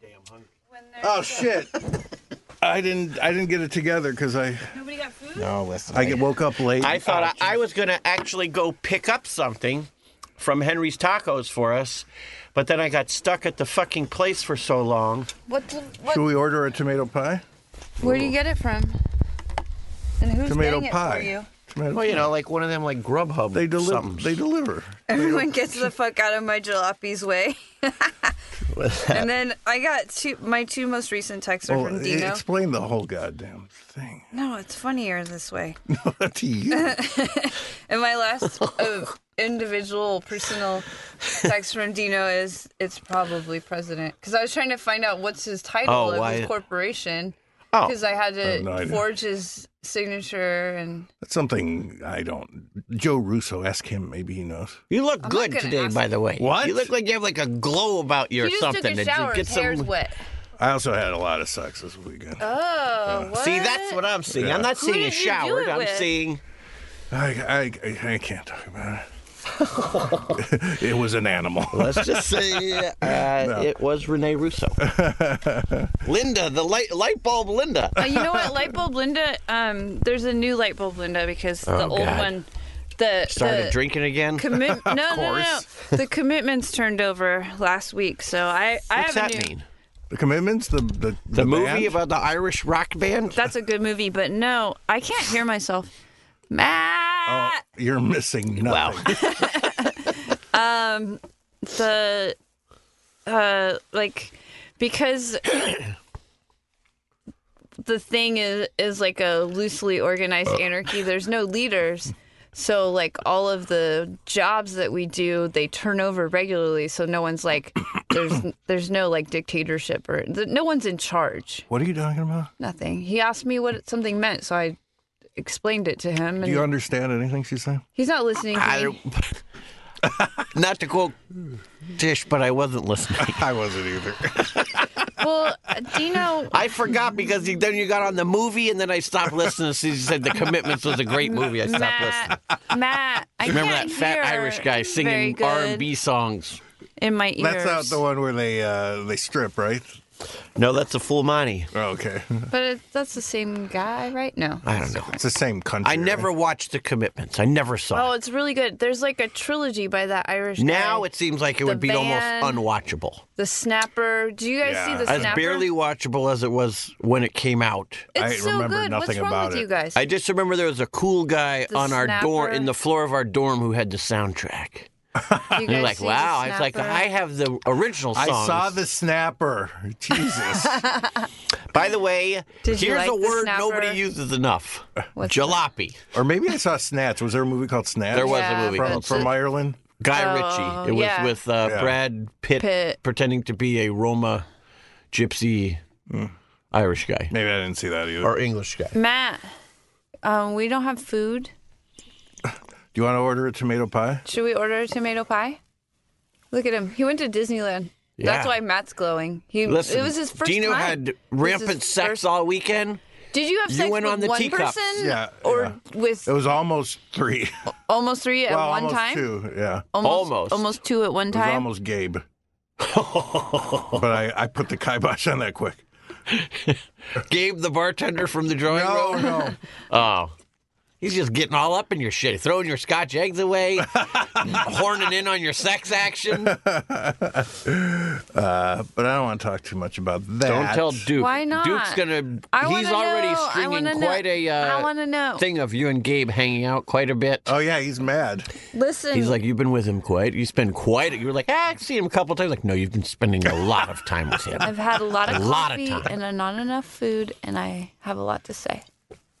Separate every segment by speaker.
Speaker 1: damn hungry.
Speaker 2: When there's
Speaker 3: Oh shit! I didn't. I didn't get it together because I
Speaker 2: Nobody got food?
Speaker 4: No, listen.
Speaker 3: I get woke up late.
Speaker 1: I thought I, I was going to actually go pick up something from Henry's Tacos for us, but then I got stuck at the fucking place for so long.
Speaker 2: What, the- what,
Speaker 3: Should we order a tomato pie?
Speaker 2: where do you get it from? And who's
Speaker 3: Tomato
Speaker 2: getting it
Speaker 3: pie.
Speaker 2: for you?
Speaker 3: Tomato
Speaker 1: Well, you know, like one of them, like Grubhub.
Speaker 3: They deliver.
Speaker 1: somethings.
Speaker 3: They deliver.
Speaker 2: Everyone gets the fuck out of my jalape's way. and then I got two, my two most recent texts are
Speaker 3: Well,
Speaker 2: from
Speaker 3: e-
Speaker 2: Dino.
Speaker 3: explain the whole goddamn thing
Speaker 2: No, it's funnier this way.
Speaker 3: to you.
Speaker 2: And my last uh, individual personal text from Dino is it's probably president because I was trying to find out what's his title
Speaker 1: Oh,
Speaker 2: of
Speaker 1: why-
Speaker 2: his corporation
Speaker 1: Oh.
Speaker 2: because I had
Speaker 3: I
Speaker 2: to
Speaker 3: have no idea.
Speaker 2: forge his signature and
Speaker 3: That's something I don't. Joe Russo, ask him. Maybe he knows.
Speaker 1: You look
Speaker 2: not
Speaker 1: good
Speaker 2: gonna
Speaker 1: today,
Speaker 2: ask
Speaker 1: by the way.
Speaker 3: What?
Speaker 1: You look like you have like a glow about you or
Speaker 2: he just
Speaker 1: something.
Speaker 2: took a
Speaker 1: Did
Speaker 2: shower.
Speaker 1: you get
Speaker 2: His hair's
Speaker 1: some?
Speaker 2: wet.
Speaker 3: I also had a lot of sex this weekend.
Speaker 1: Uh.
Speaker 2: Oh, what?
Speaker 1: See, that's what I'm seeing. I'm not
Speaker 2: Who
Speaker 1: seeing
Speaker 2: did
Speaker 1: a
Speaker 2: you do
Speaker 1: showered.
Speaker 2: it
Speaker 1: I'm
Speaker 2: with?
Speaker 1: seeing.
Speaker 3: I, I, I, I can't talk about it. it was an animal.
Speaker 1: Let's just say uh, it was Rene Russo. Linda, the light light bulb, Linda.
Speaker 2: Uh, you know what? Light bulb Linda. Um, there's a new light bulb Linda because the
Speaker 1: Oh,
Speaker 2: old
Speaker 1: God.
Speaker 2: one, the
Speaker 1: Started
Speaker 2: the,
Speaker 1: drinking again.
Speaker 2: Commit- no, no, no,
Speaker 1: course.
Speaker 2: no. The commitments turned over last week, so I I
Speaker 1: What's
Speaker 2: have
Speaker 1: that
Speaker 2: a new.
Speaker 1: mean?
Speaker 3: The commitments. The the,
Speaker 1: The, movie
Speaker 3: band?
Speaker 1: about the Irish rock band.
Speaker 2: That's a good movie, but no, I can't hear myself. Matt,
Speaker 3: You're missing
Speaker 1: Wow.
Speaker 3: nothing.
Speaker 2: the uh, like because the thing is is like a loosely organized anarchy. There's no leaders. So like all of the jobs that we do, they turn over regularly. So no one's like, there's there's no like dictatorship or th- no one's in charge.
Speaker 3: What are you talking about?
Speaker 2: Nothing. He asked me what something meant, so I explained it to him,
Speaker 3: Do
Speaker 2: and
Speaker 3: you understand anything she's saying?
Speaker 2: he's not listening to
Speaker 1: I
Speaker 2: me.
Speaker 1: don't- not to quote Dish, but I wasn't listening.
Speaker 3: I wasn't either.
Speaker 2: Well, uh, Dino,
Speaker 1: I forgot because you, then you got on the movie, and then I stopped listening. Since you said the Commitments was a great movie, I stopped listening.
Speaker 2: Matt, Matt, I
Speaker 1: Remember that
Speaker 2: can't
Speaker 1: fat
Speaker 2: hear
Speaker 1: Irish guy
Speaker 2: very
Speaker 1: singing
Speaker 2: good
Speaker 1: R and B songs?
Speaker 2: in my ears.
Speaker 3: That's not the one where they uh, they strip, right?
Speaker 1: No, that's a full money.
Speaker 3: Oh, okay,
Speaker 2: But it, that's the same guy, right? No.
Speaker 1: I don't know.
Speaker 3: it's the same country.
Speaker 1: I never
Speaker 3: right?
Speaker 1: watched the commitments. I never
Speaker 2: Oh,
Speaker 1: saw. it.
Speaker 2: it's really good. There's like a trilogy by that Irish guy.
Speaker 1: Now it seems like it would be
Speaker 2: band.
Speaker 1: almost unwatchable.
Speaker 2: the Snapper. Do you guys
Speaker 3: Yeah.
Speaker 2: see the
Speaker 1: As
Speaker 2: Snapper?
Speaker 1: barely watchable as it was when it came out.
Speaker 2: It's
Speaker 3: I
Speaker 2: so
Speaker 3: remember
Speaker 2: good. What's
Speaker 3: nothing
Speaker 2: wrong
Speaker 3: about
Speaker 2: with
Speaker 3: it.
Speaker 2: you guys?
Speaker 1: I just remember there was a cool guy
Speaker 2: The
Speaker 1: on our
Speaker 2: Snapper.
Speaker 1: dorm in the floor of our dorm who had the soundtrack.
Speaker 2: you
Speaker 1: And
Speaker 2: guys
Speaker 1: you're like,
Speaker 2: see the
Speaker 1: wow! I was like,
Speaker 2: Snapper?
Speaker 1: I have the original
Speaker 3: I
Speaker 1: songs.
Speaker 3: saw the snapper. Jesus.
Speaker 1: By the way,
Speaker 2: Did you like
Speaker 1: here's a
Speaker 2: the
Speaker 1: word
Speaker 2: Snapper?
Speaker 1: nobody uses enough:
Speaker 2: What's that?
Speaker 1: jalopy.
Speaker 3: or maybe I saw Snatch. Was there a movie called Snatch?
Speaker 1: There was
Speaker 2: Yeah,
Speaker 1: a movie
Speaker 2: but-
Speaker 3: from,
Speaker 1: called
Speaker 3: from Ireland.
Speaker 1: Guy
Speaker 2: Oh,
Speaker 1: Ritchie. It was
Speaker 2: yeah.
Speaker 1: with uh,
Speaker 3: Yeah.
Speaker 1: Brad Pitt,
Speaker 2: Pitt.
Speaker 1: pretending to be a Roma gypsy
Speaker 3: Mm.
Speaker 1: Irish guy
Speaker 3: Maybe I didn't see that either.
Speaker 1: or English guy.
Speaker 2: Matt, um, we don't have food.
Speaker 3: Do you want to order a tomato pie?
Speaker 2: Should we order a tomato pie? Look at him. He went to Disneyland. That's
Speaker 1: Yeah.
Speaker 2: why Matt's glowing. He
Speaker 1: Listen,
Speaker 2: it was his first
Speaker 1: Dino
Speaker 2: time.
Speaker 1: had
Speaker 2: It was his
Speaker 1: rampant sex
Speaker 2: first-
Speaker 1: all weekend.
Speaker 2: Did you have
Speaker 1: You
Speaker 2: sex
Speaker 1: went
Speaker 2: with
Speaker 1: on the
Speaker 2: one
Speaker 1: teacups.
Speaker 2: person?
Speaker 3: Yeah,
Speaker 2: Or
Speaker 3: yeah.
Speaker 2: with
Speaker 3: It was almost three.
Speaker 2: almost three at
Speaker 3: well,
Speaker 2: one
Speaker 3: almost
Speaker 2: time?
Speaker 3: two. Yeah,
Speaker 1: Almost.
Speaker 2: Almost two at one
Speaker 3: it was
Speaker 2: time.
Speaker 3: almost Gabe. but I, I put the kibosh on that quick.
Speaker 1: Gabe, the bartender from the drawing
Speaker 3: No,
Speaker 1: room.
Speaker 3: no.
Speaker 1: Oh. He's just getting all up in your shit, throwing your scotch eggs away, horning in on your sex action.
Speaker 3: Uh, But I don't want to talk too much about that.
Speaker 1: Don't tell Duke.
Speaker 2: Why not?
Speaker 1: Duke's gonna.
Speaker 2: I
Speaker 1: he's
Speaker 2: wanna
Speaker 1: already
Speaker 2: know, I
Speaker 1: stringing
Speaker 2: wanna know,
Speaker 1: quite a. Uh,
Speaker 2: I wanna know.
Speaker 1: Thing of you and Gabe hanging out quite a bit.
Speaker 3: Oh yeah, he's mad.
Speaker 2: Listen,
Speaker 1: He's like, you've been with him quite. You spend quite. You were like, ah, I've seen him a couple times. Like, no, you've been spending a lot of time with him.
Speaker 2: I've had a lot of
Speaker 1: A lot of
Speaker 2: coffee
Speaker 1: time.
Speaker 2: and uh, not enough food, and I have a lot to say.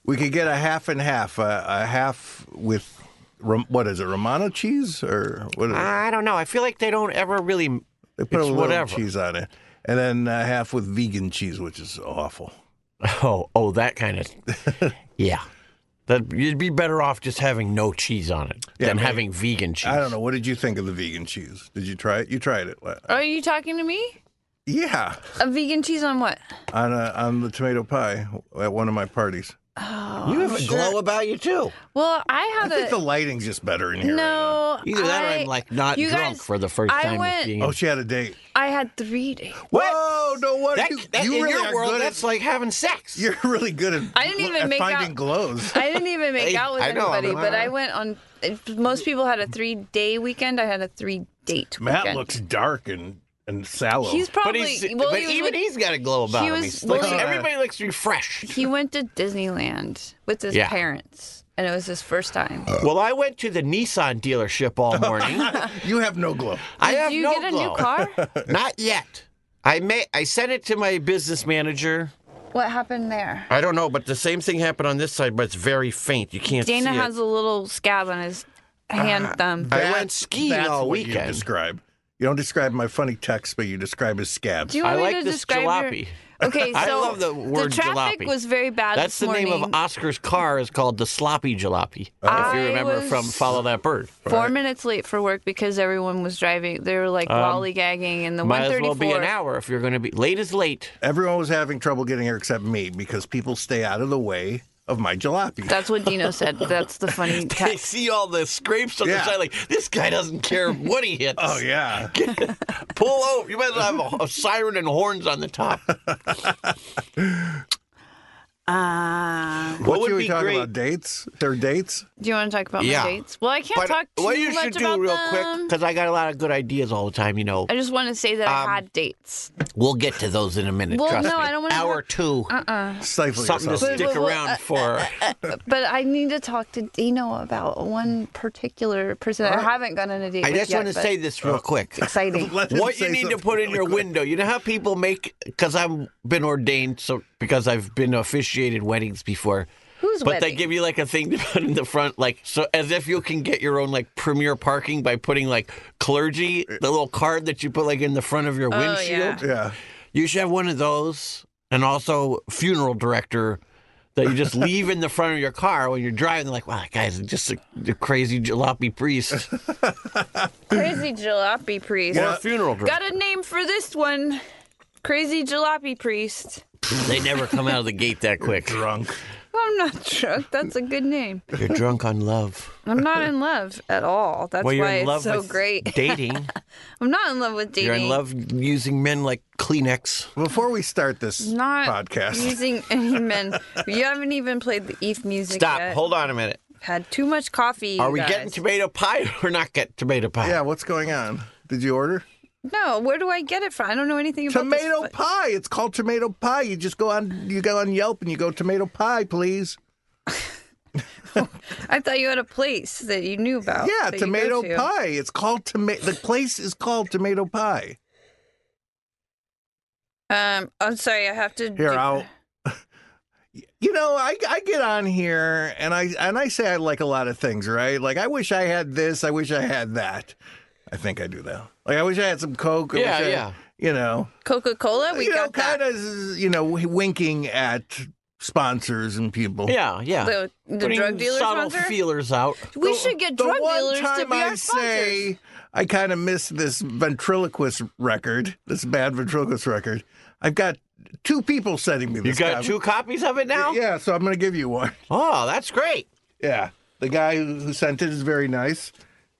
Speaker 3: We could get a half and half, uh, a half with rom- what is it, Romano cheese or what? Is it?
Speaker 1: I don't know. I feel like they don't ever really.
Speaker 3: They put
Speaker 1: it's
Speaker 3: a little
Speaker 1: whatever.
Speaker 3: cheese on it, and then a half with vegan cheese, which is awful.
Speaker 1: Oh, oh, that kind of. yeah, that you'd be better off just having no cheese on it than
Speaker 3: maybe.
Speaker 1: having vegan cheese.
Speaker 3: I don't know. What did you think of the vegan cheese? Did you try it? You tried it. What?
Speaker 2: Are you talking to me?
Speaker 3: Yeah,
Speaker 2: A vegan cheese on what?
Speaker 3: on a, on the tomato pie at one of my parties.
Speaker 5: you have a glow about you too.
Speaker 2: Well, I
Speaker 3: I
Speaker 2: had a
Speaker 3: think the lighting's just better in here. right
Speaker 2: no.
Speaker 1: Either that or
Speaker 2: I-
Speaker 1: I'm like not
Speaker 2: you
Speaker 1: drunk
Speaker 2: guys-
Speaker 1: for the first
Speaker 2: I
Speaker 1: time. with
Speaker 2: Went,
Speaker 1: being-
Speaker 3: now. Oh, she had a date.
Speaker 2: I had three days.
Speaker 3: Whoa! No wonder
Speaker 1: That-
Speaker 3: you,
Speaker 1: that-
Speaker 3: you
Speaker 1: in
Speaker 3: really
Speaker 1: your
Speaker 3: are
Speaker 1: world,
Speaker 3: good
Speaker 1: that's
Speaker 3: at,
Speaker 1: like having sex.
Speaker 3: You're really good at.
Speaker 2: I didn't even
Speaker 3: at
Speaker 2: make
Speaker 3: finding
Speaker 2: out-
Speaker 3: glows.
Speaker 2: I didn't even make
Speaker 1: Hey,
Speaker 2: out with
Speaker 1: I know,
Speaker 2: anybody,
Speaker 1: I'm-
Speaker 2: but I went on. if Most people had a three day weekend. I had a three date
Speaker 3: Matt
Speaker 2: weekend.
Speaker 3: looks dark and and sallow.
Speaker 2: He's
Speaker 1: But,
Speaker 2: probably.
Speaker 1: he's,
Speaker 2: well,
Speaker 1: but
Speaker 2: he was
Speaker 1: even
Speaker 2: with-
Speaker 1: he's got a glow about him.
Speaker 2: was-
Speaker 1: He's like,
Speaker 2: well, he-
Speaker 1: everybody looks refreshed.
Speaker 2: he went to Disneyland with his
Speaker 1: Yeah.
Speaker 2: parents, and it was his first time.
Speaker 3: Uh.
Speaker 5: Well, I went to the Nissan dealership all morning.
Speaker 3: you have no glow.
Speaker 5: I
Speaker 2: Did
Speaker 5: have
Speaker 2: you
Speaker 5: no
Speaker 2: get a
Speaker 5: glow.
Speaker 2: new car?
Speaker 1: Not yet.
Speaker 5: I may I sent it to my business manager.
Speaker 2: what happened there?
Speaker 5: I don't know, but the same thing happened on this side, but it's very faint. You can't
Speaker 2: Dana
Speaker 5: see
Speaker 2: has
Speaker 5: it.
Speaker 2: a little scab on his hand thumb.
Speaker 5: Ah. I
Speaker 3: That-
Speaker 5: went skiing
Speaker 3: that's
Speaker 5: all
Speaker 3: what You
Speaker 5: weekend.
Speaker 3: describe. You don't describe my funny text, but you describe his scabs.
Speaker 2: Do you want
Speaker 5: I
Speaker 2: me
Speaker 5: like
Speaker 2: to
Speaker 5: this
Speaker 2: describe
Speaker 5: jalopy.
Speaker 2: your? Okay, so
Speaker 1: I love the word
Speaker 2: traffic
Speaker 1: jalopy.
Speaker 2: was very bad
Speaker 5: That's
Speaker 2: this
Speaker 5: the
Speaker 2: morning.
Speaker 5: name of Oscar's car is called the Sloppy Jalopy. if you
Speaker 2: I
Speaker 5: remember from
Speaker 2: was-
Speaker 5: Follow That Bird.
Speaker 2: Four minutes late for work because everyone was driving. They were like lollygagging, and the
Speaker 5: Um,
Speaker 2: 134.
Speaker 5: Might as well be an hour if you're going to be late is late.
Speaker 3: Everyone was having trouble getting here except me because people stay out of the way of my jalopy.
Speaker 2: That's what Dino said. That's the funny
Speaker 1: I
Speaker 2: text.
Speaker 1: see all the scrapes on
Speaker 3: Yeah.
Speaker 1: the side. Like this guy doesn't care what he hits.
Speaker 3: oh yeah.
Speaker 1: Pull over. You might as well have a, a siren and horns on the top.
Speaker 2: Uh,
Speaker 3: what
Speaker 5: would
Speaker 3: should we
Speaker 5: be
Speaker 3: talk
Speaker 5: great-
Speaker 3: about? Dates? Their dates?
Speaker 2: do you want to talk about
Speaker 1: Yeah.
Speaker 2: my dates? Well, I can't talk too
Speaker 5: uh, what you
Speaker 2: much
Speaker 5: should do
Speaker 2: about
Speaker 5: real quick,
Speaker 2: them.
Speaker 5: because I got a lot of good ideas all the time, you know.
Speaker 2: I just want to say that
Speaker 5: Um,
Speaker 2: I had dates.
Speaker 1: We'll get to those in a minute.
Speaker 2: Well,
Speaker 1: trust
Speaker 2: no,
Speaker 1: me.
Speaker 2: I don't wanna
Speaker 1: Hour
Speaker 2: work-
Speaker 1: two.
Speaker 3: Stifle
Speaker 5: Something to
Speaker 3: yourself.
Speaker 5: stick
Speaker 2: well,
Speaker 5: around for.
Speaker 2: But I need to talk to Dino about one particular person. I haven't gone on a date
Speaker 1: I
Speaker 2: with
Speaker 1: just
Speaker 2: yet,
Speaker 1: want to
Speaker 2: but
Speaker 1: say this real quick.
Speaker 2: exciting.
Speaker 3: Let him
Speaker 1: what
Speaker 3: say
Speaker 1: you need to
Speaker 3: something
Speaker 1: put in
Speaker 3: really
Speaker 1: your
Speaker 3: quick.
Speaker 1: window. You know how people make because I've been ordained, so because I've been officiated weddings before.
Speaker 2: Who's
Speaker 1: But they
Speaker 2: wedding?
Speaker 1: give you like a thing to put in the front, like so, as if you can get your own like premier parking by putting like clergy, the little card that you put like in the front of your windshield.
Speaker 2: yeah.
Speaker 3: Yeah.
Speaker 1: You should have one of those, and also funeral director that you just leave in the front of your car when you're driving. They're like, wow, that guy's just a, a crazy jalopy priest.
Speaker 2: Crazy jalopy priest.
Speaker 5: Or a funeral director.
Speaker 2: Got a name for this one. Crazy jalopy priest.
Speaker 1: they never come out of the gate that quick.
Speaker 3: Drunk.
Speaker 2: I'm not drunk. That's a good name.
Speaker 1: You're drunk on love.
Speaker 2: I'm not in love at all. That's
Speaker 1: well, you're
Speaker 2: why
Speaker 1: in
Speaker 2: it's
Speaker 1: love
Speaker 2: so
Speaker 1: with
Speaker 2: great.
Speaker 1: dating.
Speaker 2: I'm not in love with dating.
Speaker 1: You're in love using men like Kleenex.
Speaker 3: Before we start this
Speaker 2: Not
Speaker 3: podcast,
Speaker 2: using any men. You haven't even played the ETH music
Speaker 5: Stop.
Speaker 2: yet.
Speaker 5: Hold on a minute.
Speaker 2: Had too much coffee.
Speaker 1: Are
Speaker 2: you
Speaker 1: we
Speaker 2: guys.
Speaker 1: getting tomato pie or not get tomato pie?
Speaker 3: yeah, what's going on? Did you order?
Speaker 2: No, where do I get it from? I don't know anything about this
Speaker 3: Tomato
Speaker 2: place.
Speaker 3: pie. It's called tomato pie. You just go on you go on Yelp and you go tomato pie, please.
Speaker 2: I thought you had a place that you knew about.
Speaker 3: Yeah,
Speaker 2: that Oh, you go
Speaker 3: tomato
Speaker 2: to.
Speaker 3: pie. It's called tomato the place is called tomato pie.
Speaker 2: Um, I'm sorry, I have to.
Speaker 3: Here,
Speaker 2: do-
Speaker 3: I'll. You know, I, I get on here and I and I say I like a lot of things, right? Like I wish I had this, I wish I had that. I think I do though. Like I wish I had some Coke. I
Speaker 1: Yeah,
Speaker 3: wish I-
Speaker 1: yeah.
Speaker 3: You know,
Speaker 2: Coca-Cola. We
Speaker 3: you know,
Speaker 2: got that.
Speaker 3: kind of you know winking at sponsors and people.
Speaker 1: Yeah, yeah.
Speaker 2: the the
Speaker 1: Putting
Speaker 2: drug dealer
Speaker 1: subtle
Speaker 2: sponsor.
Speaker 1: feelers out.
Speaker 2: we should get
Speaker 3: The
Speaker 2: drug
Speaker 3: one
Speaker 2: dealers
Speaker 3: time
Speaker 2: to be
Speaker 3: I
Speaker 2: our sponsors.
Speaker 3: say I kind of missed this ventriloquist record, this bad ventriloquist record. I've got two people sending me
Speaker 5: You
Speaker 3: this.
Speaker 5: got
Speaker 3: copy.
Speaker 5: two copies of it now?
Speaker 3: Yeah, so I'm going to give you one.
Speaker 5: Oh, that's great.
Speaker 3: Yeah, the guy who who sent it is very nice,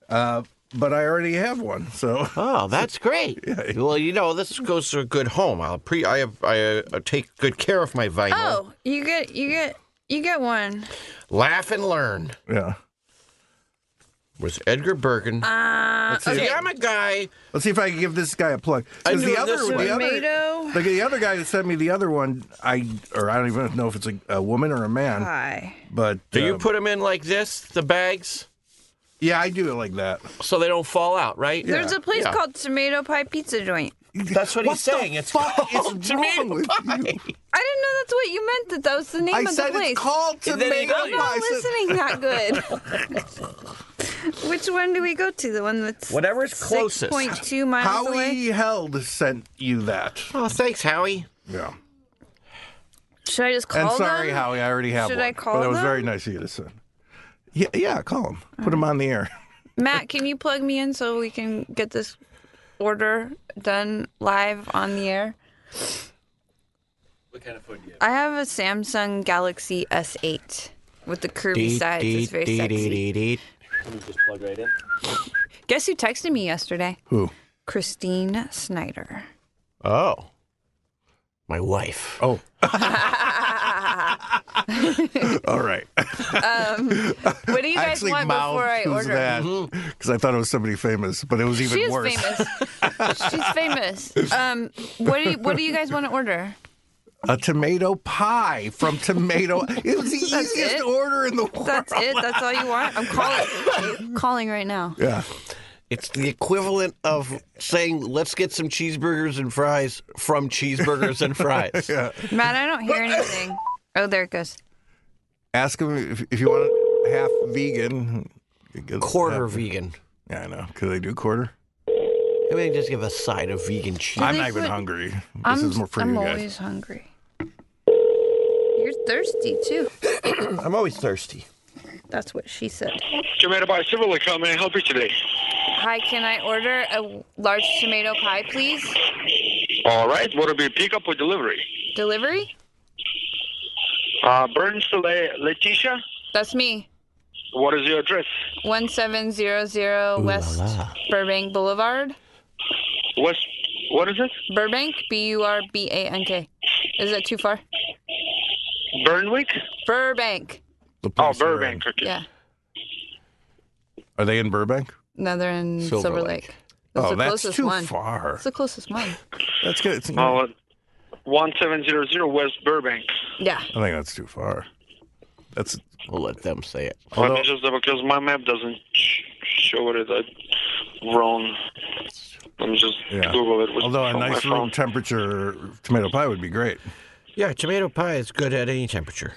Speaker 3: uh, but I already have one. So
Speaker 5: Oh, that's great. Well, you know, this goes to a good home. I'll pre I have I uh, take good care of my vinyl.
Speaker 2: Oh, you get you get you get one.
Speaker 5: Laugh and Learn
Speaker 3: yeah,
Speaker 5: with Edgar Bergen.
Speaker 2: Uh,
Speaker 3: let's see,
Speaker 5: See, I'm a guy.
Speaker 3: let's see if I can give this guy a plug.
Speaker 5: I
Speaker 3: 'Cause
Speaker 5: knew
Speaker 3: the other,
Speaker 5: this one.
Speaker 3: the other,
Speaker 2: Tomato
Speaker 3: like the other guy that sent me the other one, I or I don't even know if it's a, a woman or a man,
Speaker 2: pie.
Speaker 3: but
Speaker 5: Do you
Speaker 3: um,
Speaker 5: put them in like this, the bags,
Speaker 3: Yeah, I do it like that.
Speaker 5: so they don't fall out, right?
Speaker 3: Yeah.
Speaker 2: There's a place
Speaker 5: yeah.
Speaker 2: called Tomato Pie Pizza Joint.
Speaker 5: That's what, he's
Speaker 3: the
Speaker 5: saying. It's
Speaker 3: fuck is
Speaker 5: called tomato
Speaker 3: wrong with
Speaker 5: pie.
Speaker 2: I didn't know that's what you meant. That that was the name
Speaker 3: I
Speaker 2: of the
Speaker 3: said
Speaker 2: place.
Speaker 3: it's called
Speaker 5: And then he
Speaker 3: tomato
Speaker 5: goes,
Speaker 2: I'm not
Speaker 3: pie. So-
Speaker 2: listening that good. Which one do we go to? The one that's
Speaker 5: Whatever's
Speaker 2: six
Speaker 5: closest.
Speaker 2: point two miles away.
Speaker 3: Howie Held sent you that.
Speaker 5: Oh, thanks, Howie.
Speaker 3: Yeah.
Speaker 2: Should I just call
Speaker 3: And sorry,
Speaker 2: them?
Speaker 3: Howie, I already have
Speaker 2: Should
Speaker 3: one.
Speaker 2: I call
Speaker 3: But it was
Speaker 2: them?
Speaker 3: very nice of you to send. Yeah, yeah, call him. Put him on the air.
Speaker 2: Matt, can you plug me in so we can get this order done live on the air?
Speaker 6: What kind of phone do you have?
Speaker 2: I have a Samsung Galaxy S8 with the curvy sides. it's very sexy.
Speaker 6: Let me just plug right in.
Speaker 2: Guess who texted me yesterday?
Speaker 3: Who?
Speaker 2: Christine Snyder.
Speaker 5: Oh.
Speaker 1: My wife.
Speaker 3: Oh. All right.
Speaker 2: What do you
Speaker 3: I
Speaker 2: guys
Speaker 3: actually
Speaker 2: want
Speaker 3: mouthed
Speaker 2: before I
Speaker 3: who's
Speaker 2: order?
Speaker 3: that because I thought it was somebody famous, but it was even
Speaker 2: She's
Speaker 3: worse.
Speaker 2: famous. She's famous. Um, what do you, what do you guys want to order?
Speaker 3: A tomato pie from Tomato. it was the easiest
Speaker 2: it?
Speaker 3: order in the world.
Speaker 2: That's it. That's all you want. I'm calling calling right now.
Speaker 3: yeah.
Speaker 1: It's the equivalent of saying, let's get some cheeseburgers and fries from cheeseburgers and fries.
Speaker 2: Matt, I don't hear anything. Oh, there it goes.
Speaker 3: Ask him if, if you want it half vegan.
Speaker 1: Quarter vegan.
Speaker 3: Yeah, I know. Could they do quarter?
Speaker 1: I mean, just give a side of vegan cheese.
Speaker 3: I'm
Speaker 2: they
Speaker 3: not even
Speaker 2: put-
Speaker 3: hungry. This
Speaker 2: I'm,
Speaker 3: is more for
Speaker 2: I'm
Speaker 3: you guys.
Speaker 2: always hungry. You're thirsty too.
Speaker 5: I'm always thirsty.
Speaker 2: That's what she said.
Speaker 7: Tomato by Civil Account, may I help you today?
Speaker 2: Hi, can I order a large tomato pie, please?
Speaker 7: All right, what will be pickup or delivery?
Speaker 2: Delivery?
Speaker 7: Uh, Burns to Le- Letitia,
Speaker 2: That's me.
Speaker 7: what is your address?
Speaker 2: 1700 West Burbank Boulevard.
Speaker 7: West, what is it?
Speaker 2: Burbank, B U R B A N K. Is that too far?
Speaker 7: Burnwick?
Speaker 2: Burbank.
Speaker 3: The
Speaker 7: Oh,
Speaker 3: place they're
Speaker 7: Burbank, okay.
Speaker 2: Yeah.
Speaker 3: in. Are they in Burbank?
Speaker 2: No, they're in Silver,
Speaker 1: Silver
Speaker 2: Lake.
Speaker 1: Lake.
Speaker 2: That's
Speaker 3: oh,
Speaker 2: the
Speaker 3: that's
Speaker 2: closest
Speaker 3: too
Speaker 2: one.
Speaker 3: far.
Speaker 2: It's the closest one.
Speaker 3: That's good. It's,
Speaker 7: Oh, uh, 1700 West Burbank.
Speaker 2: Yeah.
Speaker 3: I think that's too far. That's
Speaker 1: We'll let them say it.
Speaker 7: Let me just double because my map doesn't sh- show it. I wrong. Let me just
Speaker 3: Yeah.
Speaker 7: Google it. With,
Speaker 3: although a
Speaker 7: from my
Speaker 3: nice
Speaker 7: phone.
Speaker 3: room temperature tomato pie would be great.
Speaker 1: Yeah, tomato pie is good at any temperature.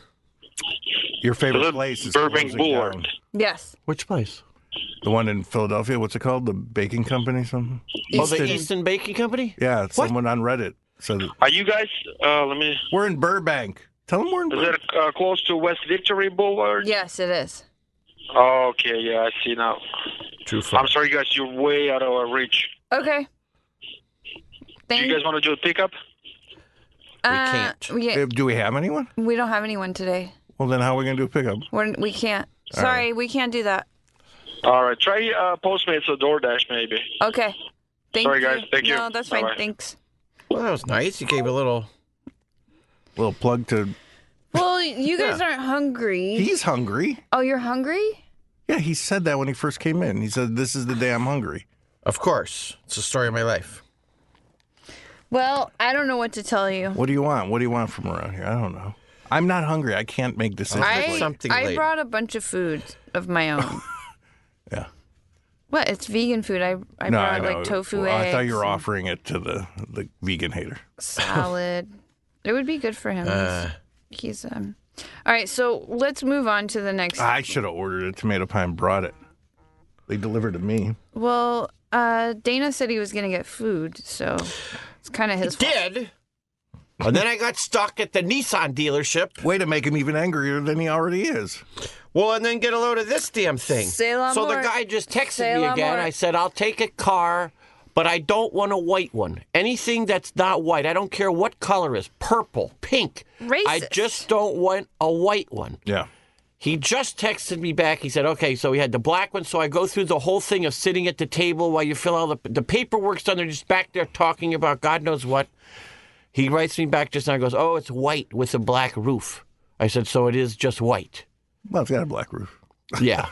Speaker 3: Your favorite
Speaker 7: Is it
Speaker 3: place is
Speaker 7: Burbank
Speaker 3: closing
Speaker 7: Boulevard?
Speaker 3: down.
Speaker 2: Yes.
Speaker 1: Which place?
Speaker 3: The one in Philadelphia. What's it called? The baking company? Something?
Speaker 1: Oh, the Easton Baking Company?
Speaker 3: Yeah. Someone on Reddit said
Speaker 7: Are you guys, uh, let me, is
Speaker 3: we're in Burbank. Tell them we're in. Burbank.
Speaker 7: it uh, close to West Victory Boulevard?
Speaker 2: Yes, it is.
Speaker 7: Oh, okay, yeah, I see now.
Speaker 1: True
Speaker 7: I'm sorry, guys, you're way out of our reach.
Speaker 2: Okay.
Speaker 7: Do
Speaker 2: Thank
Speaker 7: you guys want to do a pickup?
Speaker 2: uh,
Speaker 1: can't.
Speaker 2: We,
Speaker 3: Eh, Do we have anyone?
Speaker 2: we don't have anyone today.
Speaker 3: Well, then how are we gonna do a pickup?
Speaker 2: We're, we can't. Sorry, we can't do that.
Speaker 7: All right, try uh, Postmates or DoorDash, maybe.
Speaker 2: Okay. Thank
Speaker 7: Sorry,
Speaker 2: you.
Speaker 7: guys. Thank you.
Speaker 2: No, that's fine.
Speaker 7: Bye-bye.
Speaker 2: Thanks.
Speaker 1: Well, that was nice. You gave a little.
Speaker 3: Little plug to.
Speaker 2: Well, you guys aren't hungry.
Speaker 3: He's hungry.
Speaker 2: oh, you're hungry?
Speaker 3: Yeah, he said that when he first came in. He said, "This is the day I'm hungry."
Speaker 1: Of course. It's the story of my life.
Speaker 2: Well, I don't know what to tell you.
Speaker 3: What do you want? What do you want from around here? I don't know. I'm not hungry. I can't make decisions.
Speaker 2: I
Speaker 1: something
Speaker 2: I
Speaker 1: later.
Speaker 2: brought a bunch of food of my own.
Speaker 3: Yeah.
Speaker 2: What? It's vegan food. I I
Speaker 3: no, I
Speaker 2: brought
Speaker 3: know.
Speaker 2: like tofu
Speaker 3: Well,
Speaker 2: eggs.
Speaker 3: I thought you were
Speaker 2: and
Speaker 3: offering it to the the vegan hater.
Speaker 2: Salad. it would be good for him.
Speaker 3: Uh.
Speaker 1: Uh,
Speaker 2: He's, he's um. All right, so let's move on to the next.
Speaker 3: I should have ordered a tomato pie and brought it. They delivered to me.
Speaker 2: well, uh, Dana said he was gonna get food, so it's kind of his fault.
Speaker 1: Did. And then I got stuck at the Nissan dealership.
Speaker 3: Way to make him even angrier than he already is.
Speaker 1: Well, and then get a load of this damn thing.
Speaker 2: Say la
Speaker 1: so
Speaker 2: more.
Speaker 1: the guy just texted
Speaker 2: Say
Speaker 1: me
Speaker 2: la
Speaker 1: again.
Speaker 2: more.
Speaker 1: I said, I'll take a car, but I don't want a white one. Anything that's not white, I don't care what color is purple, pink. I
Speaker 2: Racist.
Speaker 1: just don't want a white one.
Speaker 3: Yeah.
Speaker 1: He just texted me back. He said, okay, so he had the black one. So I go through the whole thing of sitting at the table while you fill all the, the paperwork's done. They're just back there talking about God knows what. He writes me back just now and goes, oh, it's white with a black roof. I said, so it is just white.
Speaker 3: Well, it's got a black roof.
Speaker 1: Yeah.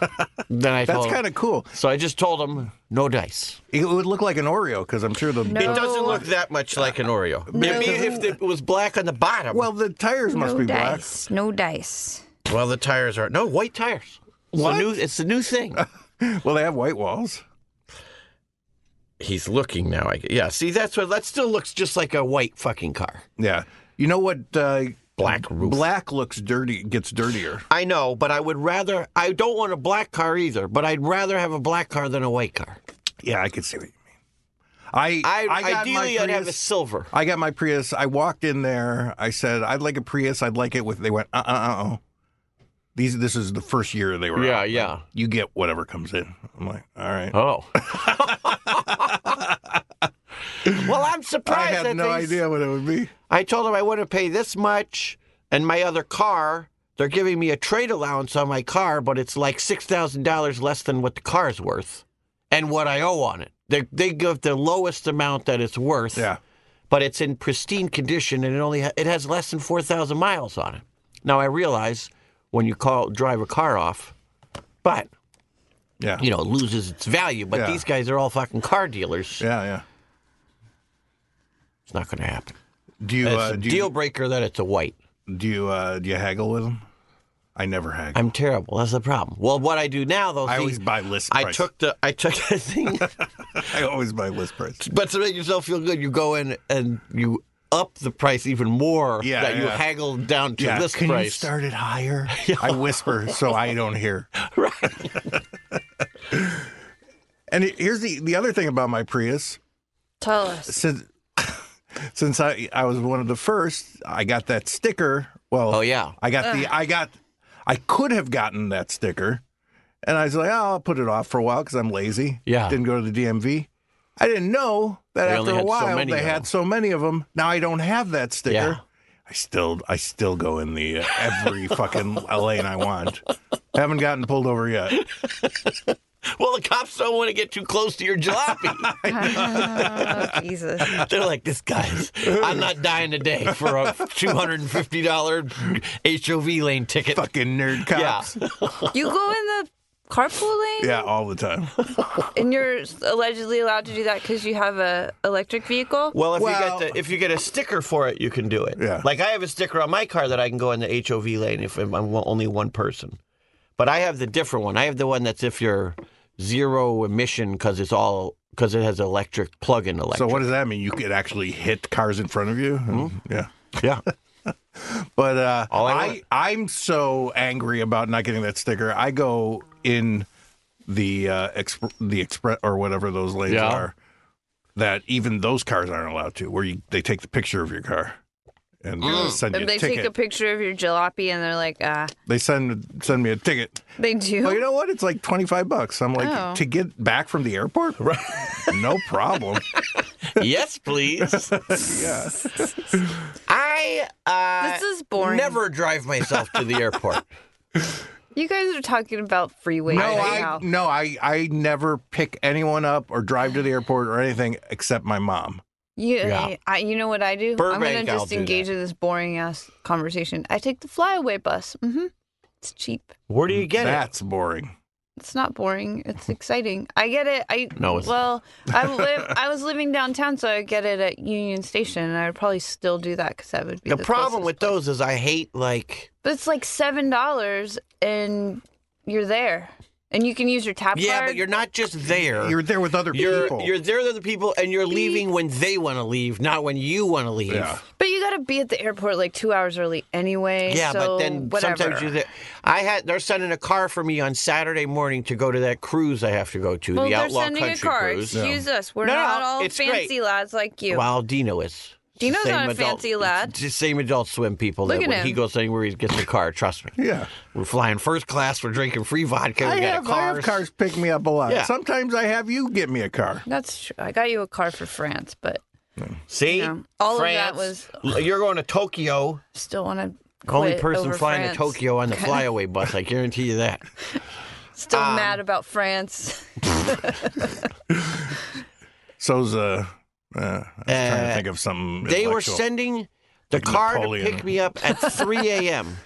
Speaker 1: then I
Speaker 3: That's
Speaker 1: told him-
Speaker 3: kind of cool.
Speaker 1: So I just told him no dice.
Speaker 3: It would look like an Oreo because I'm sure the
Speaker 2: No.
Speaker 1: It doesn't look that much like an Oreo. Maybe if it was black on the bottom.
Speaker 3: well the tires must
Speaker 2: No
Speaker 3: be black.
Speaker 2: dice. No dice.
Speaker 1: well, the tires are no white tires. It's the
Speaker 3: What?
Speaker 1: new, it's the new thing.
Speaker 3: Well, they have white walls.
Speaker 1: He's looking now. I yeah. See, that's what that still looks just like a white fucking car.
Speaker 3: Yeah. You know what? Uh,
Speaker 1: Black roof.
Speaker 3: Black looks dirty. Gets dirtier.
Speaker 1: I know, but I would rather. I don't want a black car either, but I'd rather have a black car than a white car.
Speaker 3: Yeah, I can see what you mean. I
Speaker 1: I,
Speaker 3: I got
Speaker 1: ideally
Speaker 3: my
Speaker 1: I'd have a
Speaker 3: Prius-
Speaker 1: silver.
Speaker 3: I got my Prius. I walked in there. I said, "I'd like a Prius. I'd like it with." They went, "Uh, uh, uh, uh." These. This is the first year they were. out.
Speaker 1: yeah.
Speaker 3: You get whatever comes in. I'm like, all right.
Speaker 1: Oh. Well, I'm
Speaker 3: I
Speaker 1: surprised.
Speaker 3: had
Speaker 1: that
Speaker 3: no
Speaker 1: they-
Speaker 3: idea what it would be.
Speaker 1: I told them I wouldn't pay this much and my other car. They're giving me a trade allowance on my car, but it's like six thousand dollars less than what the car's worth and what I owe on it. They they give the lowest amount that it's worth.
Speaker 3: Yeah.
Speaker 1: But it's in pristine condition and it only ha- it has less than four thousand miles on it. Now I realize when you call drive a car off, but
Speaker 3: Yeah.
Speaker 1: you know it loses its value. But
Speaker 3: Yeah.
Speaker 1: these guys are all fucking car dealers.
Speaker 3: Yeah, yeah.
Speaker 1: It's not going to happen.
Speaker 3: Do you
Speaker 1: It's
Speaker 3: uh,
Speaker 1: a
Speaker 3: do
Speaker 1: deal
Speaker 3: you,
Speaker 1: breaker that it's a white.
Speaker 3: do you uh, do you haggle with them? I never haggle.
Speaker 1: I'm terrible. That's the problem. Well, what I do now though,
Speaker 3: I
Speaker 1: see,
Speaker 3: always buy list
Speaker 1: I
Speaker 3: price.
Speaker 1: took the I took the thing,
Speaker 3: I always buy list price.
Speaker 1: but to make yourself feel good, you go in and you up the price even more
Speaker 3: Yeah,
Speaker 1: that you
Speaker 3: yeah.
Speaker 1: haggled down to
Speaker 3: Yeah,
Speaker 1: this
Speaker 3: can you
Speaker 1: price.
Speaker 3: start it higher? I whisper so I don't hear.
Speaker 1: Right.
Speaker 3: And it- here's the the other thing about my Prius.
Speaker 2: Tell us.
Speaker 3: Since since I I was one of the first, I got that sticker. Well,
Speaker 1: Oh yeah.
Speaker 3: I got the I got I could have gotten that sticker, and I was like, oh, I'll put it off for a while because I'm lazy.
Speaker 1: Yeah.
Speaker 3: didn't go to the DMV. I didn't know that
Speaker 1: They only
Speaker 3: after a
Speaker 1: had so
Speaker 3: while
Speaker 1: many
Speaker 3: they
Speaker 1: of them.
Speaker 3: had so many of them. Now I don't have that sticker.
Speaker 1: Yeah.
Speaker 3: I still I still go in the uh, every fucking lane I want. Haven't gotten pulled over yet.
Speaker 1: Well, the cops don't want to get too close to your jalopy.
Speaker 2: Oh, Jesus.
Speaker 1: They're like, "This guy's. I'm not dying today for a two hundred and fifty dollar HOV lane ticket."
Speaker 3: Fucking nerd
Speaker 1: Yeah.
Speaker 3: cops. Yeah,
Speaker 2: You go in the carpool lane,
Speaker 3: all the time.
Speaker 2: and you're allegedly allowed to do that because you have a electric vehicle.
Speaker 5: Well, if
Speaker 3: Well-
Speaker 5: you get the, if you get a sticker for it, you can do it.
Speaker 3: Yeah.
Speaker 5: Like I have a sticker on my car that I can go in the HOV lane if I'm only one person.
Speaker 1: But I have the different one. I have the one that's if you're zero emission because it's all because it has electric plug-in electric.
Speaker 3: So what does that mean? You could actually hit cars in front of you?
Speaker 1: Hmm?
Speaker 3: Yeah.
Speaker 1: Yeah.
Speaker 3: But uh,
Speaker 1: All I
Speaker 3: I,
Speaker 1: want.
Speaker 3: I am so angry about not getting that sticker. I go in the uh, exp- the express or whatever those lanes
Speaker 1: Yeah.
Speaker 3: are that even those cars aren't allowed to, where you, they take the picture of your car and uh,
Speaker 1: Mm.
Speaker 3: send you
Speaker 2: If
Speaker 3: a
Speaker 2: they take a
Speaker 3: ticket.
Speaker 2: picture of your jalopy and they're like, ah,
Speaker 3: they send send me a ticket.
Speaker 2: they do.
Speaker 3: Well, you know what? It's like twenty five bucks. I'm like
Speaker 2: Oh.
Speaker 3: to get back from the airport. Right. no problem.
Speaker 1: yes, please.
Speaker 3: Yeah.
Speaker 1: I uh,
Speaker 2: this is boring.
Speaker 1: never drive myself to the airport.
Speaker 2: You guys are talking about freeways
Speaker 3: No,
Speaker 2: right
Speaker 3: I
Speaker 2: now.
Speaker 3: no, I I never pick anyone up or drive to the airport or anything except my mom.
Speaker 2: You,
Speaker 1: Yeah.
Speaker 2: I, you know what I do? I'm
Speaker 1: Burbank,
Speaker 2: gonna
Speaker 1: I'll
Speaker 2: just
Speaker 1: do
Speaker 2: engage in this boring ass conversation. I take the flyaway bus. Mm-hmm. It's cheap.
Speaker 1: Where do you get
Speaker 3: That's boring.
Speaker 2: It's not boring. It's exciting. I get it. I
Speaker 1: No, it's-
Speaker 2: well, I live. I was living downtown, so I would get it at Union Station, and I would probably still do that because that would be
Speaker 1: it? The
Speaker 2: the,
Speaker 1: problem
Speaker 2: closest
Speaker 1: with
Speaker 2: place.
Speaker 1: those is I hate like
Speaker 2: But it's like seven dollars, and you're there, and you can use your tap
Speaker 1: yeah,
Speaker 2: card.
Speaker 1: but you're not just there.
Speaker 3: You're there with other
Speaker 1: you're
Speaker 3: people.
Speaker 1: you're there with other people, and you're leaving when they want to leave, not when you want to leave.
Speaker 3: yeah.
Speaker 2: But you gotta be at the airport like two hours early anyway.
Speaker 1: Yeah,
Speaker 2: so
Speaker 1: but then
Speaker 2: whatever.
Speaker 1: sometimes you're there. I had they're sending a car for me on Saturday morning to go to that cruise I have to go to,
Speaker 2: Well,
Speaker 1: the
Speaker 2: they're
Speaker 1: Outlaw
Speaker 2: sending
Speaker 1: Country
Speaker 2: a car.
Speaker 1: cruise.
Speaker 2: Excuse us. We're
Speaker 1: No, no,
Speaker 2: not all
Speaker 1: it's great.
Speaker 2: fancy lads like you.
Speaker 1: Well, Dino is. It's the
Speaker 2: Dino's
Speaker 1: same
Speaker 2: not a
Speaker 1: adult-
Speaker 2: fancy lad.
Speaker 1: it's the same adult swim people
Speaker 2: Look
Speaker 1: that
Speaker 2: at
Speaker 1: when he
Speaker 2: him.
Speaker 1: goes anywhere he gets a car. Trust me.
Speaker 3: Yeah.
Speaker 1: We're flying first class. We're drinking free vodka.
Speaker 3: I
Speaker 1: we got
Speaker 3: have,
Speaker 1: a
Speaker 3: I
Speaker 1: car.
Speaker 3: have cars pick me up a lot.
Speaker 1: Yeah.
Speaker 3: Sometimes I have you get me a car.
Speaker 2: That's true. I got you a car for France, but
Speaker 1: See,
Speaker 2: you know, all
Speaker 1: France.
Speaker 2: of that was
Speaker 1: You're going to Tokyo.
Speaker 2: still on a
Speaker 1: Only person flying to Tokyo on the flyaway bus. I guarantee you that.
Speaker 2: Still mad about France.
Speaker 3: So's uh, uh I was trying to
Speaker 1: Uh,
Speaker 3: think of something.
Speaker 1: They were
Speaker 3: intellectual.
Speaker 1: sending the car
Speaker 3: Napoleon.
Speaker 1: to pick me up at 3 a.m.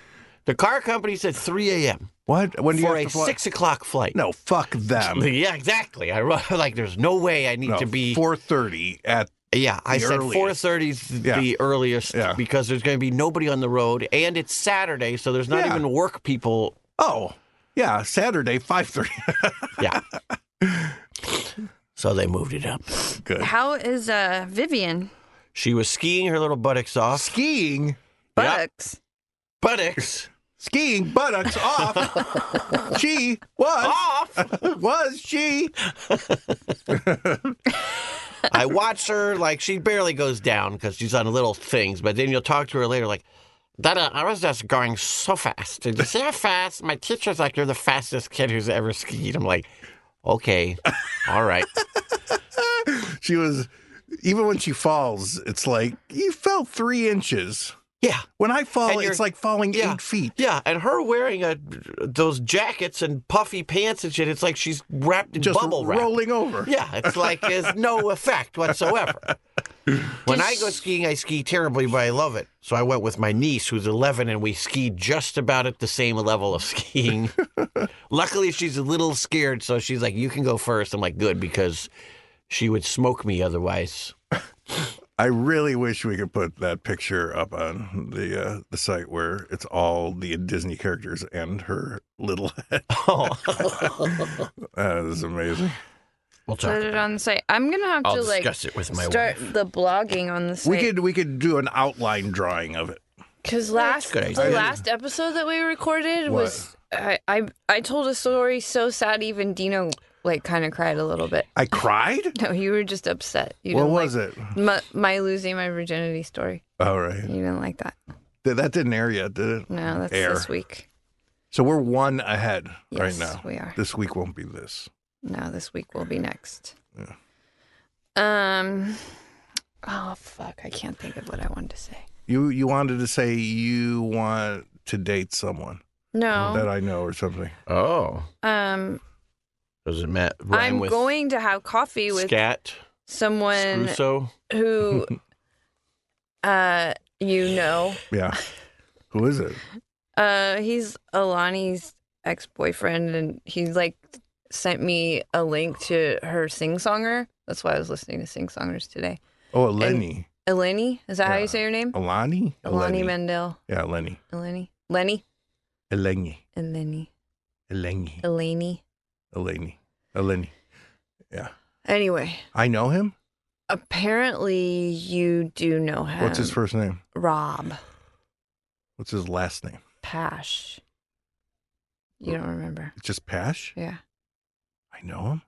Speaker 1: the car company said 3 a.m.
Speaker 3: What? When do you
Speaker 1: for
Speaker 3: have
Speaker 1: a
Speaker 3: to fly?
Speaker 1: six o'clock flight.
Speaker 3: No, fuck them.
Speaker 1: Yeah, exactly. I ru- like. There's no way I need
Speaker 3: No,
Speaker 1: to be.
Speaker 3: four thirty at
Speaker 1: Yeah, I
Speaker 3: The
Speaker 1: said
Speaker 3: earliest.
Speaker 1: four thirty is
Speaker 3: Yeah.
Speaker 1: the earliest
Speaker 3: Yeah.
Speaker 1: because there's going to be nobody on the road, and it's Saturday, so there's not
Speaker 3: Yeah.
Speaker 1: even work people.
Speaker 3: oh yeah Saturday five thirty.
Speaker 1: Yeah. so they moved it up.
Speaker 3: Good
Speaker 2: How is uh Vivian
Speaker 1: She was skiing her little buttocks off.
Speaker 3: skiing,
Speaker 2: Bucks?
Speaker 1: Buttocks
Speaker 3: skiing buttocks off. she was
Speaker 1: off.
Speaker 3: was she?
Speaker 1: I watch her like she barely goes down because she's on little things, but then you'll talk to her later like. Dada, I was just going so fast. Did you see how fast? My teacher's like, you're the fastest kid who's ever skied. I'm like, okay, all right.
Speaker 3: She was even when she falls, it's like you fell three inches.
Speaker 1: Yeah.
Speaker 3: When I fall,
Speaker 1: And you're-
Speaker 3: it's like falling
Speaker 1: Yeah.
Speaker 3: eight feet.
Speaker 1: Yeah, and her wearing a, those jackets and puffy pants and shit, it's like she's wrapped in
Speaker 3: Just
Speaker 1: bubble wrap.
Speaker 3: rolling over.
Speaker 1: Yeah, it's like there's no effect whatsoever. When I go skiing, I ski terribly, but I love it. So I went with my niece, who's 11, and we skied just about at the same level of skiing. Luckily, she's a little scared, so she's like, "You can go first. I'm like, "Good," because she would smoke me otherwise.
Speaker 3: I really wish we could put that picture up on the uh, the site where it's all the Disney characters and her little head.
Speaker 1: Oh,
Speaker 3: That is amazing.
Speaker 1: we'll talk.
Speaker 2: Put it on the site. I'm gonna have
Speaker 1: I'll
Speaker 2: to like
Speaker 1: discuss it with my
Speaker 2: start the blogging on the site.
Speaker 3: We could we could do an outline drawing of it.
Speaker 2: Because last
Speaker 1: good
Speaker 2: the
Speaker 1: idea.
Speaker 2: last episode that we recorded
Speaker 3: What?
Speaker 2: was I, I I told a story so sad even Dino like kind of cried a little bit.
Speaker 3: I cried.
Speaker 2: No, you were just upset. You
Speaker 3: what
Speaker 2: didn't
Speaker 3: was
Speaker 2: like
Speaker 3: it?
Speaker 2: My, my losing my virginity story.
Speaker 3: All right,
Speaker 2: You didn't like that.
Speaker 3: Th- that didn't air yet, did it?
Speaker 2: No, that's
Speaker 3: Air.
Speaker 2: this week.
Speaker 3: So we're one ahead
Speaker 2: Yes,
Speaker 3: right now.
Speaker 2: we are.
Speaker 3: This week won't be this.
Speaker 2: No, this week will be next.
Speaker 3: Yeah.
Speaker 2: Um. Oh fuck! I can't think of what I wanted to say.
Speaker 3: You you wanted to say you want to date someone that
Speaker 2: No.
Speaker 3: I know or something.
Speaker 1: Oh,
Speaker 2: Um.
Speaker 1: does it matter? Rhyme
Speaker 2: I'm
Speaker 1: with
Speaker 2: going to have coffee with
Speaker 1: scat,
Speaker 2: someone
Speaker 1: Scruso.
Speaker 2: who uh you know
Speaker 3: Yeah. Who is it?
Speaker 2: uh he's alani's ex-boyfriend and he like sent me a link to her sing-songer that's why i was listening to sing-songers today
Speaker 3: Oh, Lenny.
Speaker 2: eleni is that how
Speaker 3: Yeah.
Speaker 2: you say your name
Speaker 3: Alani.
Speaker 2: elani
Speaker 3: Eleni.
Speaker 2: mendel
Speaker 3: Yeah, Lenny.
Speaker 2: eleni lenny
Speaker 3: Eleni.
Speaker 2: eleni
Speaker 3: Eleni.
Speaker 2: eleni
Speaker 3: Eleni. Eleni.
Speaker 2: anyway
Speaker 3: I know him.
Speaker 2: apparently you do know him
Speaker 3: What's his first name?
Speaker 2: rob
Speaker 3: What's his last name?
Speaker 2: pash you don't remember
Speaker 3: It's just Pash.
Speaker 2: yeah
Speaker 3: I know him.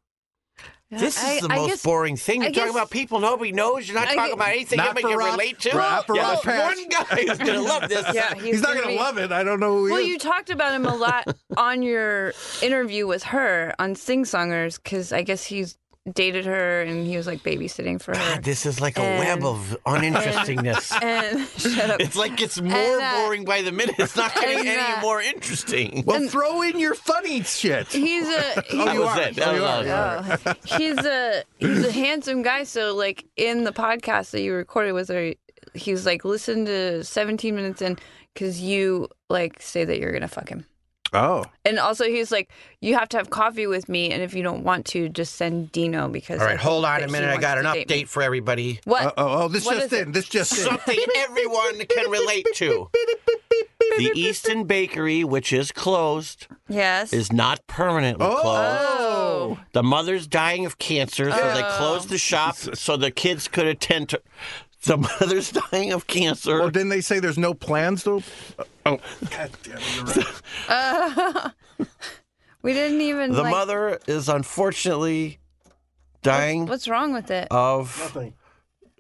Speaker 1: This is
Speaker 2: I-
Speaker 1: the
Speaker 2: I
Speaker 1: most
Speaker 2: guess-
Speaker 1: boring thing. You're
Speaker 2: I
Speaker 1: talking
Speaker 2: guess-
Speaker 1: about people nobody knows. You're not
Speaker 2: I
Speaker 1: talking
Speaker 2: gue-
Speaker 1: about anything
Speaker 3: Not
Speaker 1: anybody
Speaker 3: for
Speaker 1: can
Speaker 3: Rob-
Speaker 1: relate to.
Speaker 3: Rob- for
Speaker 1: yeah,
Speaker 3: Rob
Speaker 1: there's
Speaker 3: Patch.
Speaker 1: one guy who's gonna love this.
Speaker 2: Yeah,
Speaker 3: He's, not gonna
Speaker 2: be-
Speaker 3: love it. I don't know who he
Speaker 2: Well,
Speaker 3: is.
Speaker 2: you talked about him a lot on your interview with her on Sing Songers because I guess he's dated her and he was like babysitting for her.
Speaker 1: God, this is like a
Speaker 2: And-
Speaker 1: web of uninterestingness.
Speaker 2: and shut up.
Speaker 1: it's like it's more
Speaker 2: And, uh,
Speaker 1: boring by the minute. It's not getting
Speaker 2: and,
Speaker 1: any
Speaker 2: uh,
Speaker 1: more interesting.
Speaker 3: well, throw in your funny shit.
Speaker 2: He's a he's,
Speaker 1: that was it. That
Speaker 3: Oh, you
Speaker 1: was
Speaker 3: are.
Speaker 2: oh, he's a he's a handsome guy. So like in the podcast that you recorded with her, he was like, listen to 17 minutes in because you like say that you're gonna fuck him.
Speaker 3: Oh,
Speaker 2: And also, he was like, "You have to have coffee with me, and if you don't want to, just send Dino because."
Speaker 1: All
Speaker 2: I
Speaker 1: right, hold
Speaker 2: hope
Speaker 1: on a
Speaker 2: that he
Speaker 1: minute. I
Speaker 2: wants
Speaker 1: got
Speaker 2: to
Speaker 1: an
Speaker 2: date me."
Speaker 1: update for everybody.
Speaker 2: What?
Speaker 3: oh, oh, oh, this
Speaker 2: What
Speaker 3: just
Speaker 2: is it?
Speaker 3: in. This just in.
Speaker 1: Something everyone can relate to. The Easton Bakery, which is closed,
Speaker 2: yes.
Speaker 1: is not permanently
Speaker 3: Oh.
Speaker 1: closed.
Speaker 2: oh,
Speaker 1: The mother's dying of cancer, so they closed the shop so the kids could attend to. The mother's dying of cancer.
Speaker 3: Well, didn't they say there's no plans to? Oh, God damn it, you're right.
Speaker 2: we didn't even.
Speaker 1: the
Speaker 2: like,
Speaker 1: mother is unfortunately dying
Speaker 2: What's wrong with it?
Speaker 1: Uh, of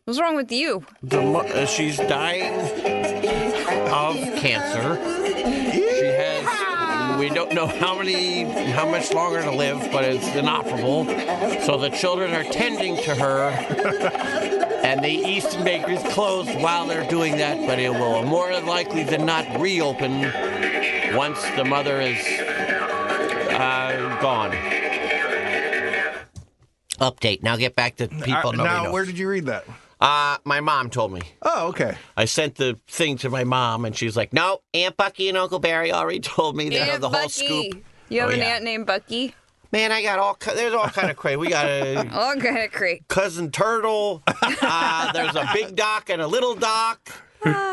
Speaker 2: What's wrong with you?
Speaker 1: the mo- uh, she's dying of cancer. She has we don't know how many how much longer to live, but it's inoperable. So the children are tending to her. And the Easton Bakery is closed while they're doing that, but it will more likely than not reopen once the mother is uh, gone. Update. Now get back to people.
Speaker 3: Uh,
Speaker 1: nobody
Speaker 3: now,
Speaker 1: knows.
Speaker 3: where did you read that?
Speaker 1: Uh, my mom told me.
Speaker 3: Oh, okay.
Speaker 1: I sent the thing to my mom, and she's like, "No, Aunt Bucky and Uncle Barry already told me they have
Speaker 2: Aunt
Speaker 1: the whole
Speaker 2: Bucky.
Speaker 1: scoop."
Speaker 2: You have
Speaker 1: Oh,
Speaker 2: an
Speaker 1: yeah.
Speaker 2: aunt named Bucky.
Speaker 1: Man, I got all ki- there's all kind of crazy. We got a
Speaker 2: Oh, I'm gonna create.
Speaker 1: cousin turtle. Uh, there's a big doc and a little doc.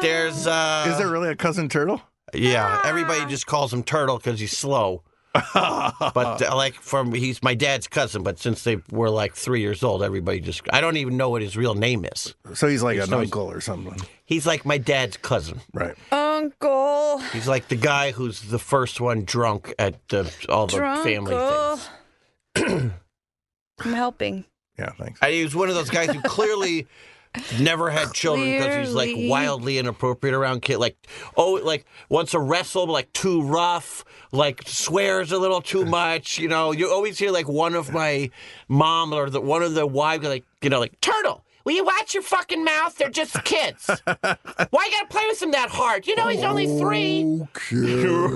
Speaker 1: There's uh,
Speaker 3: Is there really a cousin turtle?
Speaker 1: yeah. Everybody just calls him turtle because he's slow. but uh, like from he's my dad's cousin, but since they were like three years old, everybody just I don't even know what his real name is.
Speaker 3: So he's like an uncle or something,
Speaker 1: He's like my dad's cousin.
Speaker 3: right?
Speaker 2: Uncle.
Speaker 1: He's like the guy who's the first one drunk at the, all the family
Speaker 2: Drunkle.
Speaker 1: things.
Speaker 2: I'm helping.
Speaker 3: Yeah, thanks.
Speaker 1: And he was one of those guys who clearly never had children because he's like
Speaker 2: Clearly.
Speaker 1: wildly inappropriate around kid. Like, oh, like wants to wrestle, but like too rough, like swears a little too much. You know, you always hear like one of my mom or the one of the wives like you know like turtle. Will you watch your fucking mouth? They're just kids. Why you gotta play with him that hard? You know he's only three.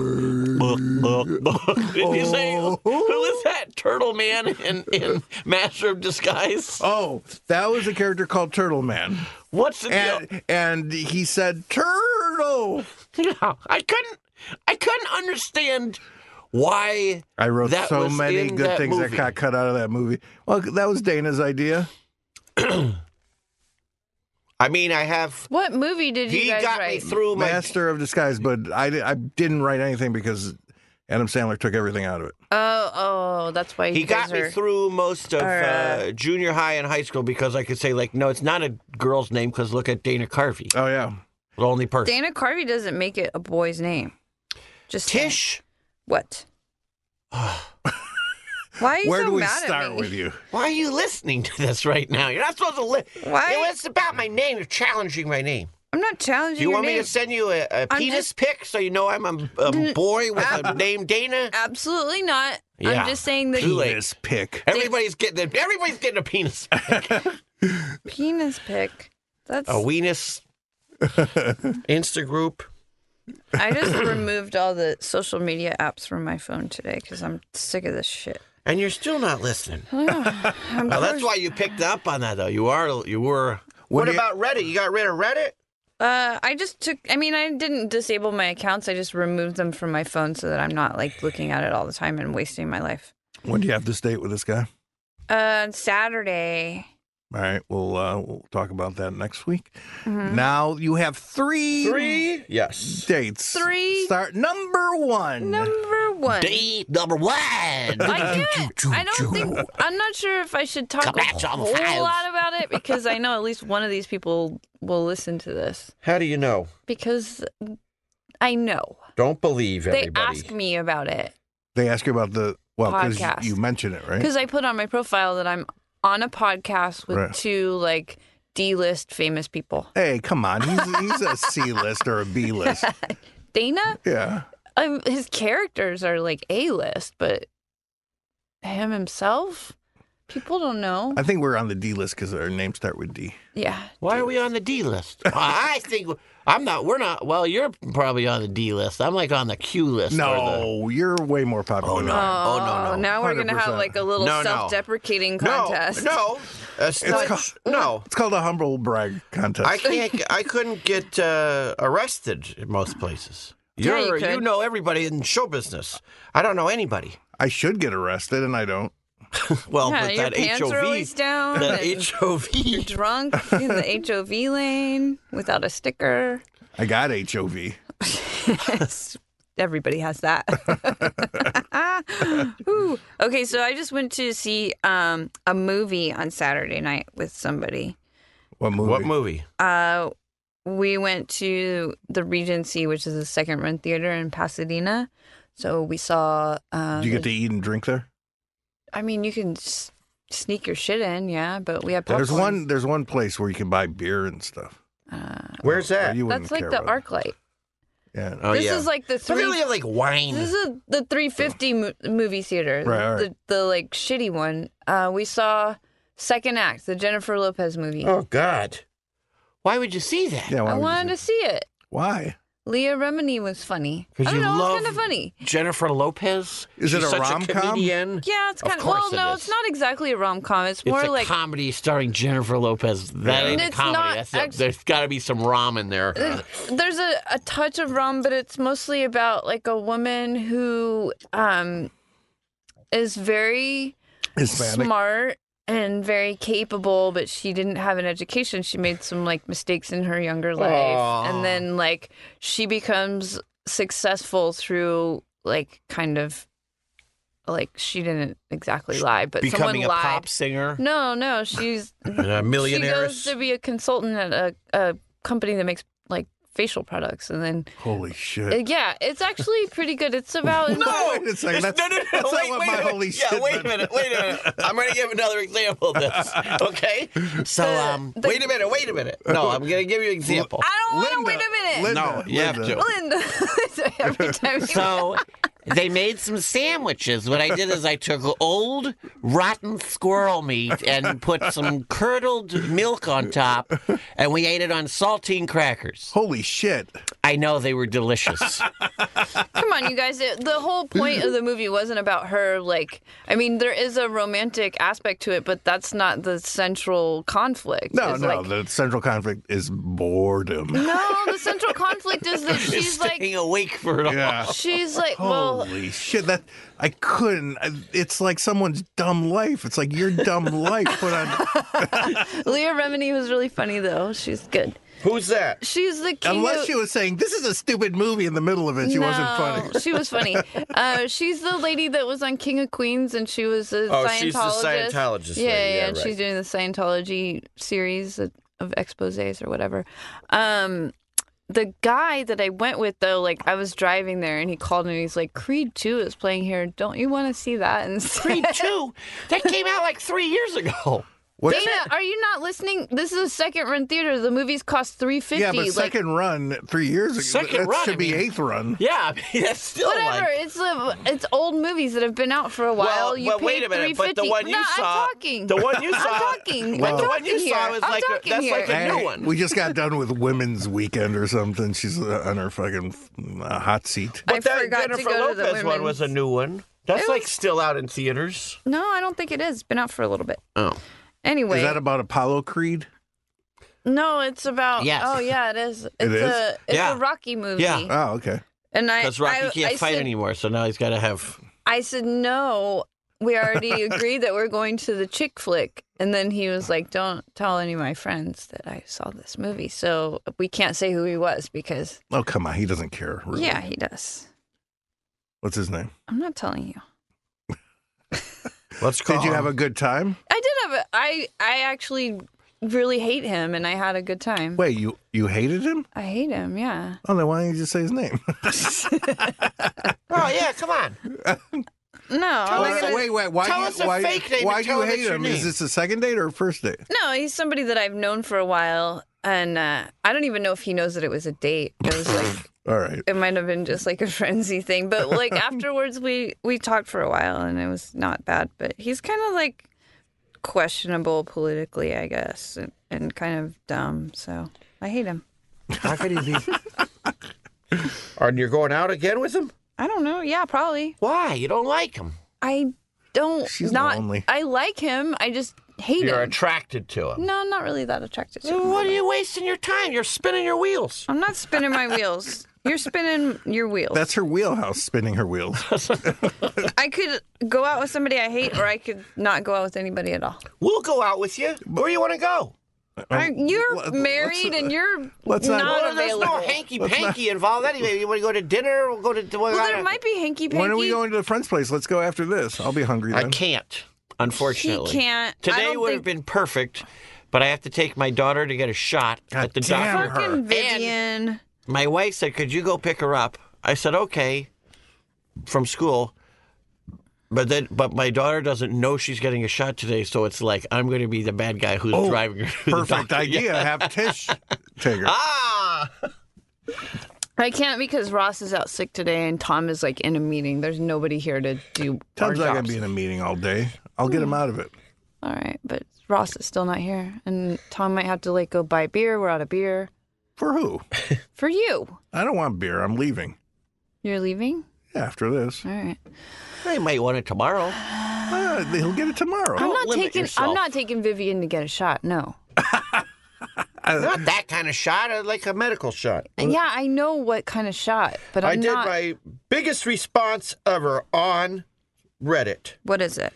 Speaker 1: Did you say who
Speaker 3: Oh.
Speaker 1: is that turtle man in, in Master of Disguise?
Speaker 3: Oh, that was a character called Turtle Man,
Speaker 1: What's the deal?
Speaker 3: and and he said turtle.
Speaker 1: Yeah, I couldn't. I couldn't understand why.
Speaker 3: I wrote
Speaker 1: That
Speaker 3: so
Speaker 1: was
Speaker 3: many
Speaker 1: in
Speaker 3: good
Speaker 1: that
Speaker 3: things
Speaker 1: movie.
Speaker 3: that got cut out of that movie. Well, that was Dana's idea.
Speaker 5: I mean, I have.
Speaker 2: What movie did you
Speaker 5: He
Speaker 2: guys
Speaker 5: got me
Speaker 2: write?
Speaker 1: Oh
Speaker 5: through my.
Speaker 3: Master of Disguise, but I, di- I didn't write anything because Adam Sandler took everything out of it.
Speaker 2: oh, oh, that's why you
Speaker 5: He
Speaker 2: guys
Speaker 5: got me
Speaker 2: are-
Speaker 5: through most of
Speaker 2: are, uh,
Speaker 5: uh, junior high and high school because I could say like, no, it's not a girl's name because look at Dana Carvey,
Speaker 3: Oh yeah,
Speaker 5: the only person.
Speaker 2: Dana Carvey doesn't make it a boy's name. Just saying.
Speaker 5: Tish,
Speaker 2: What? Why are you
Speaker 3: where
Speaker 2: so
Speaker 3: do we
Speaker 2: mad at
Speaker 3: start
Speaker 2: me?
Speaker 3: with you?
Speaker 5: why are you listening to this right now? You're not supposed to. Li-
Speaker 2: Why?
Speaker 5: It was about my name. You're challenging my name.
Speaker 2: I'm not challenging
Speaker 5: Do you
Speaker 2: your
Speaker 5: want
Speaker 2: name.
Speaker 5: me to send you a, a
Speaker 2: I'm
Speaker 5: penis
Speaker 2: just-
Speaker 5: pic so you know I'm a, a boy with a name Mm. Dana?
Speaker 2: Absolutely not.
Speaker 5: Yeah.
Speaker 2: I'm just saying that
Speaker 5: Too late.
Speaker 3: This pick.
Speaker 5: Everybody's getting a, everybody's getting a penis, pic.
Speaker 2: penis pic. That's
Speaker 5: a weenus, Insta group.
Speaker 2: I just removed all the social media apps from my phone today because I'm sick of this shit.
Speaker 5: And you're still not listening.
Speaker 2: I'm
Speaker 5: Well, that's
Speaker 2: cor-
Speaker 5: why you picked up on that, though. You are, you were.
Speaker 3: When
Speaker 5: what
Speaker 3: you-
Speaker 5: about Reddit? You got rid of Reddit?
Speaker 2: Uh, I just took. I mean, I didn't disable my accounts. I just removed them from my phone so that I'm not like looking at it all the time and wasting my life.
Speaker 3: When do you have this date with this guy?
Speaker 2: Uh, Saturday.
Speaker 3: All right, we'll uh, we'll talk about that next week.
Speaker 2: Mm-hmm.
Speaker 3: Now you have three
Speaker 5: Three? Yes.
Speaker 3: dates.
Speaker 2: Three.
Speaker 3: Start number one.
Speaker 2: Number one.
Speaker 1: Date number one.
Speaker 2: I get. I don't think. I'm not sure if I should talk a
Speaker 1: Come on,
Speaker 2: whole
Speaker 1: five.
Speaker 2: lot about it because I know at least one of these people will listen to this
Speaker 5: How do you know?
Speaker 2: because I know
Speaker 5: Don't believe
Speaker 2: they ask me about it
Speaker 3: They ask you about the well because
Speaker 2: Podcast.
Speaker 3: you mention it, right?
Speaker 2: because I put on my profile that I'm on a podcast with
Speaker 3: Right.
Speaker 2: two like D-list famous people.
Speaker 3: Hey, come on, he's he's a C list or a B list.
Speaker 2: Dana,
Speaker 3: Yeah.
Speaker 2: um, his characters are like A-list, but him himself, people don't know.
Speaker 3: I think we're on the D list because our names start with D.
Speaker 2: Yeah,
Speaker 1: Why are we on the D list? I think I'm not. We're not. Well, you're probably on the D list. I'm like on the Q list. or the-
Speaker 3: No, you're way more popular.
Speaker 1: Oh,
Speaker 3: than
Speaker 1: no.
Speaker 3: I am.
Speaker 1: Oh, no, no.
Speaker 2: Now we're gonna have
Speaker 3: 100%.
Speaker 2: like a little
Speaker 5: No, no.
Speaker 2: self-deprecating
Speaker 5: No,
Speaker 2: contest.
Speaker 5: no, uh,
Speaker 3: It's
Speaker 5: like- no.
Speaker 3: It's called a humble brag contest.
Speaker 5: I can't. I couldn't get uh, arrested in most places.
Speaker 2: Yeah,
Speaker 5: You're,
Speaker 2: you
Speaker 5: you
Speaker 2: could.
Speaker 5: know everybody in show business. I don't know anybody.
Speaker 3: I should get arrested, and I don't.
Speaker 5: Well,
Speaker 2: yeah,
Speaker 5: but
Speaker 2: your
Speaker 5: that
Speaker 2: pants
Speaker 5: HOV,
Speaker 2: are always down.
Speaker 5: that
Speaker 2: and
Speaker 5: HOV.
Speaker 2: You're drunk in the HOV lane without a sticker.
Speaker 3: I got HOV.
Speaker 2: Everybody has that. Ooh. Okay, so I just went to see um, a movie on Saturday night with somebody.
Speaker 3: What movie?
Speaker 5: What movie?
Speaker 2: Uh, we went to the Regency, which is a second run theater in Pasadena. So we saw. Um,
Speaker 3: Do you get to eat and drink there?
Speaker 2: I mean, you can s- sneak your shit in, yeah, but we had popcorn.
Speaker 3: There's one. There's one place where you can buy beer and stuff.
Speaker 5: Where's that?
Speaker 3: You wouldn't
Speaker 2: That's like
Speaker 3: care
Speaker 2: the
Speaker 3: about it.
Speaker 2: arc light.
Speaker 3: Yeah.
Speaker 5: oh
Speaker 2: this
Speaker 5: yeah.
Speaker 2: is like the
Speaker 1: But
Speaker 2: three.
Speaker 1: they only have like wine.
Speaker 2: This is a, the 350 mo- movie theater,
Speaker 3: Right, all
Speaker 2: the, the like shitty one. Uh, we saw second act, the Jennifer Lopez movie.
Speaker 5: oh God.
Speaker 1: Why would you see that?
Speaker 3: Yeah. Why?
Speaker 2: I
Speaker 3: would
Speaker 2: wanted
Speaker 3: you-
Speaker 2: to see it.
Speaker 3: why?
Speaker 2: Leah Remini was funny. I
Speaker 1: 'Cause
Speaker 2: don't
Speaker 1: you
Speaker 2: know,
Speaker 1: love-
Speaker 2: it's kind of funny.
Speaker 1: Jennifer Lopez.
Speaker 3: Is it
Speaker 1: She's
Speaker 3: a
Speaker 1: such
Speaker 3: rom-com?
Speaker 1: comedian.
Speaker 2: Yeah, it's
Speaker 1: Of
Speaker 2: kind of,
Speaker 1: course
Speaker 2: well,
Speaker 1: it
Speaker 2: no,
Speaker 1: is.
Speaker 2: it's not exactly a rom com. It's more
Speaker 1: it's a
Speaker 2: like
Speaker 1: comedy starring Jennifer Lopez. That ain't
Speaker 2: It's
Speaker 1: a comedy.
Speaker 2: not
Speaker 1: That's it.
Speaker 2: act-
Speaker 1: There's got to be some rom in there.
Speaker 2: there's a, a touch of rum, but it's mostly about like a woman who um is very
Speaker 3: Hispanic.
Speaker 2: smart and very capable, but she didn't have an education. She made some like mistakes in her younger life. And then like she becomes successful through like kind of like she didn't exactly lie, but
Speaker 5: Becoming
Speaker 2: someone
Speaker 5: a
Speaker 2: lied.
Speaker 5: pop singer
Speaker 2: No, no, she's
Speaker 5: and a
Speaker 2: she goes
Speaker 5: millionaire.
Speaker 2: to be a consultant at a, a company that makes like facial products and then
Speaker 3: Holy
Speaker 2: uh,
Speaker 3: shit.
Speaker 2: yeah it's actually pretty good it's about
Speaker 3: Wait a second. That's,
Speaker 1: no, no, no.
Speaker 3: that's not
Speaker 1: wait,
Speaker 3: what
Speaker 1: wait
Speaker 3: my
Speaker 1: a minute.
Speaker 3: holy
Speaker 1: Yeah,
Speaker 3: shit.
Speaker 1: wait a
Speaker 3: meant.
Speaker 1: minute. Wait a minute. I'm going to give another example of this. Okay? So,
Speaker 2: The-
Speaker 1: um,
Speaker 2: the-
Speaker 1: wait a minute. Wait a minute. No, I'm going to give you an example.
Speaker 2: i don't want to
Speaker 3: Linda,
Speaker 2: wait a minute
Speaker 3: Linda,
Speaker 1: No, you have
Speaker 3: Linda.
Speaker 1: to.
Speaker 2: Linda. Every time you
Speaker 1: So, They made some sandwiches. What I did is I took old rotten squirrel meat and put some curdled milk on top, and we ate it on saltine crackers.
Speaker 3: Holy shit.
Speaker 1: I know they were delicious.
Speaker 2: Come on, you guys. It, the whole point of the movie wasn't about her. Like, I mean, there is a romantic aspect to it, but that's not the central conflict.
Speaker 3: No,
Speaker 2: It's
Speaker 3: no.
Speaker 2: like-
Speaker 3: the central conflict is boredom.
Speaker 2: no, the central conflict is that she's
Speaker 1: Staying
Speaker 2: like,
Speaker 1: awake for it all.
Speaker 3: Yeah.
Speaker 2: she's like, well,
Speaker 3: Holy shit! That I couldn't. I- It's like someone's dumb life. It's like your dumb life put on.
Speaker 2: Leah Remini was really funny though. She's good.
Speaker 5: Who's that?
Speaker 2: She's the king.
Speaker 3: Unless
Speaker 2: of-
Speaker 3: she was saying this is a stupid movie in the middle of it, she wasn't
Speaker 2: No,
Speaker 3: funny.
Speaker 2: she was funny. Uh, she's the lady that was on King of Queens, and she was a
Speaker 5: Oh,
Speaker 2: Scientologist.
Speaker 5: she's the Scientologist
Speaker 2: Yeah,
Speaker 5: lady,
Speaker 2: yeah,
Speaker 5: yeah,
Speaker 2: and
Speaker 5: right.
Speaker 2: she's doing the Scientology series of of exposés or whatever. Um, the guy that I went with though, like I was driving there, and he called and he's like, "Creed Two is playing here. Don't you want to see that?" And
Speaker 1: Creed 2. That came out like three years ago.
Speaker 3: What's
Speaker 2: Dana, are you not listening? This is a second run theater. The movies cost three fifty.
Speaker 3: Yeah, but second run three years ago.
Speaker 1: Second
Speaker 3: that
Speaker 1: run,
Speaker 3: should
Speaker 1: I
Speaker 3: be
Speaker 1: mean.
Speaker 3: eighth run.
Speaker 1: Yeah, I mean, that's still
Speaker 2: Whatever.
Speaker 1: like.
Speaker 2: It's a, it's old movies that have been out for a while.
Speaker 5: Well,
Speaker 2: you
Speaker 5: well,
Speaker 2: paid
Speaker 5: wait a minute, but the
Speaker 2: 350.
Speaker 5: one you
Speaker 2: no,
Speaker 5: saw-
Speaker 2: I'm talking.
Speaker 5: the one you saw-
Speaker 2: I'm talking.
Speaker 5: Well,
Speaker 2: I'm
Speaker 5: the
Speaker 2: talking
Speaker 5: one you
Speaker 2: here.
Speaker 5: saw was
Speaker 2: I'm
Speaker 5: like a-
Speaker 2: talking
Speaker 5: that's
Speaker 2: here.
Speaker 5: like a- new
Speaker 3: Hey,
Speaker 5: one.
Speaker 3: We just got done with Women's Weekend or something. She's uh, on her fucking uh, hot seat.
Speaker 2: I forgot
Speaker 5: Jennifer
Speaker 2: to go
Speaker 5: Lopez
Speaker 2: to the women's.
Speaker 5: one was a new one. That's
Speaker 2: It
Speaker 5: like
Speaker 2: was-
Speaker 5: still out in theaters.
Speaker 2: No, I don't think it is. It's been out for a little bit.
Speaker 5: Oh.
Speaker 2: Anyway,
Speaker 3: Is that about Apollo Creed?
Speaker 2: no, it's about.
Speaker 1: Yes.
Speaker 2: Oh yeah, it is. It's
Speaker 3: is?
Speaker 2: a it's
Speaker 1: Yeah.
Speaker 2: a Rocky movie.
Speaker 1: Yeah.
Speaker 3: Oh, okay.
Speaker 2: And I
Speaker 1: Because Rocky
Speaker 2: I,
Speaker 1: can't
Speaker 2: I
Speaker 1: fight
Speaker 2: said,
Speaker 1: anymore, so now he's got to have.
Speaker 2: I said no. We already agreed that we're going to the chick flick, and then he was like, "Don't tell any of my friends that I saw this movie." So we can't say who he was because
Speaker 3: Oh, come on. He doesn't care. Really.
Speaker 2: Yeah, he does.
Speaker 3: What's his name?
Speaker 2: I'm not telling you.
Speaker 5: Let's
Speaker 3: Did you have a good time?
Speaker 2: I did have a I I actually really hate him and I had a good time.
Speaker 3: Wait, you you hated him?
Speaker 2: I hate him, yeah.
Speaker 3: Oh, then why didn't you just say his name?
Speaker 5: Oh yeah, come on.
Speaker 2: No, I'm
Speaker 5: Tell
Speaker 2: not
Speaker 5: us
Speaker 2: gonna-
Speaker 5: a-
Speaker 3: wait, wait. Why
Speaker 5: tell
Speaker 3: do you,
Speaker 5: us a
Speaker 3: why,
Speaker 5: fake name and
Speaker 3: Why do
Speaker 5: tell
Speaker 3: you
Speaker 5: us
Speaker 3: hate
Speaker 5: your
Speaker 3: him?
Speaker 5: name.
Speaker 3: Is this a second date or a first date?
Speaker 2: no, he's somebody that I've known for a while and uh, I don't even know if he knows that it was a date. It was like
Speaker 3: All right.
Speaker 2: it might have been just like a frenzy thing, but like afterwards we we talked for a while and it was not bad, but he's kind of like questionable politically, I guess, and, and kind of dumb, so I hate him.
Speaker 5: How could he be? and you're going out again with him?
Speaker 2: I don't know. Yeah, probably.
Speaker 1: Why? You don't like him.
Speaker 2: I don't.
Speaker 3: She's
Speaker 2: not.
Speaker 3: lonely.
Speaker 2: I like him. I just hate
Speaker 5: You're
Speaker 2: him.
Speaker 5: attracted to him.
Speaker 2: no, I'm not really that attracted to
Speaker 1: Then
Speaker 2: him.
Speaker 1: What are you wasting your time? You're spinning your wheels.
Speaker 2: I'm not spinning my wheels. You're spinning your wheels.
Speaker 3: That's her wheelhouse, spinning her wheels.
Speaker 2: I could go out with somebody I hate, or I could not go out with anybody at all.
Speaker 5: We'll go out with you. Where do you want to go?
Speaker 2: I- you're
Speaker 3: let's- uh,
Speaker 2: married and you're
Speaker 3: let's
Speaker 2: not,
Speaker 3: not-
Speaker 5: Well, there's
Speaker 2: available.
Speaker 5: no hanky panky involved anyway. You want to go to dinner? We'll go to. We'll
Speaker 2: well, there might be hanky panky.
Speaker 3: When are we going to the friend's place? Let's go after this. I'll be hungry
Speaker 1: I
Speaker 3: then.
Speaker 1: can't,
Speaker 2: He
Speaker 1: unfortunately.
Speaker 2: can't. I
Speaker 1: Today
Speaker 2: don't
Speaker 1: would have
Speaker 2: think-
Speaker 1: been perfect, but I have to take my daughter to get a shot
Speaker 3: God
Speaker 1: at the
Speaker 3: damn
Speaker 1: doctor.
Speaker 3: her.
Speaker 2: Fucking
Speaker 3: And-
Speaker 2: Vivian.
Speaker 1: My wife said, "Could you go pick her up?" I said, "Okay." From school, but then but my daughter doesn't know she's getting a shot today, so it's like I'm going to be the bad guy who's driving her. to the
Speaker 3: Oh, Perfect
Speaker 1: doctor.
Speaker 3: idea.
Speaker 1: Yeah.
Speaker 3: Have Tish take her.
Speaker 1: Ah,
Speaker 2: I can't because Ross is out sick today, and Tom is like in a meeting. There's nobody here to do.
Speaker 3: Tom's
Speaker 2: our
Speaker 3: not gonna
Speaker 2: jobs.
Speaker 3: be in a meeting all day. I'll get
Speaker 5: Hmm.
Speaker 3: him out of it.
Speaker 2: All right, but Ross is still not here, and Tom might have to like go buy beer. We're out of beer
Speaker 3: For who?
Speaker 2: for you.
Speaker 3: I don't want beer. I'm leaving
Speaker 2: You're leaving.
Speaker 3: after this.
Speaker 2: All right.
Speaker 1: they might want it tomorrow.
Speaker 3: Ah, he'll get it
Speaker 2: I'm
Speaker 3: tomorrow.
Speaker 1: Don't
Speaker 2: not
Speaker 1: limit
Speaker 2: taking.
Speaker 1: yourself.
Speaker 2: I'm not taking Vivian to get a shot. No.
Speaker 3: Uh,
Speaker 5: Not that kind of shot. uh, Like a medical shot.
Speaker 2: yeah, I know what kind of shot, but I'm
Speaker 5: I did
Speaker 2: not.
Speaker 5: my biggest response ever on Reddit
Speaker 2: What is it?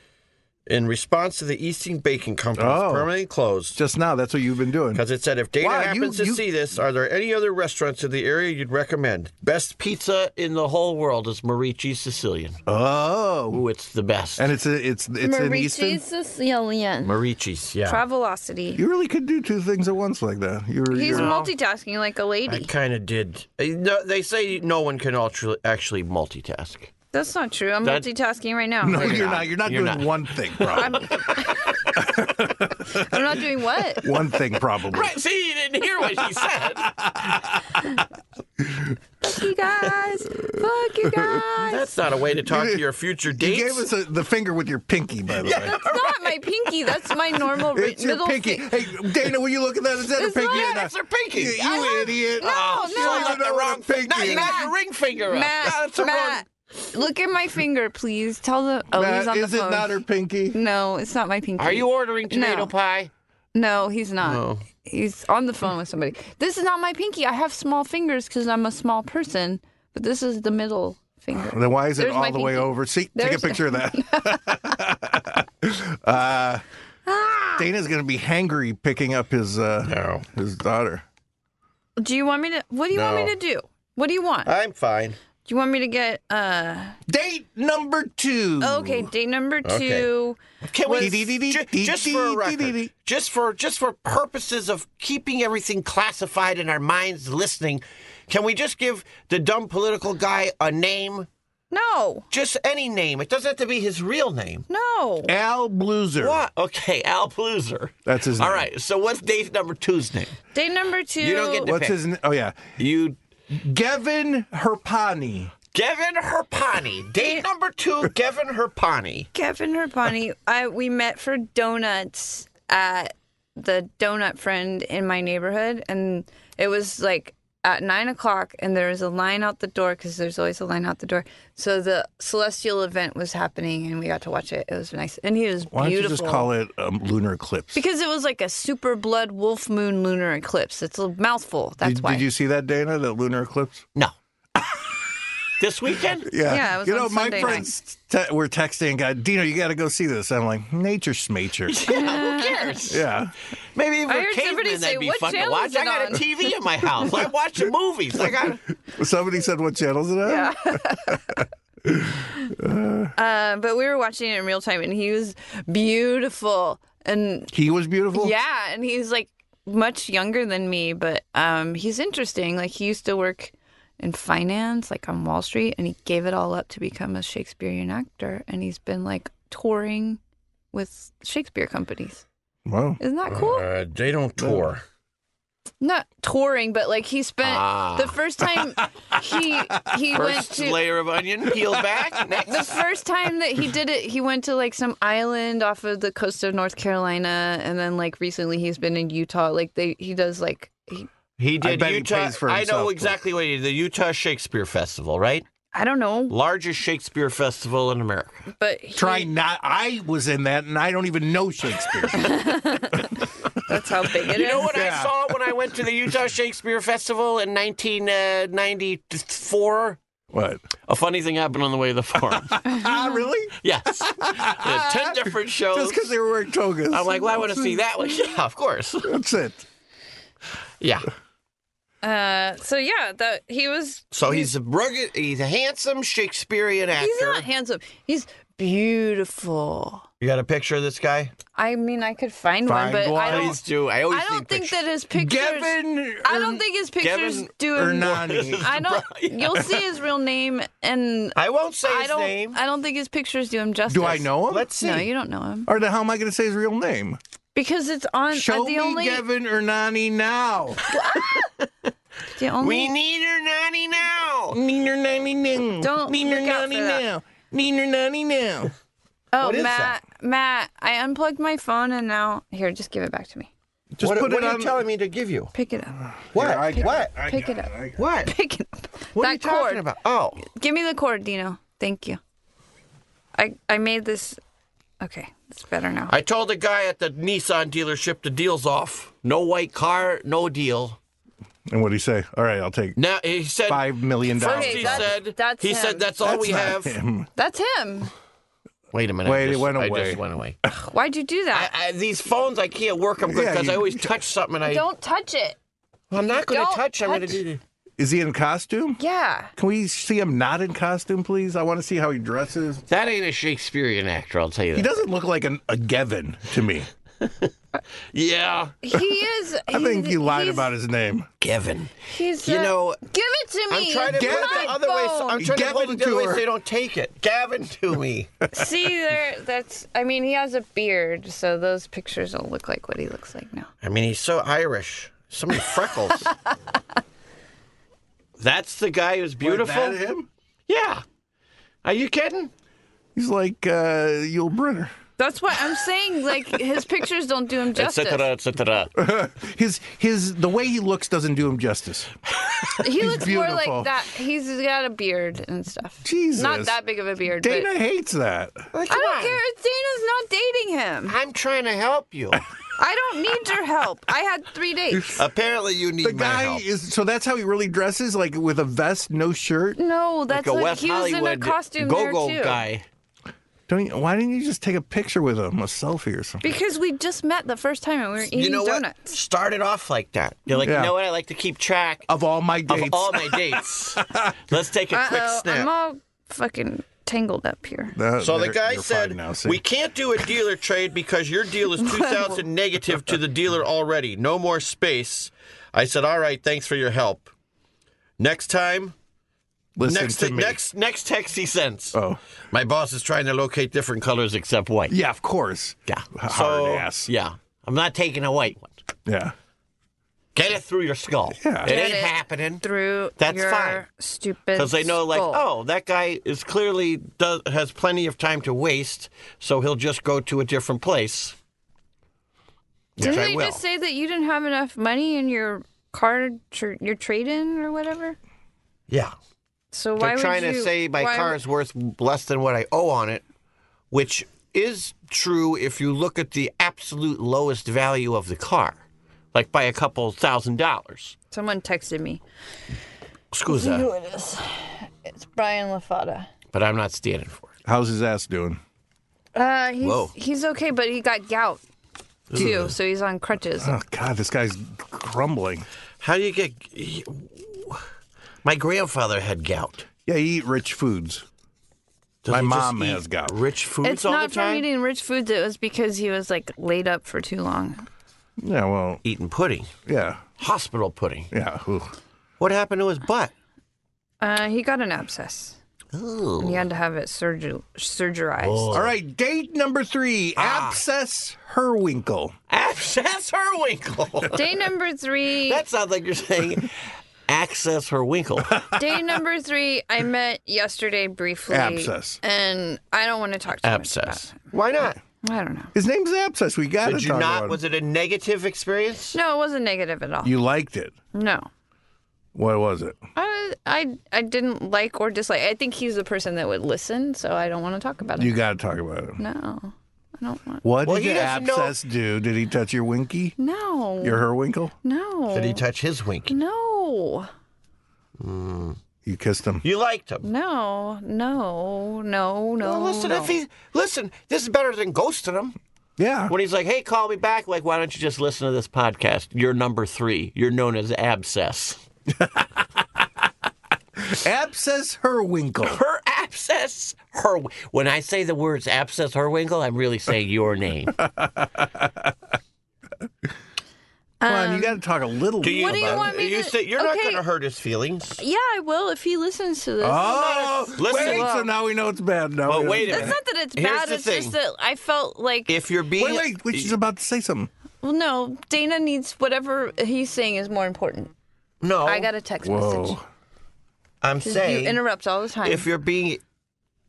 Speaker 5: in response to the Easting Baking Company's
Speaker 3: Oh.
Speaker 5: permanently closed.
Speaker 3: Just now. That's what you've been doing.
Speaker 5: Because it said, if Dana
Speaker 3: Wow, you-
Speaker 5: happens to
Speaker 3: you-
Speaker 5: see this, are there any other restaurants in the area you'd recommend? Best
Speaker 1: Pizza in the whole world is Marici's Sicilian.
Speaker 3: Oh,
Speaker 1: Ooh, it's the best.
Speaker 3: and it's it's it's in Easton.
Speaker 2: Sicilian.
Speaker 1: Marici's, yeah.
Speaker 2: Travelocity.
Speaker 3: You really could do two things at once like that. You're,
Speaker 2: He's
Speaker 3: you're
Speaker 2: multitasking like a
Speaker 5: I
Speaker 2: lady.
Speaker 5: kind of did. Uh, No, they say no one can actually actually multitask.
Speaker 2: That's not true. I'm
Speaker 1: That-
Speaker 2: multitasking right now.
Speaker 3: no, you're not. You're not
Speaker 1: You're
Speaker 3: doing
Speaker 1: not.
Speaker 3: one thing. Probably.
Speaker 2: I'm not doing what.
Speaker 3: one thing probably.
Speaker 1: Right, see, you didn't hear what she said.
Speaker 2: Fuck you guys. Fuck you my gosh.
Speaker 1: That's not a way to talk to your future
Speaker 3: You
Speaker 1: dates.
Speaker 3: gave us a, the finger with your pinky, by the way.
Speaker 2: That's not my pinky. That's my normal ri-
Speaker 3: It's your
Speaker 2: middle
Speaker 3: pinky.
Speaker 2: fi-
Speaker 3: Hey, Dana, will you look at that? Is that
Speaker 2: It's
Speaker 3: a pinky?
Speaker 2: not-
Speaker 3: or not?
Speaker 1: That's her pinky.
Speaker 3: You, you
Speaker 1: I have-
Speaker 3: idiot.
Speaker 2: No,
Speaker 3: Oh,
Speaker 2: no.
Speaker 3: she doesn't know
Speaker 1: the
Speaker 3: what a
Speaker 1: wrong
Speaker 3: pinky.
Speaker 1: Now you
Speaker 3: is.
Speaker 1: got your ring finger up.
Speaker 2: Matt,
Speaker 1: That's a
Speaker 2: Matt, look at my finger, please. Tell the. Oh,
Speaker 3: Matt,
Speaker 2: he's on
Speaker 3: is
Speaker 2: the phone.
Speaker 3: it not her pinky?
Speaker 2: No, it's not my pinky.
Speaker 1: Wrong... Are you ordering tomato
Speaker 2: No.
Speaker 1: pie?
Speaker 2: No, he's not.
Speaker 1: No.
Speaker 2: He's on the phone with somebody. This is not my pinky. I have small fingers because I'm a small person, but this is the middle finger.
Speaker 3: Then why is it
Speaker 2: There's
Speaker 3: all the
Speaker 2: my
Speaker 3: way
Speaker 2: pinky.
Speaker 3: over? See, take
Speaker 2: There's-
Speaker 3: a picture of that. uh,
Speaker 2: Ah!
Speaker 3: Dana's gonna be hangry picking up his uh,
Speaker 1: No.
Speaker 3: his daughter.
Speaker 2: Do you want me to? What do you want
Speaker 1: No.
Speaker 2: me to do? What do you want?
Speaker 5: I'm fine.
Speaker 2: do you want me to get? uh
Speaker 3: Date number two.
Speaker 2: Okay, day number two.
Speaker 1: Can we
Speaker 3: Dee-dee-dee,
Speaker 1: ju- just for a record,
Speaker 3: dee-dee-dee.
Speaker 1: just for just for purposes of keeping everything classified in our minds, listening, can we just give the dumb political guy a name?
Speaker 2: No,
Speaker 1: Just any name. It doesn't have to be his real name.
Speaker 2: no.
Speaker 3: Al Bluzer.
Speaker 1: What? Okay, Al Palooza.
Speaker 3: That's his name.
Speaker 1: All right. So what's date number two's name?
Speaker 2: Day number two.
Speaker 1: You don't get to-
Speaker 3: What's his name? Oh yeah.
Speaker 1: You,
Speaker 3: Gavin Herpani.
Speaker 1: Gavin Herpani. Date number two, Gavin Herpani.
Speaker 2: Kevin Herpani. I we met for donuts at the donut friend in my neighborhood, and it was like at nine o'clock, and there was a line out the door because there's always a line out the door. So the celestial event was happening, and we got to watch it. It was nice, and he was
Speaker 3: Why don't
Speaker 2: beautiful.
Speaker 3: you just call it um, lunar eclipse?
Speaker 2: because it was like a super blood wolf moon lunar eclipse. It's a mouthful. That's
Speaker 3: did,
Speaker 2: why.
Speaker 3: did you see that, Dana? That lunar eclipse?
Speaker 1: No. this weekend?
Speaker 3: Yeah.
Speaker 2: Yeah, it was
Speaker 3: you
Speaker 2: on
Speaker 3: know, my
Speaker 2: Sunday night.
Speaker 3: friends te- were texting. and Got Dino, you got to go see this. I'm like, nature smature.
Speaker 1: Yeah, who cares?
Speaker 3: yeah.
Speaker 1: Maybe if
Speaker 2: I
Speaker 1: we're
Speaker 2: heard somebody
Speaker 1: cavemen,
Speaker 2: say,
Speaker 1: that'd be
Speaker 2: "What
Speaker 1: fun to
Speaker 2: channel
Speaker 1: watch.
Speaker 2: is it
Speaker 1: I got
Speaker 2: on?"
Speaker 1: a TV in my house. I watch movies. I got.
Speaker 3: Somebody said, "What channel's it on?"
Speaker 2: Uh, but we were watching it in real time, and he was beautiful. And
Speaker 3: He was beautiful.
Speaker 2: Yeah, and he's like much younger than me, but um, he's interesting. Like he used to work in finance, like on Wall Street, and he gave it all up to become a Shakespearean actor, and he's been like touring with Shakespeare companies.
Speaker 3: Wow.
Speaker 2: Isn't that cool?
Speaker 1: Uh, they don't tour.
Speaker 2: Not touring, but like he spent
Speaker 1: Ah.
Speaker 2: the first time he he went
Speaker 1: First
Speaker 2: to
Speaker 1: layer of onion, peel back. Next.
Speaker 2: the first time that he did it, he went to like some island off of the coast of North Carolina, and then like recently he's been in Utah. Like they, he does like he,
Speaker 1: He did
Speaker 3: bet he
Speaker 1: Utah.
Speaker 3: pays for
Speaker 1: I know
Speaker 3: himself.
Speaker 1: exactly what he did. The Utah Shakespeare Festival, right?
Speaker 2: I don't know,
Speaker 1: Largest Shakespeare festival in America.
Speaker 2: but he,
Speaker 3: Try not. I was in that, and I don't even know Shakespeare.
Speaker 2: that's how big it is.
Speaker 1: You know what
Speaker 3: Yeah.
Speaker 1: I saw when I went to the Utah Shakespeare Festival in 1994?
Speaker 3: what?
Speaker 1: A funny thing happened on the way to the farm.
Speaker 3: Ah, really?
Speaker 1: yes. Yeah, 10 different shows.
Speaker 3: Just because they were wearing togas.
Speaker 1: I'm like, well, I want to see that one. Yeah, of course.
Speaker 3: That's it.
Speaker 1: Yeah.
Speaker 2: Uh, so yeah, that he was.
Speaker 1: So he's a rugged, he's a handsome Shakespearean actor.
Speaker 2: He's not handsome. He's beautiful.
Speaker 1: You got a picture of this guy?
Speaker 2: I mean, I could find, one,
Speaker 3: Find
Speaker 2: but I
Speaker 3: one.
Speaker 2: don't.
Speaker 1: Please do. I always
Speaker 2: I don't
Speaker 1: need
Speaker 2: think
Speaker 1: pictures.
Speaker 2: that his pictures.
Speaker 3: Gavin.
Speaker 2: I don't think his pictures
Speaker 1: Gavin
Speaker 2: do him.
Speaker 3: Ernani.
Speaker 2: I don't. You'll see his real name, and
Speaker 1: I won't say
Speaker 2: I
Speaker 1: his
Speaker 2: don't.
Speaker 1: name.
Speaker 2: I don't think his pictures do him justice.
Speaker 3: Do I know him?
Speaker 1: Let's see.
Speaker 2: No, you don't know him
Speaker 3: Or the, how am I going to say his real name?
Speaker 2: because it's on.
Speaker 3: Show
Speaker 2: uh, the
Speaker 3: me
Speaker 2: only.
Speaker 3: Gavin Ernani now.
Speaker 2: The only.
Speaker 1: we need her nanny now.
Speaker 3: Neener nanny now.
Speaker 2: Don't
Speaker 3: Neener
Speaker 2: look out
Speaker 3: nanny
Speaker 2: for
Speaker 3: now.
Speaker 2: that.
Speaker 3: Neener nanny now.
Speaker 2: oh,
Speaker 1: is
Speaker 2: Matt. Matt, I unplugged my phone, and now here, just give it back to me.
Speaker 3: Just
Speaker 1: what
Speaker 3: put
Speaker 1: what
Speaker 3: it
Speaker 1: are you
Speaker 3: on.
Speaker 1: telling me to give you?
Speaker 2: Pick it up.
Speaker 1: What?
Speaker 3: I got
Speaker 1: what?
Speaker 3: it. I
Speaker 2: Pick
Speaker 3: got
Speaker 2: it up.
Speaker 3: I got
Speaker 1: What?
Speaker 2: Pick it up.
Speaker 1: What
Speaker 2: that
Speaker 1: are you
Speaker 2: cord.
Speaker 1: talking about? Oh,
Speaker 2: Give me the cord, Dino. Thank you. I I made this. Okay, it's better now.
Speaker 1: I told the guy at the Nissan dealership the deal's off. No white car, no deal.
Speaker 3: And what'd he say? All right, I'll take
Speaker 1: Now he said.
Speaker 3: five million dollars.
Speaker 1: First
Speaker 2: Okay,
Speaker 1: he
Speaker 2: that's-
Speaker 1: said.
Speaker 2: that's
Speaker 1: he
Speaker 2: him.
Speaker 1: said that's all
Speaker 3: That's
Speaker 1: we
Speaker 3: not
Speaker 1: have.
Speaker 3: him.
Speaker 2: That's him.
Speaker 1: Wait a minute.
Speaker 3: Wait,
Speaker 1: I
Speaker 3: it
Speaker 1: just,
Speaker 3: went
Speaker 1: I
Speaker 3: away.
Speaker 1: just went away.
Speaker 2: Why'd you do that?
Speaker 1: I, I, these phones, I can't work them
Speaker 3: Yeah,
Speaker 1: because
Speaker 3: you-
Speaker 1: I always touch something. And I
Speaker 2: Don't touch it.
Speaker 1: I'm not going to
Speaker 2: Don't
Speaker 1: touch. I'm going to
Speaker 2: touch-
Speaker 1: do. the-
Speaker 3: Is he in costume?
Speaker 2: Yeah.
Speaker 3: Can we see him not in costume, please? I want to see how he dresses.
Speaker 1: That ain't a Shakespearean actor. I'll tell you
Speaker 3: He
Speaker 1: that.
Speaker 3: doesn't look like an, a Gevin to me.
Speaker 1: Yeah,
Speaker 2: He is.
Speaker 3: I think he lied about his name.
Speaker 1: Kevin.
Speaker 2: He's.
Speaker 1: You
Speaker 2: uh,
Speaker 1: know,
Speaker 2: Give it to me.
Speaker 1: I'm trying to put
Speaker 3: Gavin-
Speaker 1: it the other way. So I'm trying to
Speaker 3: Gavin
Speaker 1: hold it the other
Speaker 3: to
Speaker 1: way
Speaker 3: her.
Speaker 1: so you don't take it. Gavin to me.
Speaker 2: See there. That's. I mean, he has a beard, so those pictures don't look like what he looks like now.
Speaker 1: I mean, he's so Irish. So many freckles. That's the guy who's beautiful.
Speaker 3: him?
Speaker 8: Yeah. Are you kidding?
Speaker 3: He's like uh, Yul Brynner.
Speaker 2: That's what I'm saying. Like his pictures don't do him justice.
Speaker 8: Etc. Etc.
Speaker 3: His his the way he looks doesn't do him justice.
Speaker 2: He looks more
Speaker 3: beautiful.
Speaker 2: like that. He's got a beard and stuff.
Speaker 3: Jesus.
Speaker 2: Not that big of a beard,
Speaker 3: Dana
Speaker 2: but
Speaker 3: hates that.
Speaker 2: I don't care. Dana's not dating him.
Speaker 1: I'm trying to help you.
Speaker 2: I don't need your help. I had three dates.
Speaker 1: Apparently, you need
Speaker 3: The
Speaker 1: my
Speaker 3: guy
Speaker 1: help.
Speaker 3: is so that's how he really dresses, like with a vest, no shirt.
Speaker 2: No, that's
Speaker 8: a
Speaker 2: what
Speaker 8: West
Speaker 2: he was
Speaker 8: Hollywood
Speaker 2: in a costume
Speaker 8: go-go
Speaker 2: there too.
Speaker 8: guy.
Speaker 3: Don't you, why didn't you just take a picture with him, a selfie or something?
Speaker 2: Because we just met the first time and we were eating
Speaker 1: you know what?
Speaker 2: donuts.
Speaker 1: Started off like that. You're like,
Speaker 3: Yeah.
Speaker 1: you know what? I like to keep track
Speaker 3: Of all my
Speaker 1: of
Speaker 3: dates,
Speaker 1: all my dates. Let's take a quick
Speaker 2: Uh oh,
Speaker 1: snap.
Speaker 2: I'm all fucking tangled up here.
Speaker 3: Uh,
Speaker 1: So the
Speaker 3: they're-
Speaker 1: guy
Speaker 3: they're
Speaker 1: said,
Speaker 3: fine see?
Speaker 1: "We can't do a dealer trade because your deal is two thousand negative to the dealer already. No more space." I said, "All right, thanks for your help. Next time,
Speaker 3: listen
Speaker 1: next
Speaker 3: to me."
Speaker 1: next next text he sends.
Speaker 3: oh,
Speaker 1: My boss is trying to locate different colors except white.
Speaker 3: yeah, of course.
Speaker 8: Yeah.
Speaker 3: Hard
Speaker 1: So-
Speaker 3: ass.
Speaker 8: Yeah. I'm not taking a white one.
Speaker 3: Yeah.
Speaker 8: Get it through your skull.
Speaker 3: Yeah.
Speaker 8: It ain't
Speaker 2: Get it.
Speaker 8: happening.
Speaker 2: Through
Speaker 1: That's
Speaker 2: your
Speaker 1: fine.
Speaker 2: stupid.
Speaker 1: Because they know, like,
Speaker 2: skull.
Speaker 1: oh, that guy is clearly does, has plenty of time to waste, so he'll just go to a different place.
Speaker 2: Didn't
Speaker 1: I
Speaker 2: they
Speaker 1: will.
Speaker 2: just say that you didn't have enough money in your car, tr- your trade-in or whatever?
Speaker 1: Yeah,
Speaker 2: So
Speaker 1: They're
Speaker 2: why
Speaker 1: trying
Speaker 2: would you?
Speaker 1: to say my
Speaker 2: why-
Speaker 1: car is worth less than what I owe on it, which is true if you look at the absolute lowest value of the car, like by a couple thousand dollars.
Speaker 2: Someone texted me.
Speaker 1: Excuse
Speaker 2: Who
Speaker 1: me,
Speaker 2: it is? It's Brian Lafada.
Speaker 1: but I'm not standing for it.
Speaker 3: How's his ass doing?
Speaker 2: Uh, he's
Speaker 1: Whoa.
Speaker 2: he's okay, but he got gout too, so he's on crutches.
Speaker 1: Uh,
Speaker 3: Oh God, this guy's crumbling.
Speaker 1: How do you get? My grandfather had gout.
Speaker 3: Yeah, you eat rich foods.
Speaker 1: Does
Speaker 3: My
Speaker 1: he just
Speaker 3: mom
Speaker 1: eat
Speaker 3: has gout.
Speaker 1: Rich foods
Speaker 2: it's
Speaker 1: all
Speaker 2: not
Speaker 1: the
Speaker 2: from
Speaker 1: time.
Speaker 2: eating rich foods. It was because he was like laid up for too long.
Speaker 3: Yeah, well,
Speaker 1: Eating pudding,
Speaker 3: yeah,
Speaker 1: hospital pudding.
Speaker 3: yeah. ooh.
Speaker 1: What happened to his butt?
Speaker 2: Uh, he got an abscess. And he had to have it surger- surgerized.
Speaker 3: All right, date number three:
Speaker 1: Ah.
Speaker 3: abscess Herwinkle.
Speaker 8: Abscess her winkle.
Speaker 2: Day number three.
Speaker 8: that sounds like you're saying access her winkle.
Speaker 2: Day number three, I met yesterday briefly.
Speaker 3: Abscess.
Speaker 2: And I don't want to talk too
Speaker 8: Abscess.
Speaker 2: much
Speaker 1: Why
Speaker 2: about
Speaker 1: not?
Speaker 2: it. I don't know.
Speaker 3: His name's abscess. We got
Speaker 1: Did
Speaker 3: to
Speaker 1: you
Speaker 3: talk
Speaker 1: not?
Speaker 3: about
Speaker 1: Was it a negative experience?
Speaker 2: No, it wasn't negative at all.
Speaker 3: You liked it.
Speaker 2: no.
Speaker 3: What was it?
Speaker 2: I, I I didn't like or dislike. I think he's the person that would listen, so I don't want to talk about it.
Speaker 3: You got to talk about it.
Speaker 2: no. I don't want.
Speaker 3: What
Speaker 1: Well,
Speaker 3: did
Speaker 1: he
Speaker 3: the
Speaker 1: doesn't know-
Speaker 3: abscess do? Did he touch your winky?
Speaker 2: No.
Speaker 3: Your Herwinkle?
Speaker 2: no.
Speaker 1: Did he touch his wink?
Speaker 2: no.
Speaker 3: You kissed him.
Speaker 1: You liked him.
Speaker 2: No. No. No. No.
Speaker 1: Well, listen,
Speaker 2: no.
Speaker 1: if he listen, this is better than ghosting him.
Speaker 3: Yeah.
Speaker 8: when he's like, hey, call me back, like, why don't you just listen to this podcast? You're number three. You're known as abscess.
Speaker 3: Abscess Herwinkle.
Speaker 8: Her abscess, her. When I say the words abscess, her winkle, I'm really saying your name.
Speaker 3: Come on, you got to talk a little bit
Speaker 2: What do you
Speaker 3: about
Speaker 2: want
Speaker 3: it.
Speaker 2: me
Speaker 1: You
Speaker 2: to?
Speaker 1: say, you're not
Speaker 2: okay.
Speaker 1: going to hurt his feelings.
Speaker 2: Yeah, I will if he listens to this.
Speaker 3: Oh,
Speaker 1: Listen.
Speaker 3: wait, so now we know it's bad. Now
Speaker 1: Well,
Speaker 3: we know
Speaker 1: wait a
Speaker 3: it's
Speaker 2: It's
Speaker 3: bad.
Speaker 2: not that it's
Speaker 1: Here's
Speaker 2: bad.
Speaker 1: the
Speaker 2: It's
Speaker 1: thing.
Speaker 2: just that I felt like
Speaker 1: If you're being
Speaker 3: Wait, wait, wait, she's about to say something.
Speaker 2: Well, no, Dana needs whatever he's saying is more important.
Speaker 1: no,
Speaker 2: I got a text message.
Speaker 3: Whoa.
Speaker 1: I'm
Speaker 2: you
Speaker 1: saying
Speaker 2: interrupt all the time.
Speaker 1: if you're being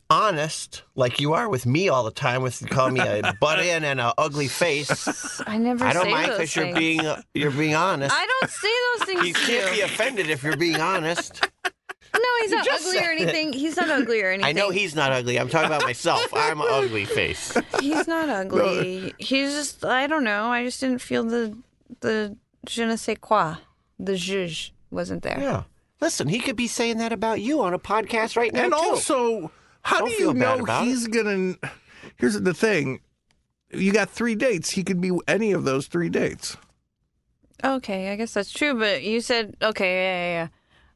Speaker 1: honest, like you are with me all the time, with you call me a butt in and an ugly face.
Speaker 2: I never
Speaker 1: I don't
Speaker 2: say
Speaker 1: mind
Speaker 2: those
Speaker 1: because you're
Speaker 2: things.
Speaker 1: being you're being honest.
Speaker 2: I don't say those things
Speaker 1: you
Speaker 2: to
Speaker 1: can't be
Speaker 2: you.
Speaker 1: offended if you're being honest.
Speaker 2: No, he's not ugly or anything. He's not ugly or anything.
Speaker 8: I know he's not ugly. I'm talking about myself. I'm an ugly face.
Speaker 2: He's not ugly. He's just. I don't know. I just didn't feel the the je ne sais quoi. The zhuzh wasn't there.
Speaker 1: Yeah. Listen, he could be saying that about you on a podcast right now.
Speaker 3: And
Speaker 1: too.
Speaker 3: also, how
Speaker 1: Don't
Speaker 3: do
Speaker 1: feel
Speaker 3: you
Speaker 1: bad
Speaker 3: know
Speaker 1: about it.
Speaker 3: he's going to. Here's the thing you got three dates. He could be any of those three dates.
Speaker 2: Okay, I guess that's true. But you said okay. Yeah, yeah. yeah.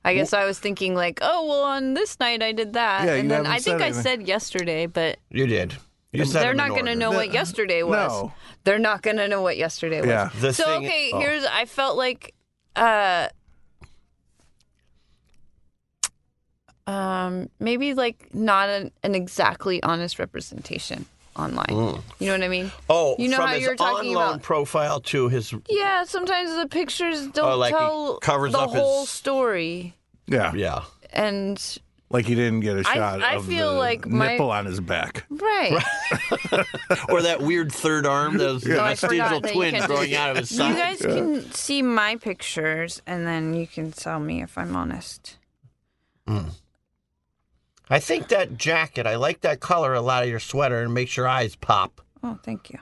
Speaker 2: I guess I was thinking like, oh well, on this night I did that,
Speaker 3: Yeah, you
Speaker 2: and then
Speaker 3: haven't
Speaker 2: I think
Speaker 3: said
Speaker 2: I
Speaker 3: anything.
Speaker 2: said yesterday, but
Speaker 1: you did. You said
Speaker 2: they're
Speaker 1: him
Speaker 2: not
Speaker 1: in
Speaker 2: going to
Speaker 1: order.
Speaker 2: know what
Speaker 3: No.
Speaker 2: yesterday was.
Speaker 3: No.
Speaker 2: They're not going to know what yesterday was.
Speaker 3: Yeah.
Speaker 1: The
Speaker 2: so
Speaker 1: thing- Oh.
Speaker 2: okay, here's I felt like uh um maybe like not an, an exactly honest representation online. You know what I mean?
Speaker 1: Mm. Oh,
Speaker 2: you know
Speaker 1: from
Speaker 2: how
Speaker 1: his
Speaker 2: you were talking
Speaker 1: on-loan
Speaker 2: about
Speaker 1: profile to his
Speaker 2: Yeah, sometimes the pictures don't
Speaker 1: Oh, like he
Speaker 2: tell
Speaker 1: covers
Speaker 2: the
Speaker 1: up his-
Speaker 2: whole story
Speaker 3: Yeah.
Speaker 1: yeah.
Speaker 2: and
Speaker 3: Like he didn't get a
Speaker 2: I-
Speaker 3: shot
Speaker 2: I
Speaker 3: of
Speaker 2: feel
Speaker 3: the
Speaker 2: like my-
Speaker 3: nipple on his back.
Speaker 2: Right.
Speaker 7: or that weird third arm, those
Speaker 2: Oh, I
Speaker 7: those
Speaker 2: forgot
Speaker 7: digital
Speaker 2: that you
Speaker 7: twins
Speaker 2: can-
Speaker 7: growing out of his
Speaker 2: You
Speaker 7: side.
Speaker 2: guys can see my pictures and then you can tell me if I'm honest.
Speaker 1: I think that jacket, I like that color a lot of your sweater and makes your eyes pop.
Speaker 2: Oh, thank you.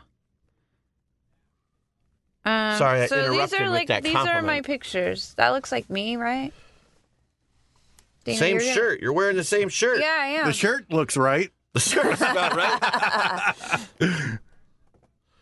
Speaker 2: Um,
Speaker 1: Sorry, I
Speaker 2: so these
Speaker 1: interrupted
Speaker 2: are
Speaker 1: with
Speaker 2: like
Speaker 1: that
Speaker 2: these are my
Speaker 1: compliment.
Speaker 2: pictures. That looks like me, right? Dana,
Speaker 1: same
Speaker 2: you're gonna-
Speaker 1: shirt. You're wearing the same shirt.
Speaker 2: Yeah, I am.
Speaker 3: The shirt looks right.
Speaker 1: The shirt's about right.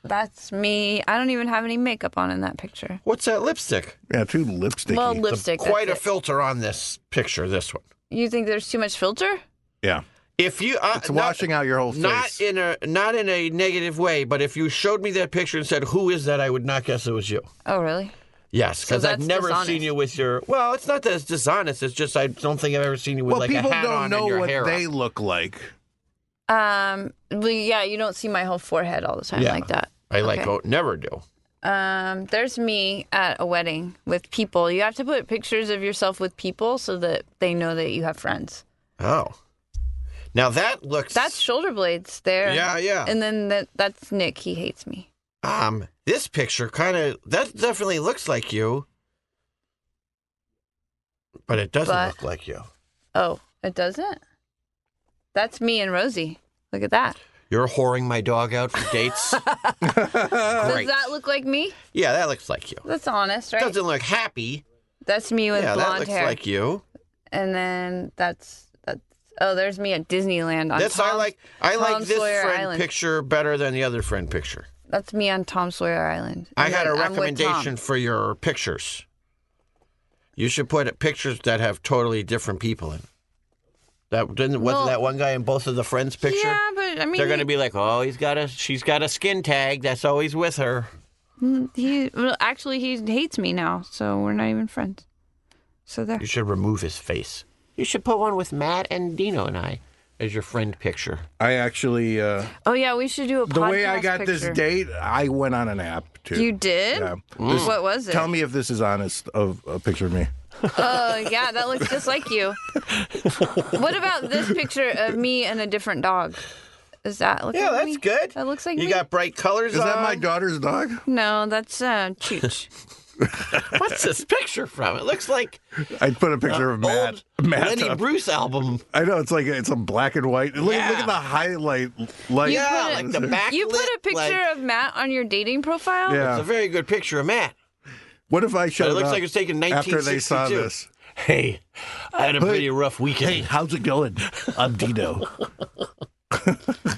Speaker 2: That's me. I don't even have any makeup on in that picture.
Speaker 1: What's that lipstick?
Speaker 3: Yeah, too lipsticky.
Speaker 2: Well, lipstick. that's
Speaker 1: Quite a
Speaker 2: it.
Speaker 1: filter on this picture, this one.
Speaker 2: You think there's too much filter?
Speaker 3: yeah,
Speaker 1: If you uh,
Speaker 3: it's
Speaker 1: not-
Speaker 3: washing out your whole face.
Speaker 1: not in a not in a negative way, but if you showed me that picture and said, "Who is that?" I would not guess it was you.
Speaker 2: Oh, really?
Speaker 1: Yes, because I've
Speaker 2: that's
Speaker 1: never
Speaker 2: dishonest.
Speaker 1: seen you with your. Well, it's not that it's dishonest. It's just I don't think I've ever seen you with
Speaker 3: well,
Speaker 1: like a
Speaker 3: people
Speaker 1: hat
Speaker 3: don't
Speaker 1: on
Speaker 3: know
Speaker 1: and your
Speaker 3: what
Speaker 1: hair.
Speaker 3: they
Speaker 1: up.
Speaker 3: look like.
Speaker 2: Um, well, yeah, you don't see my whole forehead all the time
Speaker 1: Yeah.
Speaker 2: like that.
Speaker 1: I like
Speaker 2: Okay.
Speaker 1: oh, never do.
Speaker 2: Um, there's me at a wedding with people. You have to put pictures of yourself with people so that they know that you have friends.
Speaker 1: Oh, now that looks
Speaker 2: That's shoulder blades there.
Speaker 1: Yeah, yeah.
Speaker 2: And then that that's Nick. He hates me.
Speaker 1: um this picture kind of that definitely looks like you, but it doesn't
Speaker 2: But-
Speaker 1: look like you.
Speaker 2: Oh, it doesn't. That's me and Rosie. Look at that.
Speaker 1: You're whoring my dog out for dates. Oh. Great.
Speaker 2: Does that look like me?
Speaker 1: yeah, that looks like you.
Speaker 2: That's honest, right?
Speaker 1: Doesn't look happy.
Speaker 2: That's me with
Speaker 1: yeah, that
Speaker 2: blonde
Speaker 1: looks
Speaker 2: hair.
Speaker 1: like you.
Speaker 2: And then that's that's oh, there's me at Disneyland on
Speaker 1: That's
Speaker 2: Tom,
Speaker 1: I like. I like
Speaker 2: Tom
Speaker 1: this
Speaker 2: Sawyer
Speaker 1: friend
Speaker 2: Island.
Speaker 1: picture better than the other friend picture.
Speaker 2: That's me on Tom Sawyer Island.
Speaker 1: I
Speaker 2: And
Speaker 1: got a
Speaker 2: then I'm with
Speaker 1: recommendation
Speaker 2: Tom.
Speaker 1: for your pictures. You should put pictures that have totally different people in. it. That didn't wasn't
Speaker 2: Well-
Speaker 1: that one guy in both of the friends picture?
Speaker 2: Yeah, but I mean,
Speaker 7: They're going to be like, oh, he's got a, she's got a skin tag that's always with her.
Speaker 2: he, he well, actually he hates me now, so we're not even friends. So there.
Speaker 1: You should remove his face.
Speaker 7: You should put one with Matt and Dino and I as your friend picture.
Speaker 3: I actually, uh,
Speaker 2: Oh yeah, we should do a
Speaker 3: the way I
Speaker 2: podcast
Speaker 3: got
Speaker 2: picture.
Speaker 3: this date, I went on an app too.
Speaker 2: You did? Mm.
Speaker 3: Yeah.
Speaker 2: What was it?
Speaker 3: Tell me if this is honest of a picture of me.
Speaker 2: Oh yeah, that looks just like you. what about this picture of me and a different dog? Is that look
Speaker 1: Yeah,
Speaker 2: like
Speaker 1: that's
Speaker 2: me?
Speaker 1: good.
Speaker 2: That looks like
Speaker 1: you
Speaker 2: me.
Speaker 1: got bright colors.
Speaker 3: Is that
Speaker 1: on.
Speaker 3: my daughter's dog?
Speaker 2: No, that's uh, Chooch.
Speaker 7: What's this picture from? It looks like
Speaker 3: I put a picture of Matt.
Speaker 7: old
Speaker 3: Matt uh,
Speaker 7: Lenny
Speaker 3: up.
Speaker 7: Bruce album.
Speaker 3: I know it's like it's a black and white. Look,
Speaker 7: Yeah.
Speaker 3: look at the highlight. Like,
Speaker 7: Yeah, like the back.
Speaker 2: you put a picture of Matt on your dating profile.
Speaker 7: It's a
Speaker 3: yeah.
Speaker 7: very good picture of Matt.
Speaker 3: What if I showed
Speaker 7: But it looks
Speaker 3: up
Speaker 7: like it was taken in
Speaker 3: after they saw
Speaker 7: 1962.
Speaker 3: this?
Speaker 7: Hey, I had a pretty rough weekend.
Speaker 3: how's it going? I'm Dino.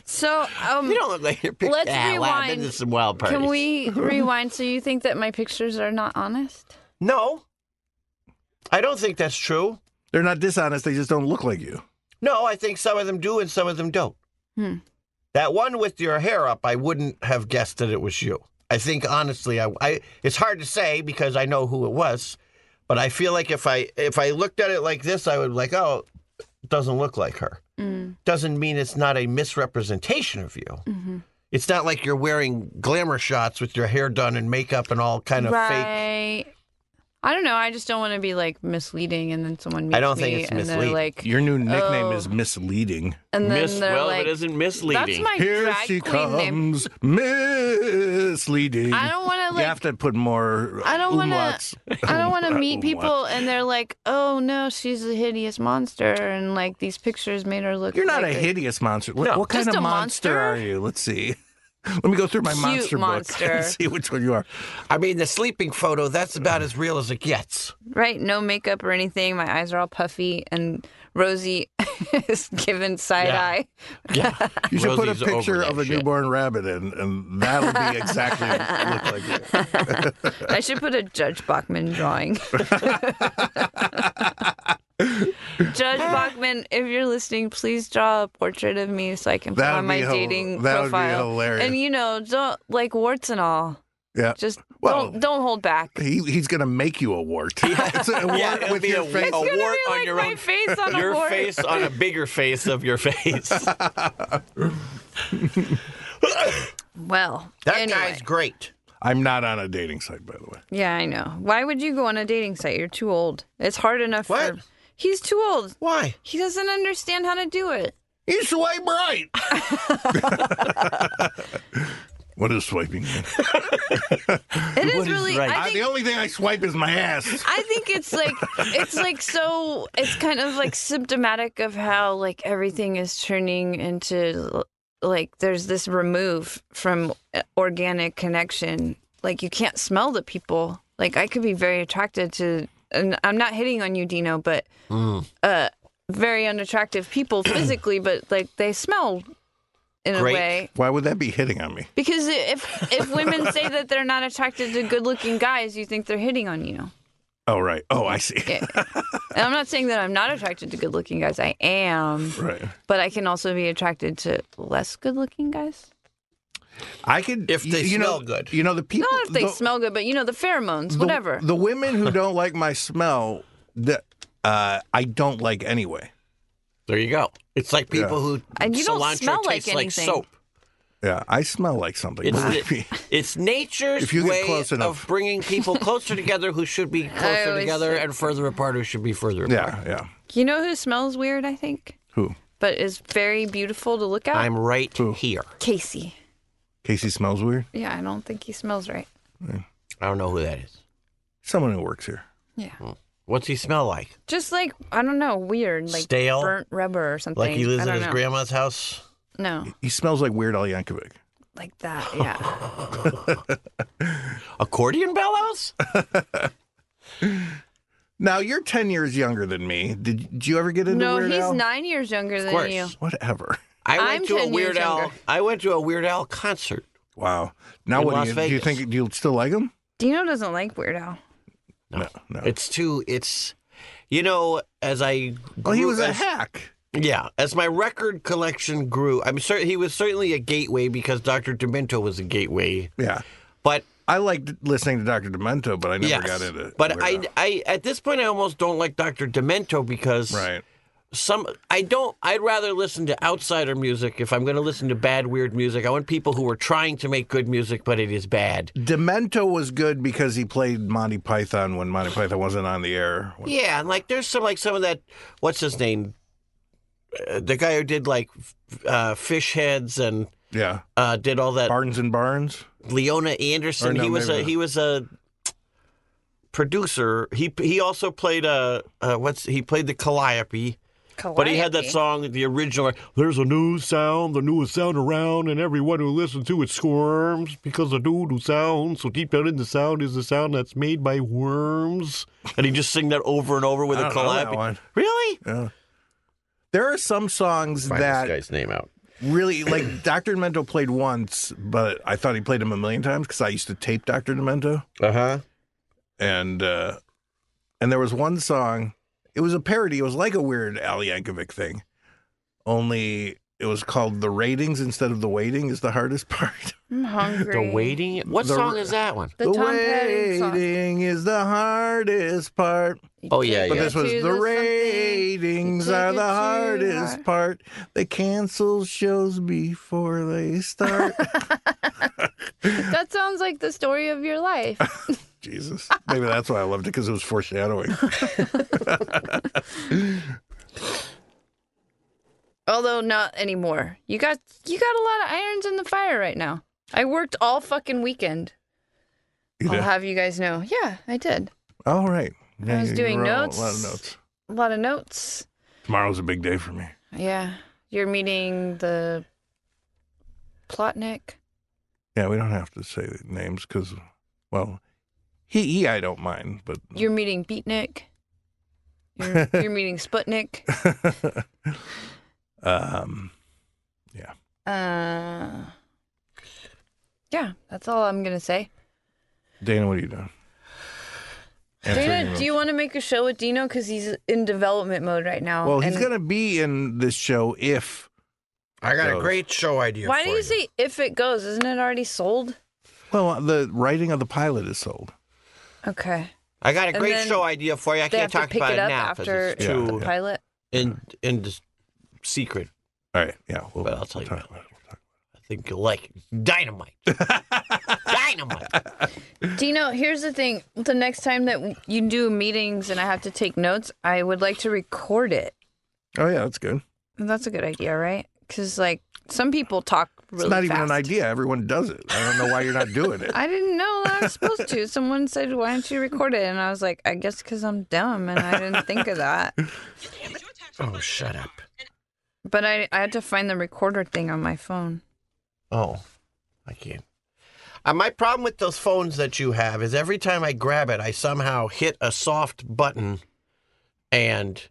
Speaker 2: So um,
Speaker 7: You don't look like your picture.
Speaker 2: Let's
Speaker 7: ah, wow,
Speaker 2: rewind.
Speaker 7: this is some wild parties.
Speaker 2: can we rewind? So you think that my pictures are not honest?
Speaker 1: No, I don't think that's true.
Speaker 3: They're not dishonest. They just don't look like you.
Speaker 1: No, I think some of them do and some of them don't.
Speaker 2: Hmm.
Speaker 1: That one with your hair up, I wouldn't have guessed that it was you. I think honestly, I, I it's hard to say because I know who it was, but I feel like if I if I looked at it like this, I would be like, oh, it doesn't look like her.
Speaker 2: Hmm.
Speaker 1: Doesn't mean it's not a misrepresentation of you. It's not like you're wearing glamour shots with your hair done and makeup and all kind of fake.
Speaker 2: right. I don't know. I just don't want to be like misleading, and then someone meets
Speaker 1: I don't
Speaker 2: me
Speaker 1: think it's
Speaker 2: and they're
Speaker 1: misleading.
Speaker 2: like,
Speaker 3: Your new nickname
Speaker 2: Oh.
Speaker 3: is misleading.
Speaker 2: and then
Speaker 7: Miss,
Speaker 2: they're
Speaker 7: well,
Speaker 2: like,
Speaker 7: it isn't
Speaker 2: that's
Speaker 7: misleading.
Speaker 2: my
Speaker 3: Here
Speaker 2: drag
Speaker 3: she
Speaker 2: queen name.
Speaker 3: comes, misleading.
Speaker 2: I don't want to
Speaker 3: you
Speaker 2: like
Speaker 3: have to put more.
Speaker 2: I don't want
Speaker 3: umlauts.
Speaker 2: to. I don't want to meet
Speaker 3: Umlaut.
Speaker 2: people and they're like, "Oh no, she's a hideous monster," and like these pictures made her look.
Speaker 3: You're not
Speaker 2: like
Speaker 3: a hideous monster. What, what kind
Speaker 2: Just
Speaker 3: of
Speaker 2: a
Speaker 3: monster,
Speaker 2: monster?
Speaker 3: are you? Let's see. Let me go through my
Speaker 2: Cute
Speaker 3: monster, book
Speaker 2: monster.
Speaker 3: and see which one you are.
Speaker 1: I mean, the sleeping photo, that's about as real as it gets.
Speaker 2: right, no makeup or anything. My eyes are all puffy and Rosie is given side
Speaker 1: Yeah.
Speaker 2: eye.
Speaker 3: You should
Speaker 7: Rosie's
Speaker 3: put
Speaker 7: over
Speaker 3: a picture
Speaker 7: that
Speaker 3: of a
Speaker 7: shit.
Speaker 3: newborn rabbit in, and that'll be exactly what it look like. you.
Speaker 2: I should put a Judge Bachman drawing. Judge Bachman, if you're listening, please draw a portrait of me so I can put
Speaker 3: That
Speaker 2: on
Speaker 3: would
Speaker 2: my
Speaker 3: be hil-
Speaker 2: dating
Speaker 3: that would be
Speaker 2: profile.
Speaker 3: hilarious.
Speaker 2: And you know, don't like warts and all.
Speaker 3: Yeah.
Speaker 2: Just
Speaker 3: Well-
Speaker 2: don't don't hold back.
Speaker 3: He, he's going to make you a wart. It's a wart
Speaker 7: yeah, it'll
Speaker 3: with
Speaker 7: be
Speaker 3: your
Speaker 7: a,
Speaker 3: face.
Speaker 7: a
Speaker 2: gonna
Speaker 7: wart
Speaker 2: be
Speaker 7: on
Speaker 2: like
Speaker 7: your
Speaker 2: my
Speaker 7: own
Speaker 2: face on a
Speaker 7: your
Speaker 2: wart.
Speaker 7: face on a bigger face of your face.
Speaker 2: Well,
Speaker 1: That
Speaker 2: anyway.
Speaker 1: guy's great.
Speaker 3: I'm not on a dating site, by the way.
Speaker 2: Yeah, I know. Why would you go on a dating site? You're too old. It's hard enough
Speaker 1: What?
Speaker 2: for He's too old.
Speaker 5: Why?
Speaker 2: He doesn't understand how to do it.
Speaker 3: He's swipe right. what is swiping? mean?
Speaker 2: It is
Speaker 1: is
Speaker 2: really.
Speaker 1: right?
Speaker 2: I
Speaker 3: I-
Speaker 2: think
Speaker 3: the only thing I swipe is my ass.
Speaker 2: I think it's like it's like so it's kind of like symptomatic of how like everything is turning into like there's this remove from uh, organic connection. Like you can't smell the people. Like I could be very attracted to and I'm not hitting on you Dino, but uh very unattractive people physically, but like they smell in
Speaker 5: Great.
Speaker 2: a way
Speaker 3: Why would that be hitting on me?
Speaker 2: because if if women say that they're not attracted to good-looking guys, you think they're hitting on you.
Speaker 3: Oh right. Oh, I see.
Speaker 2: Yeah. and I'm not saying that I'm not attracted to good looking guys. I am.
Speaker 3: Right.
Speaker 2: But I can also be attracted to less good looking guys.
Speaker 3: I could
Speaker 5: If they
Speaker 3: you
Speaker 5: smell
Speaker 3: know,
Speaker 5: good.
Speaker 3: You know the people.
Speaker 2: Not if they
Speaker 3: the-
Speaker 2: smell good, but you know, the pheromones,
Speaker 3: the-
Speaker 2: whatever.
Speaker 3: The women who don't like my smell, that uh, I don't like anyway.
Speaker 1: There you go. It's like people who
Speaker 2: And you don't
Speaker 1: cilantro
Speaker 2: smell like
Speaker 1: tastes like
Speaker 2: anything.
Speaker 1: soap.
Speaker 3: Yeah, I smell like something.
Speaker 1: It's,
Speaker 3: believe me.
Speaker 1: it's nature's
Speaker 3: If you get
Speaker 1: way
Speaker 3: close enough.
Speaker 1: of bringing people closer together who should be closer
Speaker 2: always
Speaker 1: together
Speaker 2: think-
Speaker 1: and further apart who should be further apart.
Speaker 3: yeah, yeah.
Speaker 2: You know who smells weird, I think,
Speaker 3: Who?
Speaker 2: but is very beautiful to look at?
Speaker 1: I'm right
Speaker 3: Who?
Speaker 1: here.
Speaker 2: Casey.
Speaker 3: Casey smells weird.
Speaker 2: Yeah, I don't think he smells right.
Speaker 1: I don't know who that is.
Speaker 3: Someone who works here.
Speaker 2: Yeah.
Speaker 1: What's he smell like?
Speaker 2: Just like, I don't know, weird. Like
Speaker 5: Stale?
Speaker 2: burnt rubber or something.
Speaker 5: Like he
Speaker 2: I
Speaker 5: lives
Speaker 2: don't
Speaker 5: at his
Speaker 2: know.
Speaker 5: grandma's house.
Speaker 2: No,
Speaker 3: He smells like Weird Al Yankovic.
Speaker 2: like that. Yeah.
Speaker 1: Accordion bellows?
Speaker 3: Now you're ten years younger than me. Did, did you ever get into
Speaker 2: no,
Speaker 3: Weird
Speaker 2: he's
Speaker 3: Al?
Speaker 2: nine years younger than
Speaker 1: course.
Speaker 2: you.
Speaker 3: Whatever.
Speaker 1: I went
Speaker 2: I'm
Speaker 1: to a
Speaker 2: 10 years
Speaker 1: Weird Al.
Speaker 2: younger.
Speaker 1: I went to a Weird Al concert.
Speaker 3: Wow. Now
Speaker 1: In
Speaker 3: what
Speaker 1: Las
Speaker 3: do you, do you
Speaker 1: Vegas.
Speaker 3: think? Do you still like him?
Speaker 2: Dino doesn't like Weird Al.
Speaker 3: No, no.
Speaker 1: It's too. It's, you know, as I.
Speaker 3: well, Oh, he
Speaker 1: grew-
Speaker 3: was a
Speaker 1: as-
Speaker 3: hack.
Speaker 1: Yeah, as my record collection grew, I'm certain he was certainly a gateway because Dr. Demento was a gateway.
Speaker 3: Yeah.
Speaker 1: But
Speaker 3: I liked listening to Dr. Demento, but I never
Speaker 1: yes,
Speaker 3: got into.
Speaker 1: but
Speaker 3: Weird Al.
Speaker 1: I, I, at this point, I almost don't like Dr. Demento because
Speaker 3: Right.
Speaker 1: some I don't. I'd rather listen to outsider music if I'm going to listen to bad, weird music. I want people who are trying to make good music, but it is bad.
Speaker 3: Demento was good because he played Monty Python when Monty Python wasn't on the air.
Speaker 1: Yeah, and like there's some like some of that. What's his name? Uh, the guy who did like f- uh, fish heads and
Speaker 3: Yeah.
Speaker 1: uh, did all that.
Speaker 3: Barnes and Barnes.
Speaker 1: Leona Anderson.
Speaker 3: Or no,
Speaker 1: he was
Speaker 3: maybe
Speaker 1: a
Speaker 3: not.
Speaker 1: he was a producer. He he also played a uh, what's he played the calliope. But he had that
Speaker 2: Calliope.
Speaker 1: song, the original. There's a new sound, the newest sound around, and everyone who listens to it squirms because the new new sound. So deep down in the sound is the sound that's made by worms. And he just sing that over and over with
Speaker 3: I
Speaker 1: a
Speaker 3: don't know that
Speaker 1: calliope.
Speaker 3: one.
Speaker 1: Really?
Speaker 3: There are some songs
Speaker 5: Find
Speaker 3: that
Speaker 5: this guy's name out.
Speaker 3: really like Dr. Demento played once, but I thought he played him a million times because I used to tape Dr. Demento.
Speaker 5: Uh
Speaker 1: Uh-huh.
Speaker 5: huh.
Speaker 3: And uh and there was one song, it was a parody, it was like a weird Al Yankovic thing. Only it was called The Ratings instead of The Waiting is the hardest part.
Speaker 2: I'm hungry.
Speaker 1: The waiting. What
Speaker 3: The-
Speaker 1: song is that one?
Speaker 2: The, Tom Petty song.
Speaker 3: waiting is the hardest part.
Speaker 1: Oh,
Speaker 2: Take
Speaker 1: yeah, yeah.
Speaker 3: But
Speaker 2: it
Speaker 3: this was
Speaker 2: to
Speaker 3: the
Speaker 2: something.
Speaker 3: ratings
Speaker 2: Take
Speaker 3: are
Speaker 2: it
Speaker 3: the
Speaker 2: to
Speaker 3: hardest
Speaker 2: the-
Speaker 3: part. They cancel shows before they start.
Speaker 2: That sounds like the story of your life.
Speaker 3: Jesus. Maybe that's why I loved it because it was foreshadowing.
Speaker 2: Although not anymore. You got you got a lot of irons in the fire right now. I worked all fucking weekend.
Speaker 3: You
Speaker 2: I'll
Speaker 3: did?
Speaker 2: have you guys know. Yeah, I did.
Speaker 3: All right. Yeah,
Speaker 2: I was
Speaker 3: you
Speaker 2: doing
Speaker 3: wrote
Speaker 2: notes.
Speaker 3: A lot of notes.
Speaker 2: A lot of notes.
Speaker 3: Tomorrow's a big day for me.
Speaker 2: Yeah. You're meeting the Plotnik.
Speaker 3: Yeah, we don't have to say names because, well, he, he, I don't mind, but
Speaker 2: You're meeting Beatnik. You're, you're meeting Sputnik.
Speaker 3: um,
Speaker 2: Uh, yeah, that's all I'm gonna say.
Speaker 3: Dana, what are you doing? Answering
Speaker 2: Dana,
Speaker 3: your
Speaker 2: do you want to make a show with Dino because he's in development mode right now?
Speaker 3: Well, he's
Speaker 2: and-
Speaker 3: going to be in this show if.
Speaker 5: I got a
Speaker 3: Goes.
Speaker 5: great show idea.
Speaker 2: Why
Speaker 5: for
Speaker 2: do you say if it goes? Isn't it already sold?
Speaker 3: Well, the writing of the pilot is sold.
Speaker 2: Okay,
Speaker 1: I got a
Speaker 2: And
Speaker 1: great
Speaker 2: then
Speaker 1: show idea for you. I
Speaker 2: they have
Speaker 1: can't
Speaker 2: to
Speaker 1: talk
Speaker 2: pick
Speaker 1: about
Speaker 2: it
Speaker 1: it,
Speaker 2: up
Speaker 1: now because
Speaker 2: after
Speaker 1: it's
Speaker 3: Yeah.
Speaker 1: too
Speaker 2: the pilot.
Speaker 1: in in this secret.
Speaker 3: All right. Yeah. We'll,
Speaker 1: But I'll tell
Speaker 3: we'll
Speaker 1: you
Speaker 3: talk
Speaker 1: about
Speaker 3: about it. We'll talk
Speaker 1: I think you'll like it. dynamite.
Speaker 5: dynamite.
Speaker 2: Dino, here's the thing. The next time that you do meetings and I have to take notes, I would like to record it.
Speaker 3: Oh yeah, that's good.
Speaker 2: That's a good idea, right? Because, like, some people talk really
Speaker 3: it's not even an
Speaker 2: fast.
Speaker 3: idea. Everyone does it. I don't know why you're not doing it.
Speaker 2: I didn't know that I was supposed to. Someone said, "Why don't you record it?" And I was like, "I guess because I'm dumb and I didn't think of that."
Speaker 1: Oh, shut up.
Speaker 2: But I, I had to find the recorder thing on my phone.
Speaker 1: Oh, I can't. Uh, my problem with those phones that you have is every time I grab it, I somehow hit a soft button, and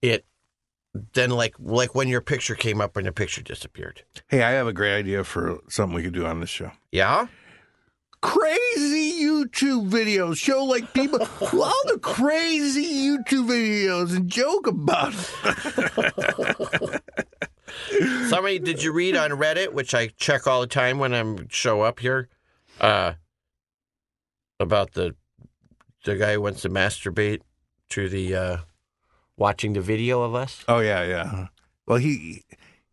Speaker 1: it then like like when your picture came up and your picture disappeared.
Speaker 3: Hey, I have a great idea for something we could do on this show.
Speaker 1: Yeah.
Speaker 3: Crazy YouTube videos show like people all the crazy YouTube videos and joke about it.
Speaker 1: Somebody, did you read on Reddit, which I check all the time when I am show up here, uh, about the the guy who wants to masturbate to the uh, watching the video of us?
Speaker 3: oh yeah, yeah. Well, he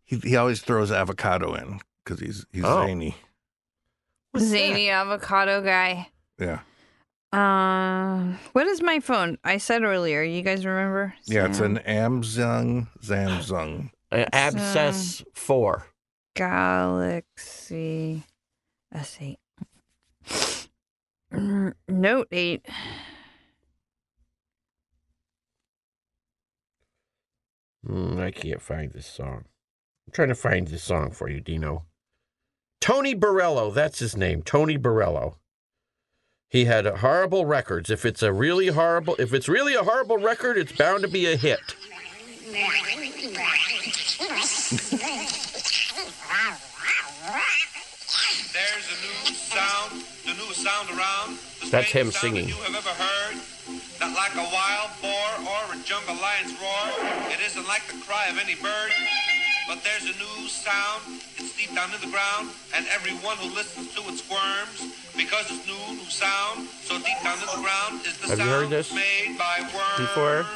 Speaker 3: he, he always throws avocado in because he's he's
Speaker 1: Oh.
Speaker 3: zany.
Speaker 2: Zany avocado guy.
Speaker 3: Yeah,
Speaker 2: Um, what is my phone? I said earlier. You guys remember?
Speaker 3: yeah. It's
Speaker 2: Sam?
Speaker 3: an Amzung Zamzung.
Speaker 5: Uh, abscess four.
Speaker 2: Galaxy S eight. Mm, Note eight.
Speaker 1: Mm, I can't find this song. I'm trying to find this song for you, Dino. Tony Borello, that's his name, Tony Borello. He had horrible records. If it's a really horrible, if it's really a horrible record, it's bound to be a hit.
Speaker 9: There's a new sound, the newest sound around. The
Speaker 5: That's
Speaker 9: strangest
Speaker 5: him
Speaker 9: sound
Speaker 5: singing.
Speaker 9: That you have ever heard. Not like a wild boar or a jungle lion's roar. It isn't like the cry of any bird. But there's a new sound. It's deep down in the ground, and everyone who listens to it squirms because it's new, new sound. So deep down in the ground is the
Speaker 5: Have you
Speaker 9: sound
Speaker 5: heard this
Speaker 9: made by worms.
Speaker 5: before?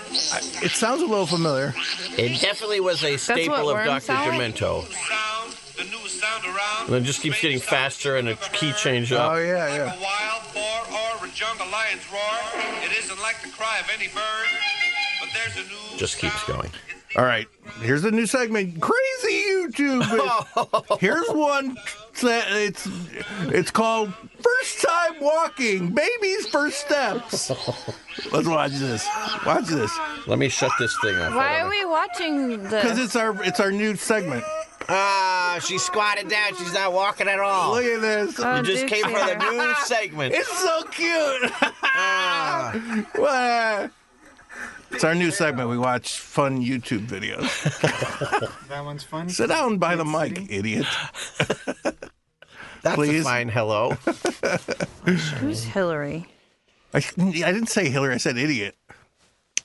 Speaker 3: It sounds a little familiar.
Speaker 5: It definitely was a
Speaker 2: what
Speaker 5: staple of Dr.
Speaker 2: worms sound like?
Speaker 5: Demento.
Speaker 9: Sound, the newest sound around.
Speaker 5: And it just keeps getting faster and the key change
Speaker 3: Oh
Speaker 5: up.
Speaker 3: yeah, yeah.
Speaker 9: Like a wild boar or a jungle lion's roar. It isn't like the cry of any bird, but there's a new
Speaker 5: Just keeps
Speaker 9: sound.
Speaker 5: going.
Speaker 3: All right, here's a new segment. Crazy YouTube. here's one. that- It's it's called First Time Walking, Baby's First Steps. Let's watch this. Watch this
Speaker 1: Let me shut this thing off.
Speaker 2: Why are we watching
Speaker 3: because
Speaker 2: the?
Speaker 3: it's our it's our new segment.
Speaker 1: Ah, she squatted down. She's not walking at all.
Speaker 3: Look at this.
Speaker 2: Oh,
Speaker 1: You just came for the new segment.
Speaker 3: It's so cute. Ah. Wow. It's our new segment. We watch fun YouTube videos.
Speaker 10: That one's fun.
Speaker 3: Sit down by the mic, idiot.
Speaker 1: That's
Speaker 3: Please.
Speaker 1: a fine hello.
Speaker 2: Who's Hillary?
Speaker 3: I, I didn't say Hillary. I said idiot.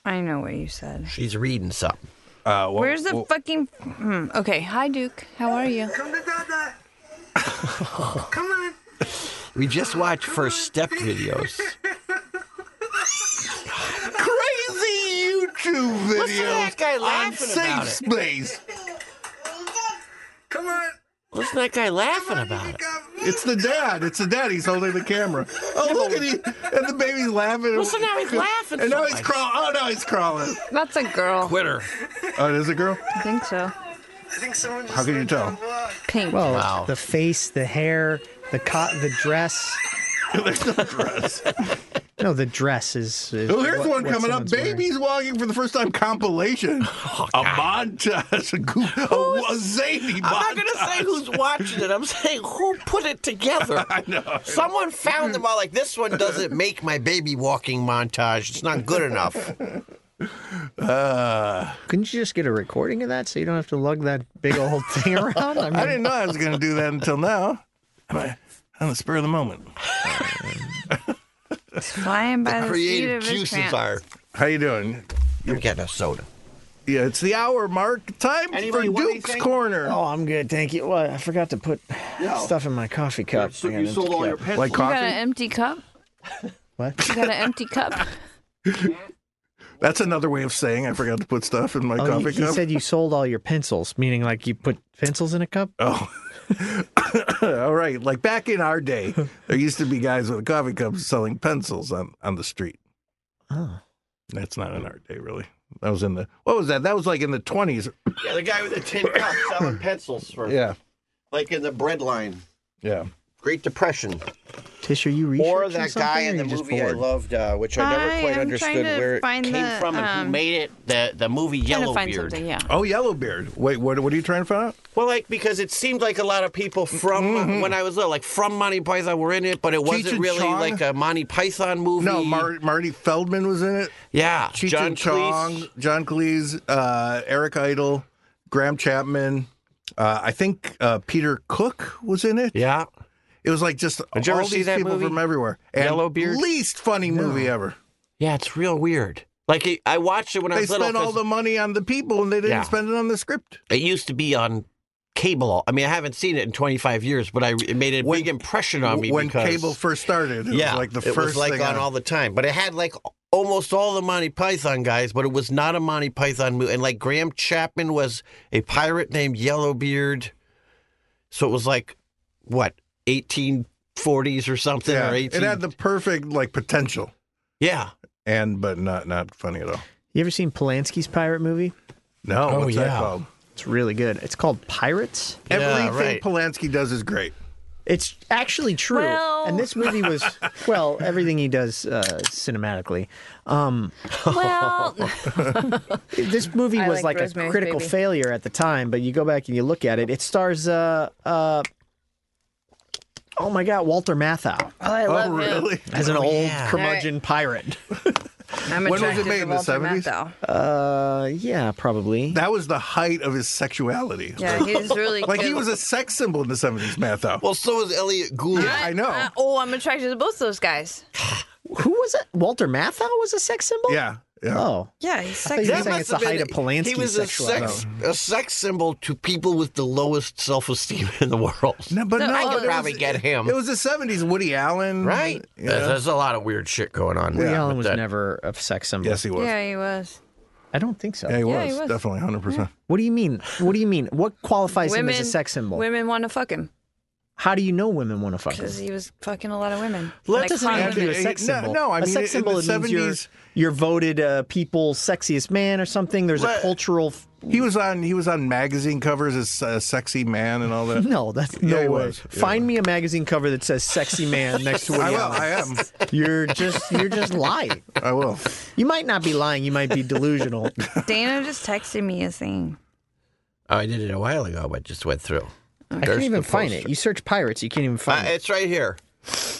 Speaker 2: I know what you said.
Speaker 1: She's reading something.
Speaker 3: Uh, well,
Speaker 2: Where's the
Speaker 3: well,
Speaker 2: fucking? Hmm, okay, hi Duke. How are you?
Speaker 1: We just watched first step videos.
Speaker 3: crazy YouTube videos?
Speaker 1: What's that guy
Speaker 3: on
Speaker 5: laughing
Speaker 3: Safe
Speaker 5: about it?
Speaker 3: Space.
Speaker 5: What's that guy laughing about? It?
Speaker 3: It's the dad. It's the dad. He's holding the camera. Oh, look at him. And the baby's laughing.
Speaker 5: Listen now he's laughing.
Speaker 3: And
Speaker 5: so
Speaker 3: now he's
Speaker 5: much.
Speaker 3: crawling. Oh, now he's crawling.
Speaker 2: That's a girl.
Speaker 5: Twitter.
Speaker 3: Oh, there's a girl?
Speaker 2: I think so.
Speaker 3: How can you tell?
Speaker 2: Pink.
Speaker 10: Well,
Speaker 5: Wow.
Speaker 10: the face, the hair, the co- the dress.
Speaker 3: there's no dress.
Speaker 10: No, the dress is. is
Speaker 3: Oh, here's
Speaker 10: what-
Speaker 3: one
Speaker 10: what
Speaker 3: coming up.
Speaker 10: someone's wearing. Oh,
Speaker 3: Babies walking for the first time compilation. a montage. A, goo- a, a zany montage.
Speaker 5: I'm not gonna say who's watching it. I'm saying who put it together. I know.
Speaker 1: Someone found them all like this one doesn't make my baby walking montage. It's not good enough.
Speaker 3: Uh,
Speaker 10: Couldn't you just get a recording of that so you don't have to lug that big old thing around? I mean,
Speaker 3: I didn't know I was going to do that until now. But on the spur of the moment.
Speaker 2: Flying by the, seat
Speaker 1: Creative
Speaker 2: of his
Speaker 1: juices
Speaker 2: pants.
Speaker 1: are.
Speaker 3: How you doing?
Speaker 1: You're getting a soda.
Speaker 3: Yeah, it's the hour mark. Time
Speaker 1: Anybody
Speaker 3: for
Speaker 1: want
Speaker 3: Duke's
Speaker 1: anything?
Speaker 3: Corner.
Speaker 10: Oh, I'm good, thank you. Well, I forgot to put stuff in my coffee cup. I got an empty cup.
Speaker 1: pencils.
Speaker 2: You got an empty cup.
Speaker 3: like coffee?
Speaker 10: What?
Speaker 2: You got an empty cup.
Speaker 3: That's another way of saying I forgot to put stuff in my
Speaker 10: Oh,
Speaker 3: coffee
Speaker 10: he, he
Speaker 3: cup.
Speaker 10: said you sold all your pencils, meaning like you put pencils in a cup.
Speaker 3: oh, All right. Like back in our day, there used to be guys with coffee cups selling pencils on, on the street.
Speaker 10: Oh.
Speaker 3: That's not in our day, really. That was in the, what was that? That was like in the 20s.
Speaker 5: Yeah, the guy with the tin cup selling pencils for
Speaker 3: Yeah.
Speaker 5: like in the bread line.
Speaker 3: Yeah.
Speaker 5: Great Depression.
Speaker 10: Tish, are you researching
Speaker 5: Or that guy in the movie I loved, uh, which I never
Speaker 2: I
Speaker 5: quite
Speaker 2: am
Speaker 5: understood
Speaker 2: trying to
Speaker 5: where it
Speaker 2: find
Speaker 5: came
Speaker 2: the-
Speaker 5: from.
Speaker 1: From and who
Speaker 2: Um,
Speaker 1: made it the the movie
Speaker 2: Trying to find
Speaker 1: Yellowbeard.
Speaker 2: something, yeah.
Speaker 3: Oh, Yellowbeard. Wait, what, what are you trying to find out?
Speaker 1: Well, like because it seemed like a lot of people from uh, when I was little, like from Monty Python, were in it, but it wasn't
Speaker 3: Mm-hmm. Cheech and
Speaker 1: really
Speaker 3: Chong?
Speaker 1: like a Monty Python movie.
Speaker 3: No, Mar- Marty Feldman was in it.
Speaker 1: yeah,
Speaker 3: Cheech
Speaker 1: John
Speaker 3: and Chong,
Speaker 1: Cleese.
Speaker 3: John Cleese, uh, Eric Idle, Graham Chapman. Uh, I think uh, Peter Cook was in it.
Speaker 1: Yeah,
Speaker 3: It was like just
Speaker 1: Did you ever
Speaker 3: all
Speaker 1: see
Speaker 3: these
Speaker 1: that
Speaker 3: people
Speaker 1: movie?
Speaker 3: from everywhere. And
Speaker 1: Yellowbeard?
Speaker 3: Least funny movie ever.
Speaker 1: yeah, it's real weird. Like it, I watched it when I
Speaker 3: They
Speaker 1: was little.
Speaker 3: spent all
Speaker 1: 'cause
Speaker 3: the money on the people and they didn't
Speaker 1: Yeah.
Speaker 3: spend it on the script.
Speaker 1: It used to be on cable. I mean, I haven't seen it in 25 years, but I it made a
Speaker 3: When-
Speaker 1: big impression on me
Speaker 3: when
Speaker 1: because,
Speaker 3: cable first started, it
Speaker 1: yeah,
Speaker 3: was like the
Speaker 1: it
Speaker 3: first
Speaker 1: was like
Speaker 3: thing
Speaker 1: on all the time. But it had like almost all the Monty Python guys, but it was not a Monty Python movie. And like Graham Chapman was a pirate named Yellowbeard, so it was like what 1840s or something
Speaker 3: yeah.
Speaker 1: or 18.
Speaker 3: It had the perfect like potential.
Speaker 1: yeah.
Speaker 3: And but not not funny at all.
Speaker 10: You ever seen Polanski's pirate movie?
Speaker 3: No,
Speaker 1: Oh,
Speaker 3: what's that
Speaker 1: yeah.
Speaker 3: called?
Speaker 10: It's really good. It's called Pirates.
Speaker 3: Everything
Speaker 1: right.
Speaker 3: Polanski does is great.
Speaker 10: It's actually true.
Speaker 2: Well-
Speaker 10: And this movie was well, everything he does uh, cinematically. Um,
Speaker 2: Well,
Speaker 10: this movie
Speaker 2: I
Speaker 10: was
Speaker 2: like
Speaker 10: like, a
Speaker 2: Rosemary's
Speaker 10: critical
Speaker 2: Baby.
Speaker 10: failure at the time, but you go back and you look at it. It stars uh uh oh my god, Walter Matthau
Speaker 2: oh, I love
Speaker 3: oh,
Speaker 2: him.
Speaker 3: really?
Speaker 10: as an old
Speaker 1: yeah.
Speaker 10: curmudgeon pirate.
Speaker 2: I'm
Speaker 3: When was it
Speaker 2: attracted
Speaker 3: made,
Speaker 2: to
Speaker 3: in the
Speaker 2: Walter
Speaker 3: 70s?
Speaker 2: Matthau.
Speaker 10: Uh, yeah, probably.
Speaker 3: That was the height of his sexuality.
Speaker 2: Yeah, he's really
Speaker 3: Like he
Speaker 2: good.
Speaker 3: was a sex symbol in the 70s, Matthau.
Speaker 1: Well, so was Elliot Gould.
Speaker 3: I know.
Speaker 2: Uh, oh, I'm attracted to both those guys.
Speaker 10: Who was it? Walter Matthau was a sex symbol.
Speaker 3: yeah. Yeah.
Speaker 10: Oh,
Speaker 2: Yeah, he's
Speaker 10: I thought you
Speaker 2: sexy.
Speaker 10: were saying it's the height of Polanski's
Speaker 1: He was a
Speaker 10: sexuality.
Speaker 1: sex, a sex symbol to people with the lowest self esteem in the world.
Speaker 3: No, but
Speaker 2: No,
Speaker 3: no,
Speaker 2: I could
Speaker 3: it was-
Speaker 1: probably get him.
Speaker 3: It was the 70s, Woody Allen.
Speaker 1: Right? Uh-huh.
Speaker 3: you
Speaker 1: There's-
Speaker 3: know?
Speaker 1: There's a lot of weird shit going on.
Speaker 10: Woody
Speaker 1: with
Speaker 10: Allen was
Speaker 1: that.
Speaker 10: never a sex symbol.
Speaker 3: Yes, he was. Yeah,
Speaker 2: Yeah, he was.
Speaker 10: I don't think so.
Speaker 3: he, was.
Speaker 2: Yeah, he was.
Speaker 3: Definitely 100%.
Speaker 10: What do you mean? What do you mean? What qualifies
Speaker 2: women
Speaker 10: him as a sex symbol?
Speaker 2: Women want to fuck him
Speaker 10: How do you know women want to fuck him?
Speaker 2: because he was fucking a lot of women.
Speaker 10: That doesn't
Speaker 2: hot
Speaker 10: have to be a
Speaker 2: women.
Speaker 10: sex
Speaker 3: No,
Speaker 10: symbol.
Speaker 3: no, I mean,
Speaker 10: a
Speaker 3: in the
Speaker 10: sex symbol it means you're,
Speaker 3: 70s
Speaker 10: you're voted uh, people's sexiest man or something. There's a
Speaker 3: Right.
Speaker 10: cultural. F-
Speaker 3: He was on he was on magazine covers as a sexy man and all that.
Speaker 10: no, that's
Speaker 3: Yeah,
Speaker 10: no
Speaker 3: he
Speaker 10: way.
Speaker 3: was. Yeah.
Speaker 10: Find me a magazine cover that says "sexy man" next to
Speaker 3: I
Speaker 10: Woody
Speaker 3: will.
Speaker 10: Allen.
Speaker 3: I am.
Speaker 10: You're just you're just lying.
Speaker 3: I will.
Speaker 10: You might not be lying. You might be delusional.
Speaker 2: Dana just texted me a thing.
Speaker 1: Oh, I did it a while ago, but just went through.
Speaker 10: I can't even find it. You search pirates, you can't even
Speaker 1: Uh,
Speaker 10: find it.
Speaker 1: it's right here.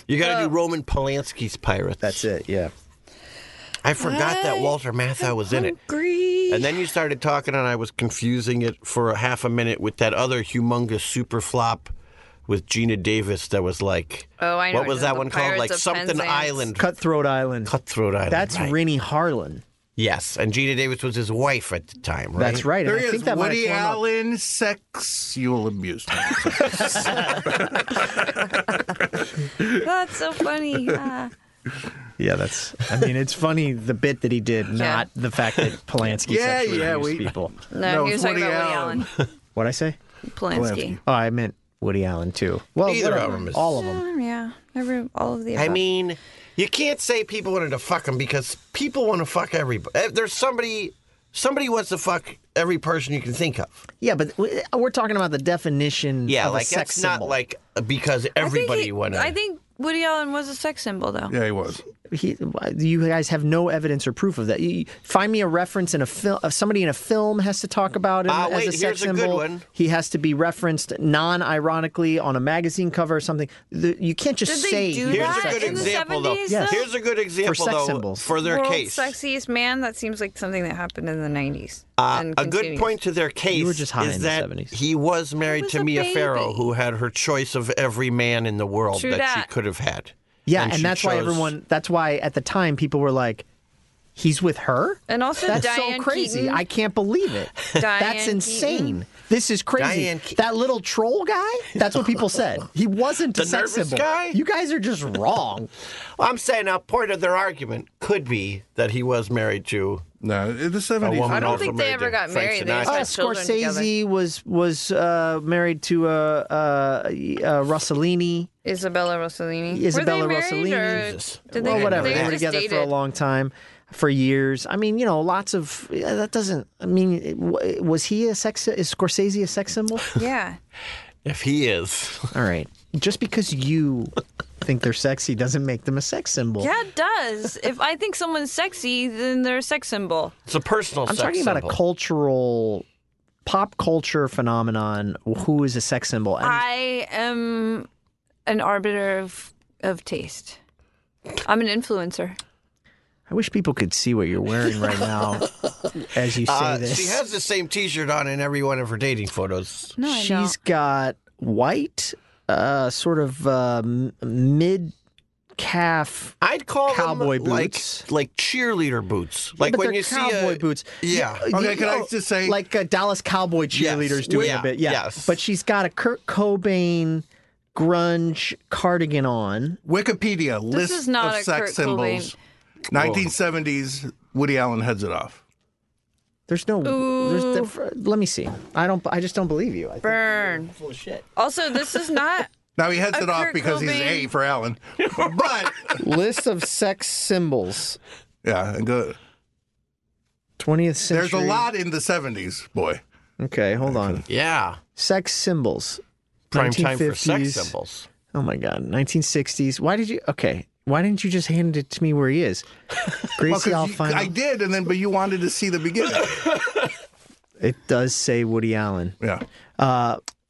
Speaker 1: You got to do Roman Polanski's Pirates.
Speaker 10: That's it. Yeah.
Speaker 1: I forgot that Walter Matthau was in it.
Speaker 2: Agree.
Speaker 1: And then you started talking, and I was confusing it for a half a minute with that other humongous super flop with Gina Davis that was like,
Speaker 2: Oh, I know it
Speaker 1: what was
Speaker 2: is.
Speaker 1: that
Speaker 2: The
Speaker 1: one called?
Speaker 2: Pirates
Speaker 1: Like
Speaker 2: of
Speaker 1: something
Speaker 2: Penzance.
Speaker 1: Island,
Speaker 10: Cutthroat Island.
Speaker 1: Cutthroat Island.
Speaker 10: That's
Speaker 1: right.
Speaker 10: Rennie Harlan.
Speaker 1: Yes, and Gina Davis was his wife at the time, right?
Speaker 10: That's right. And
Speaker 3: There
Speaker 10: I
Speaker 3: he
Speaker 10: think
Speaker 3: is.
Speaker 10: that might have
Speaker 3: Woody
Speaker 10: come up.
Speaker 3: Allen sexual abuse.
Speaker 2: That's so funny. Ah.
Speaker 10: Yeah, that's. I mean, it's funny the bit that he did, not the fact that Polanski
Speaker 3: Yeah,
Speaker 10: sexually
Speaker 3: yeah,
Speaker 10: abused
Speaker 3: we-
Speaker 10: people.
Speaker 2: No,
Speaker 3: No,
Speaker 2: he was talking
Speaker 3: Woody
Speaker 2: about
Speaker 3: Allen.
Speaker 2: Woody Allen.
Speaker 10: What I say?
Speaker 2: Polanski.
Speaker 10: Oh, I meant Woody Allen too. Well,
Speaker 1: Neither
Speaker 10: whatever,
Speaker 1: of 'em is-
Speaker 10: all of them.
Speaker 2: Um, yeah, every all of the.
Speaker 1: I
Speaker 2: above.
Speaker 1: mean, you can't say people wanted to fuck him because people want to fuck everybody. Eh, There's somebody, somebody wants to fuck every person you can think of.
Speaker 10: Yeah, but we- we're talking about the definition.
Speaker 1: Yeah,
Speaker 10: of a
Speaker 1: like
Speaker 10: sex
Speaker 1: that's not
Speaker 10: symbol.
Speaker 1: like
Speaker 5: uh,
Speaker 1: because
Speaker 2: I think he-
Speaker 1: everybody wanted.
Speaker 2: I think Woody Allen was a sex symbol, though.
Speaker 3: yeah, he was.
Speaker 10: he, you guys have no evidence or proof of that. You, find me a reference in a film. Somebody in a film has to talk about him
Speaker 1: Ah,
Speaker 10: as
Speaker 1: wait,
Speaker 10: a sex
Speaker 1: here's a good
Speaker 10: symbol.
Speaker 1: one.
Speaker 10: He has to be referenced non-ironically on a magazine cover or something. The, you can't just
Speaker 2: Did they
Speaker 10: say
Speaker 2: do
Speaker 10: he
Speaker 1: Here's
Speaker 10: was
Speaker 1: a
Speaker 2: that
Speaker 1: good
Speaker 2: in the
Speaker 1: example, though.
Speaker 2: 70s, Yes. though?
Speaker 1: Here's a good example,
Speaker 10: sex
Speaker 1: though,
Speaker 10: symbols.
Speaker 1: for their
Speaker 2: World's
Speaker 1: case.
Speaker 2: sexiest man. That seems like something that happened in the nineties.
Speaker 1: Uh, a good point to their case
Speaker 10: were just high
Speaker 1: is
Speaker 10: in the
Speaker 1: that
Speaker 10: 70s.
Speaker 1: he was married
Speaker 2: was
Speaker 1: to
Speaker 2: a
Speaker 1: Mia Farrow,
Speaker 2: baby.
Speaker 1: who had her choice of every man in the world
Speaker 2: True
Speaker 1: that,
Speaker 2: that.
Speaker 1: she could have had.
Speaker 10: Yeah, and,
Speaker 1: she
Speaker 10: that's why
Speaker 1: chose-
Speaker 10: everyone. That's why at the time people were like, He's with her.
Speaker 2: And also
Speaker 10: That's
Speaker 2: Diane
Speaker 10: so crazy.
Speaker 2: Keaton.
Speaker 10: I can't believe it.
Speaker 2: Diane
Speaker 10: That's
Speaker 2: Keaton.
Speaker 10: insane. This is crazy.
Speaker 5: Diane Ke-
Speaker 10: that little troll guy? That's what people said. He wasn't
Speaker 5: The
Speaker 10: a sex
Speaker 5: nervous
Speaker 10: symbol.
Speaker 5: guy?
Speaker 10: You guys are just wrong.
Speaker 5: I'm saying now part of their argument could be that he was married to
Speaker 3: No, in the seventies.
Speaker 5: woman
Speaker 2: I don't
Speaker 5: also
Speaker 2: think they
Speaker 5: married
Speaker 2: ever
Speaker 5: to
Speaker 2: got
Speaker 5: Frank
Speaker 2: married. They just
Speaker 5: Sinatra.
Speaker 10: Uh,
Speaker 2: had children
Speaker 10: Scorsese
Speaker 2: together.
Speaker 10: was was uh, married to uh, uh, uh, Rossellini.
Speaker 2: Isabella Rossellini. Were they
Speaker 10: Isabella
Speaker 2: married,
Speaker 10: Rossellini.
Speaker 2: or
Speaker 5: Jesus.
Speaker 2: Did
Speaker 10: well,
Speaker 2: they,
Speaker 10: whatever. They,
Speaker 2: They,
Speaker 10: were
Speaker 2: just
Speaker 10: together
Speaker 2: dated.
Speaker 10: for a long time, for years. I mean, you know, lots of yeah, that doesn't. I mean, it- w- was he a sex? Is Scorsese a sex symbol?
Speaker 2: Yeah.
Speaker 5: If he is,
Speaker 10: All right, just because you think they're sexy doesn't make them a sex symbol.
Speaker 2: Yeah, it does. if I think someone's sexy, then they're a sex symbol.
Speaker 1: It's a personal.
Speaker 10: I'm
Speaker 1: sex
Speaker 10: talking about
Speaker 1: symbol.
Speaker 10: a cultural, pop culture phenomenon. Who is a sex symbol? And
Speaker 2: I am an arbiter of of taste. I'm an influencer.
Speaker 10: I wish people could see what you're wearing right now as you say
Speaker 5: uh,
Speaker 10: this.
Speaker 5: she has the same T-shirt on in every one of her dating photos.
Speaker 2: No, I don't.
Speaker 10: She's got white, uh, sort of uh, m- mid calf.
Speaker 5: I'd call
Speaker 10: Cowboy
Speaker 5: them like-
Speaker 10: boots.
Speaker 5: like cheerleader boots, like
Speaker 10: but
Speaker 5: when
Speaker 10: they're
Speaker 5: you see
Speaker 10: cowboy
Speaker 5: a
Speaker 10: boots.
Speaker 5: yeah.
Speaker 10: You-
Speaker 3: Okay,
Speaker 10: you
Speaker 3: can I
Speaker 10: know,
Speaker 3: just say-
Speaker 10: like uh, Dallas Cowboy cheerleaders doing
Speaker 5: yeah,
Speaker 10: a bit? Yeah.
Speaker 5: yes.
Speaker 10: But she's got a Kurt Cobain grunge cardigan on.
Speaker 3: Wikipedia list
Speaker 2: is not
Speaker 3: of
Speaker 2: a
Speaker 3: sex
Speaker 2: Kurt Cobain.
Speaker 3: symbols. Nineteen seventies. Woody Allen heads it off.
Speaker 10: There's no. There's diff- let me see. I don't. I just don't believe you. I think-
Speaker 2: Burn. Full shit. Also, this is not.
Speaker 3: Now he heads
Speaker 2: A
Speaker 3: it off
Speaker 2: Kurt
Speaker 3: because he's
Speaker 2: Cobain.
Speaker 3: A for Allen. but
Speaker 10: List of sex symbols.
Speaker 3: yeah, and go.
Speaker 10: 20th
Speaker 3: There's
Speaker 10: century.
Speaker 3: a lot in the seventies, boy.
Speaker 10: Okay, hold on.
Speaker 1: Yeah,
Speaker 10: Sex symbols.
Speaker 1: prime time for sex
Speaker 10: 1950s.
Speaker 1: symbols.
Speaker 10: Oh my God, 1960s. Why did you? Okay, why didn't you just hand it to me where he is? Gracie
Speaker 3: Well, 'cause you-
Speaker 10: Alfano.
Speaker 3: I did, and then but you wanted to see the beginning.
Speaker 10: It does say Woody Allen.
Speaker 3: yeah.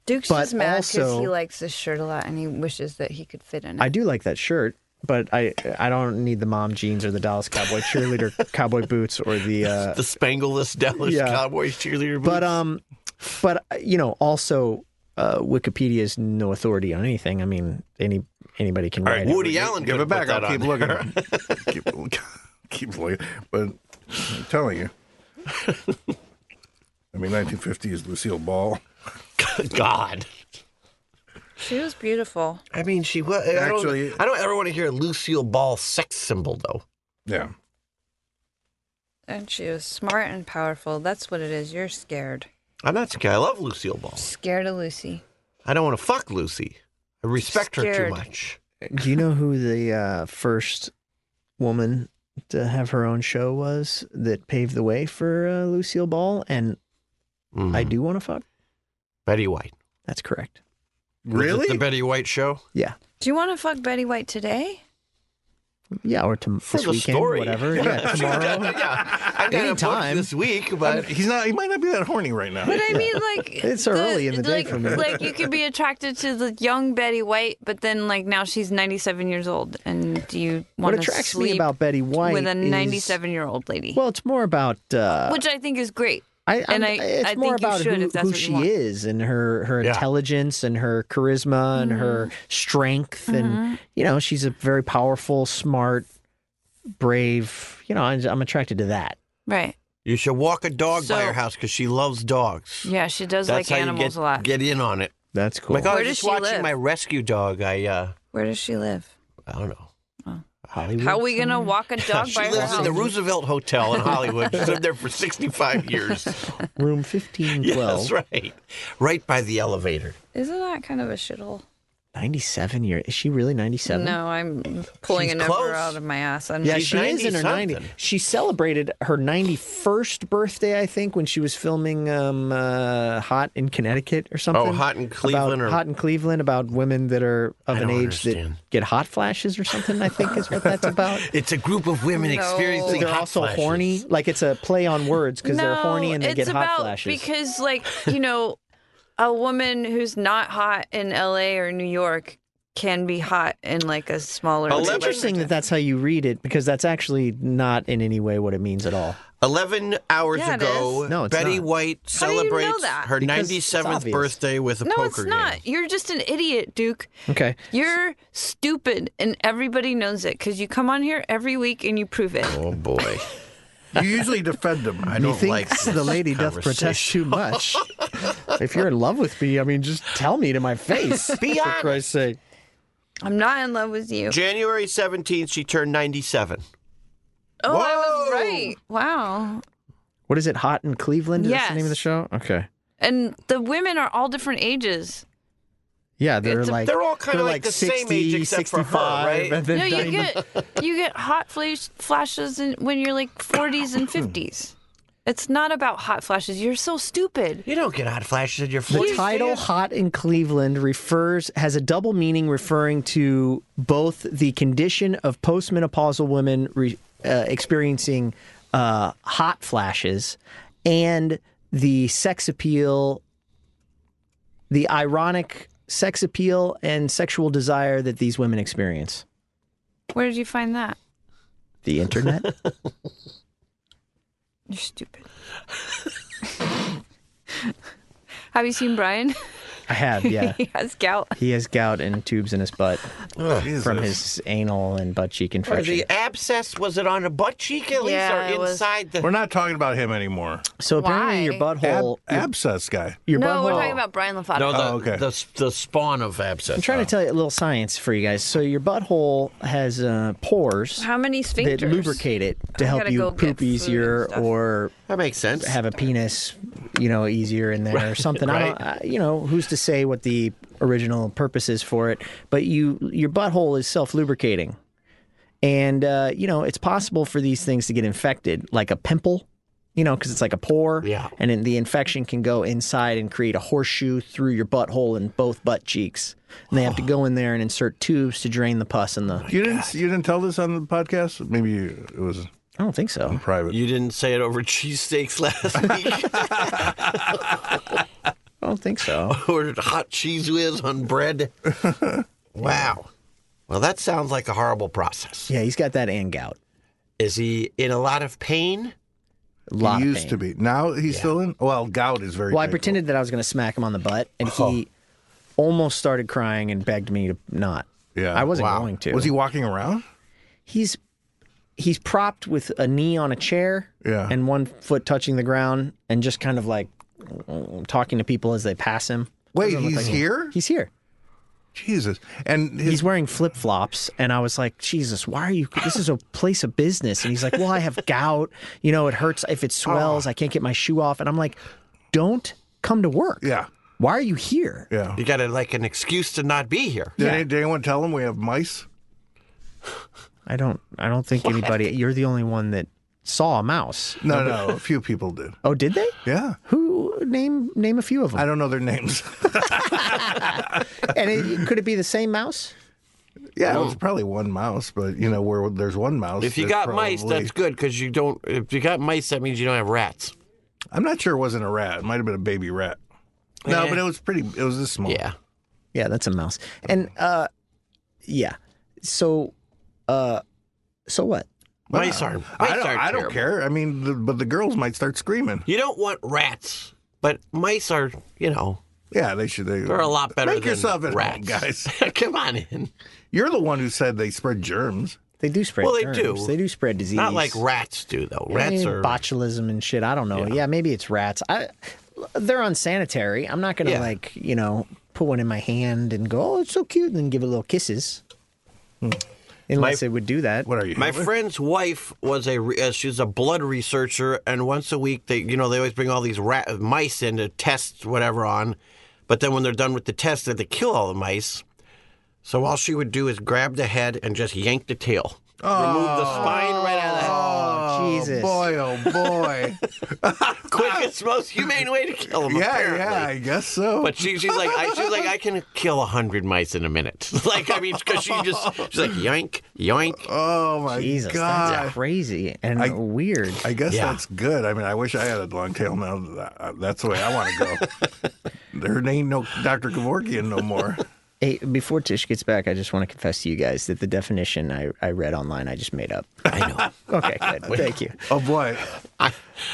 Speaker 2: Duke's
Speaker 10: But
Speaker 2: just mad because
Speaker 10: also-
Speaker 2: he likes this shirt a lot and he wishes that he could fit in it.
Speaker 10: I do like that shirt, but I I don't need the mom jeans or the Dallas Cowboy cheerleader cowboy boots or the. Uh,
Speaker 5: the spangleless Dallas
Speaker 10: Yeah.
Speaker 5: Cowboys cheerleader boots.
Speaker 10: but um, but uh, you know also. Uh, Wikipedia is no authority on anything. I mean, any anybody can write. it.
Speaker 5: Woody Allen
Speaker 3: Give
Speaker 5: could
Speaker 3: it
Speaker 5: have
Speaker 3: back.
Speaker 5: put that
Speaker 3: I'll keep
Speaker 5: on there.
Speaker 3: looking. keep, keep looking. But I'm telling you. I mean, 1950 is Lucille Ball.
Speaker 1: God,
Speaker 2: she was beautiful.
Speaker 5: I mean, she was. I don't,
Speaker 3: Actually-
Speaker 5: I don't ever want to hear a Lucille Ball sex symbol though.
Speaker 3: Yeah.
Speaker 2: And she was smart and powerful. That's what it is. You're scared.
Speaker 5: I'm not scared. I love Lucille Ball.
Speaker 2: Scared of Lucy.
Speaker 5: I don't want to fuck Lucy. I respect her
Speaker 2: Scared.
Speaker 5: too much.
Speaker 10: Do you know who the uh, first woman to have her own show was that paved the way for uh, Lucille Ball? And
Speaker 5: Mm.
Speaker 10: I do want to fuck.
Speaker 5: Betty White.
Speaker 10: That's correct.
Speaker 5: Was it
Speaker 3: Really?
Speaker 5: the Betty White show.
Speaker 10: Yeah.
Speaker 2: Do you want to fuck Betty White today?
Speaker 10: Yeah, or to, this
Speaker 5: the
Speaker 10: weekend,
Speaker 5: story.
Speaker 10: whatever. Yeah, tomorrow.
Speaker 5: yeah, I got a book
Speaker 10: Anytime.
Speaker 5: this week, but
Speaker 3: He's not. He might not be that horny right now.
Speaker 2: But I mean, like
Speaker 10: It's early in the day
Speaker 2: like,
Speaker 10: for me.
Speaker 2: Like you could be attracted to the young Betty White, but then like now she's ninety-seven years old, and do you
Speaker 10: What
Speaker 2: want to
Speaker 10: attracts
Speaker 2: sleep
Speaker 10: me about Betty White
Speaker 2: with a
Speaker 10: is-
Speaker 2: ninety-seven-year-old lady?
Speaker 10: Well, it's more about. Uh,
Speaker 2: which I think is great.
Speaker 10: I,
Speaker 2: and
Speaker 10: I'm-
Speaker 2: I-
Speaker 10: it's
Speaker 2: I
Speaker 10: more
Speaker 2: think you
Speaker 10: about
Speaker 2: should
Speaker 10: who,
Speaker 2: if that's
Speaker 10: who
Speaker 2: what you
Speaker 10: she
Speaker 2: want.
Speaker 10: is and her her
Speaker 5: Yeah.
Speaker 10: intelligence and her charisma and
Speaker 2: Mm-hmm.
Speaker 10: her strength and you know she's a very powerful, smart, brave. You know, I'm, I'm attracted to that.
Speaker 2: Right.
Speaker 5: you should walk a dog by
Speaker 2: So-
Speaker 5: her house because she loves dogs.
Speaker 2: Yeah, she does
Speaker 5: That's
Speaker 2: like
Speaker 5: how
Speaker 2: animals
Speaker 5: you get,
Speaker 2: a lot.
Speaker 5: get in on it.
Speaker 10: That's cool.
Speaker 5: Oh My God,
Speaker 2: Where
Speaker 5: I was
Speaker 2: does
Speaker 5: just
Speaker 2: she
Speaker 5: watching
Speaker 2: live?
Speaker 5: my rescue dog. I uh,
Speaker 2: Where does she live?
Speaker 5: I don't know. Hollywood.
Speaker 2: Oh. How are we gonna walk a dog
Speaker 5: she
Speaker 2: by her
Speaker 5: lives in
Speaker 2: house?
Speaker 5: the Roosevelt Hotel in Hollywood. She's lived there for 65 years.
Speaker 10: Room fifteen
Speaker 5: Yeah,
Speaker 10: twelve.
Speaker 5: that's right. Right by the elevator.
Speaker 2: Isn't that kind of a shithole?
Speaker 10: Ninety-seven year. Is she really ninety-seven?
Speaker 2: No, I'm pulling
Speaker 5: She's
Speaker 2: a number
Speaker 5: close.
Speaker 2: out of my ass. I'm
Speaker 10: Yeah,
Speaker 5: She's
Speaker 10: she is in her
Speaker 5: 90
Speaker 10: 90s.
Speaker 5: something.
Speaker 10: She celebrated her 91st birthday, I think, when she was filming um, uh, Hot in Connecticut or something.
Speaker 5: Oh, Hot in Cleveland
Speaker 10: About-
Speaker 5: or-
Speaker 10: Hot in Cleveland about women that are of
Speaker 5: I
Speaker 10: an
Speaker 5: don't
Speaker 10: age
Speaker 5: understand.
Speaker 10: that get hot flashes or something, I think is what that's about.
Speaker 5: It's a group of women
Speaker 2: No.
Speaker 5: experiencing
Speaker 10: They're
Speaker 5: hot
Speaker 10: also
Speaker 5: flashes.
Speaker 10: horny. Like it's a play on words because they're horny and they
Speaker 2: it's
Speaker 10: get
Speaker 2: about,
Speaker 10: hot flashes.
Speaker 2: Because, like, you know, a woman who's not hot in LA or New York can be hot in like a smaller.
Speaker 10: it's
Speaker 5: Eleven-
Speaker 10: interesting that that's how you read it because that's actually not in any way what it means at all.
Speaker 5: 11 hours
Speaker 2: Yeah, it
Speaker 5: ago,
Speaker 10: is. No, it's
Speaker 5: Betty
Speaker 10: not.
Speaker 5: White
Speaker 2: How do you know
Speaker 5: celebrates
Speaker 2: that?
Speaker 5: her
Speaker 10: Because it's
Speaker 5: 97th
Speaker 10: obvious.
Speaker 5: birthday with a
Speaker 2: No,
Speaker 5: poker
Speaker 2: it's not.
Speaker 5: game.
Speaker 2: You're just an idiot, Duke.
Speaker 10: Okay.
Speaker 2: You're stupid, and everybody knows it because you come on here every week and you prove it.
Speaker 5: Oh boy.
Speaker 3: You usually defend them.
Speaker 11: I don't like
Speaker 10: Methinks
Speaker 11: this
Speaker 10: the lady doth protest too much. if you're in love with me, I mean, just tell me to my face. Be For Christ's sake.
Speaker 2: I'm not in love with you.
Speaker 5: January 17th, she turned 97.
Speaker 2: Oh, I was right. Wow.
Speaker 10: What is it? Hot in Cleveland? Is that the name of the
Speaker 2: Yes.
Speaker 10: show? Okay.
Speaker 2: And the women are all different ages.
Speaker 10: Yeah, they're
Speaker 2: It's a-
Speaker 10: like
Speaker 5: they're all kinda
Speaker 10: they're
Speaker 5: like the same
Speaker 10: 60,
Speaker 5: age except for her,
Speaker 10: 65,
Speaker 5: right?
Speaker 10: and then
Speaker 2: No, you
Speaker 10: 90.
Speaker 2: get you get hot flash flashes in, when you're like 40s and 50s. It's not about hot flashes. You're so stupid.
Speaker 5: You don't get hot flashes in your
Speaker 10: The
Speaker 5: 40s.
Speaker 10: title "Hot in Cleveland" refers has a double meaning, referring to both the condition of postmenopausal women re, uh, experiencing uh, hot flashes and the sex appeal, the ironic sex appeal and sexual desire that these women experience.
Speaker 2: Where did you find that?
Speaker 10: The internet.
Speaker 2: You're stupid. Have you seen Brian?
Speaker 10: I have, yeah.
Speaker 2: he has gout.
Speaker 10: He has gout and tubes in his butt
Speaker 3: Jesus.
Speaker 10: from his anal and butt cheek
Speaker 5: Or
Speaker 10: infection.
Speaker 5: the abscess, was it on a butt cheek at least
Speaker 2: Yeah, it
Speaker 5: or
Speaker 2: was-
Speaker 5: inside the.
Speaker 3: We're not talking about him anymore.
Speaker 10: So apparently, your
Speaker 2: Why?
Speaker 3: Ab-
Speaker 10: butthole, your,
Speaker 3: abscess guy.
Speaker 10: your
Speaker 2: No,
Speaker 10: butthole.
Speaker 2: we're talking about Brian LaFave.
Speaker 5: No, the,
Speaker 3: Oh, okay.
Speaker 5: the, the spawn of abscess.
Speaker 10: I'm trying to tell you a little science for you guys. So your butthole has uh, pores
Speaker 2: How many sphincters?
Speaker 10: that lubricate it to
Speaker 2: I
Speaker 10: help
Speaker 2: gotta
Speaker 10: you
Speaker 2: go get
Speaker 10: poop
Speaker 2: food and
Speaker 10: easier
Speaker 2: stuff.
Speaker 10: or
Speaker 5: That makes sense.
Speaker 10: have a penis, you know, easier in there or something. I don't, I, you know, who's to say what the original purpose is for it? But you, your butthole is self-lubricating, and uh, you know it's possible for these things to get infected, like a pimple. You know, because it's like a pore,
Speaker 5: Yeah.
Speaker 10: and then the infection can go inside and create a horseshoe through your butthole and both butt cheeks. And they have to go in there and insert tubes to drain the pus and the. I
Speaker 3: You didn't. You didn't tell this on the podcast. Maybe you, it was
Speaker 10: don't think so.
Speaker 3: private.
Speaker 5: You didn't say it over cheesesteaks last week.
Speaker 10: I don't think so.
Speaker 5: Ordered hot cheese whiz on bread. Wow. Well, that sounds like a horrible process.
Speaker 10: Yeah, he's got that and gout.
Speaker 5: Is he in a lot of pain?
Speaker 10: A lot
Speaker 3: he
Speaker 10: of
Speaker 3: used
Speaker 10: pain.
Speaker 3: to be. Now he's still in. Well, gout is very.
Speaker 10: Well, I
Speaker 3: painful.
Speaker 10: pretended that I was going to smack him on the butt, and he almost started crying and begged me to not.
Speaker 3: Oh. Yeah,
Speaker 10: I wasn't
Speaker 3: wow.
Speaker 10: going to.
Speaker 3: Was he walking around?
Speaker 10: He's he's propped with a knee on a chair,
Speaker 3: Yeah.
Speaker 10: and one foot touching the ground, and just kind of like mm, talking to people as they pass him.
Speaker 3: Wait, he's here.
Speaker 10: He's here.
Speaker 3: Jesus, and his
Speaker 10: He's wearing flip flops, and I was like, Jesus, why are you? This is a place of business, and he's like, Well, I have gout. You know, it hurts if it
Speaker 3: Oh.
Speaker 10: swells. I can't get my shoe off, and I'm like, Don't come to work.
Speaker 3: yeah,
Speaker 10: Why are you here?
Speaker 3: yeah.
Speaker 5: You got a, like an excuse to not be here.
Speaker 3: Did, any- did anyone tell him we have mice?
Speaker 10: I don't. I don't think anybody. You're the only one that saw a mouse.
Speaker 3: No, no. a few people did.
Speaker 10: Oh, did they?
Speaker 3: Yeah,
Speaker 10: Who name name a few of
Speaker 3: I
Speaker 10: them?
Speaker 3: don't know their names.
Speaker 10: And it, could it be the same mouse?
Speaker 3: yeah, it was probably one mouse, but you know where there's one mouse.
Speaker 5: If you
Speaker 3: there's
Speaker 5: got mice,
Speaker 3: probably-
Speaker 5: that's good because you don't. If you got mice, that means you don't have rats.
Speaker 3: I'm not sure it wasn't a rat. It might have been a baby rat. No,
Speaker 5: Eh.
Speaker 3: but it was pretty. It was this small.
Speaker 5: Yeah.
Speaker 10: Yeah, that's a mouse. And uh, yeah. So, uh, so what?
Speaker 5: Mice aren't. Mice
Speaker 3: I don't.
Speaker 5: aren't
Speaker 3: I don't
Speaker 5: terrible.
Speaker 3: care. I mean, the, but the girls might start screaming.
Speaker 5: You don't want rats, but mice are, you know,
Speaker 3: Yeah, they should. They,
Speaker 5: they're a lot better
Speaker 3: Make
Speaker 5: than
Speaker 3: yourself at
Speaker 5: rats.
Speaker 3: home, guys.
Speaker 5: Come on in.
Speaker 3: You're the one who said they spread germs.
Speaker 10: They do spread.
Speaker 5: Well, they
Speaker 10: germs.
Speaker 5: do.
Speaker 10: They do spread disease.
Speaker 5: Not like rats do, though.
Speaker 10: I
Speaker 5: Rats
Speaker 10: mean,
Speaker 5: are.
Speaker 10: botulism and shit. I don't know. Yeah, maybe it's rats. I they're unsanitary. I'm not gonna
Speaker 5: Yeah.
Speaker 10: like you know put one in my hand and go, oh, it's so cute, and then give it little kisses.
Speaker 5: Hmm.
Speaker 10: Unless it would do that.
Speaker 3: What are you?
Speaker 5: My
Speaker 3: Hitler?
Speaker 5: friend's wife was a re- uh, she's a blood researcher, and once a week they you know they always bring all these rat mice in to test whatever on, but then when they're done with the test, they have to kill all the mice. So all she would do is grab the head and just yank the tail, remove the spine right out of the head.
Speaker 10: Oh, Jesus.
Speaker 3: Boy, oh boy.
Speaker 5: Quickest, most humane way to kill them.
Speaker 3: yeah,
Speaker 5: apparently.
Speaker 3: yeah. I guess so.
Speaker 5: But she, she's like, I, she's like, I can kill a hundred mice in a minute. Like, I mean, because she just, she's like, yoink, yoink.
Speaker 3: oh my
Speaker 10: Jesus,
Speaker 3: god.
Speaker 10: that's crazy and
Speaker 3: I-
Speaker 10: weird.
Speaker 3: I guess
Speaker 5: Yeah.
Speaker 3: that's good. I mean, I wish I had a long tail now. That- uh, That's the way I want to go. there ain't no Dr. Kevorkian no more.
Speaker 10: Hey, before Tish gets back, I just want to confess to you guys that the definition I, I read online I just made up.
Speaker 5: I know.
Speaker 10: Okay, good. Thank you.
Speaker 3: Oh boy.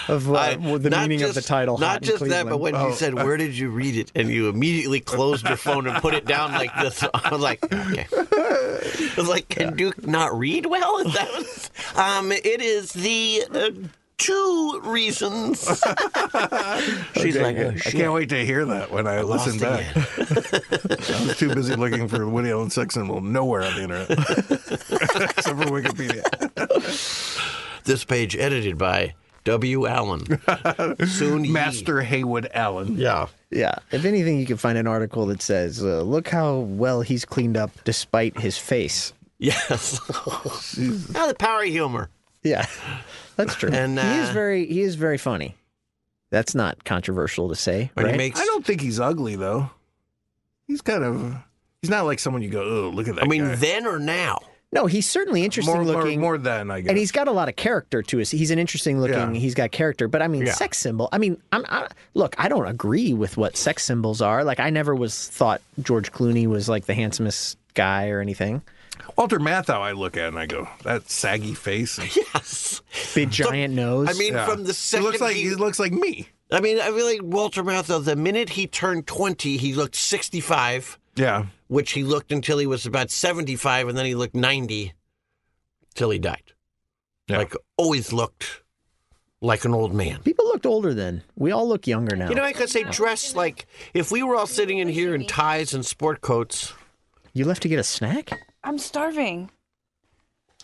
Speaker 10: Of uh,
Speaker 5: I-
Speaker 10: well, the
Speaker 5: not
Speaker 10: meaning of the
Speaker 5: just-
Speaker 10: title.
Speaker 5: Not
Speaker 10: Hot in
Speaker 5: just that, but
Speaker 10: Cleveland.
Speaker 5: when you said, "Where did you read it?" and you immediately closed your phone and put it down like this, I was like, "Okay." I was like, "Can Duke not read well?" That was, um, it is the uh, two reasons.
Speaker 1: She's
Speaker 3: Okay,
Speaker 1: like,
Speaker 3: good.
Speaker 1: oh,
Speaker 3: I
Speaker 1: shit.
Speaker 3: can't wait to hear that when I, listen
Speaker 5: lost
Speaker 3: back. I was too busy looking for Woody Allen sex symbol nowhere on the internet, except for Wikipedia.
Speaker 1: This page edited by W. Allen. Soon Yee.
Speaker 3: Master Haywood Allen.
Speaker 5: yeah.
Speaker 10: Yeah. If anything, you can find an article that says, uh, "Look how well he's cleaned up despite his face."
Speaker 1: Yes. Ah, the power of humor.
Speaker 10: Yeah, that's true.
Speaker 1: And,
Speaker 10: he is
Speaker 1: uh,
Speaker 10: very he is very funny. That's not controversial to say,
Speaker 1: When
Speaker 10: right?
Speaker 1: he makes,
Speaker 3: I
Speaker 1: I,
Speaker 3: don't think he's ugly though. He's kind of. He's not like someone you go, oh, look at that.
Speaker 1: mean,
Speaker 3: guy."
Speaker 1: then or now?
Speaker 10: no, he's certainly interesting
Speaker 3: more,
Speaker 10: looking.
Speaker 3: More, more than I guess.
Speaker 10: and he's got a lot of character to us. He's an interesting looking.
Speaker 3: Yeah.
Speaker 10: He's got character, but I mean,
Speaker 3: Yeah.
Speaker 10: sex symbol. I mean, I'm I, look. I don't agree with what sex symbols are. Like, I never was thought George Clooney was like the handsomest guy or anything.
Speaker 3: Walter Matthau. I look at and I go, that saggy face.
Speaker 1: Yes.
Speaker 10: Big giant nose.
Speaker 1: I mean,
Speaker 3: Yeah.
Speaker 1: from the
Speaker 3: he
Speaker 1: second
Speaker 3: looks like
Speaker 1: he-
Speaker 3: he looks like me.
Speaker 1: I mean, I really Walter Matthau. The minute he turned twenty, he looked sixty-five,
Speaker 3: Yeah.
Speaker 1: which he looked until he was about seventy-five, and then he looked ninety till he died.
Speaker 3: Yeah.
Speaker 1: Like always looked like an old man.
Speaker 10: people looked older then. We all look younger now.
Speaker 1: You know, I could say dress like if we were all sitting in here in ties and sport coats.
Speaker 10: you left to get a snack.
Speaker 2: I'm starving.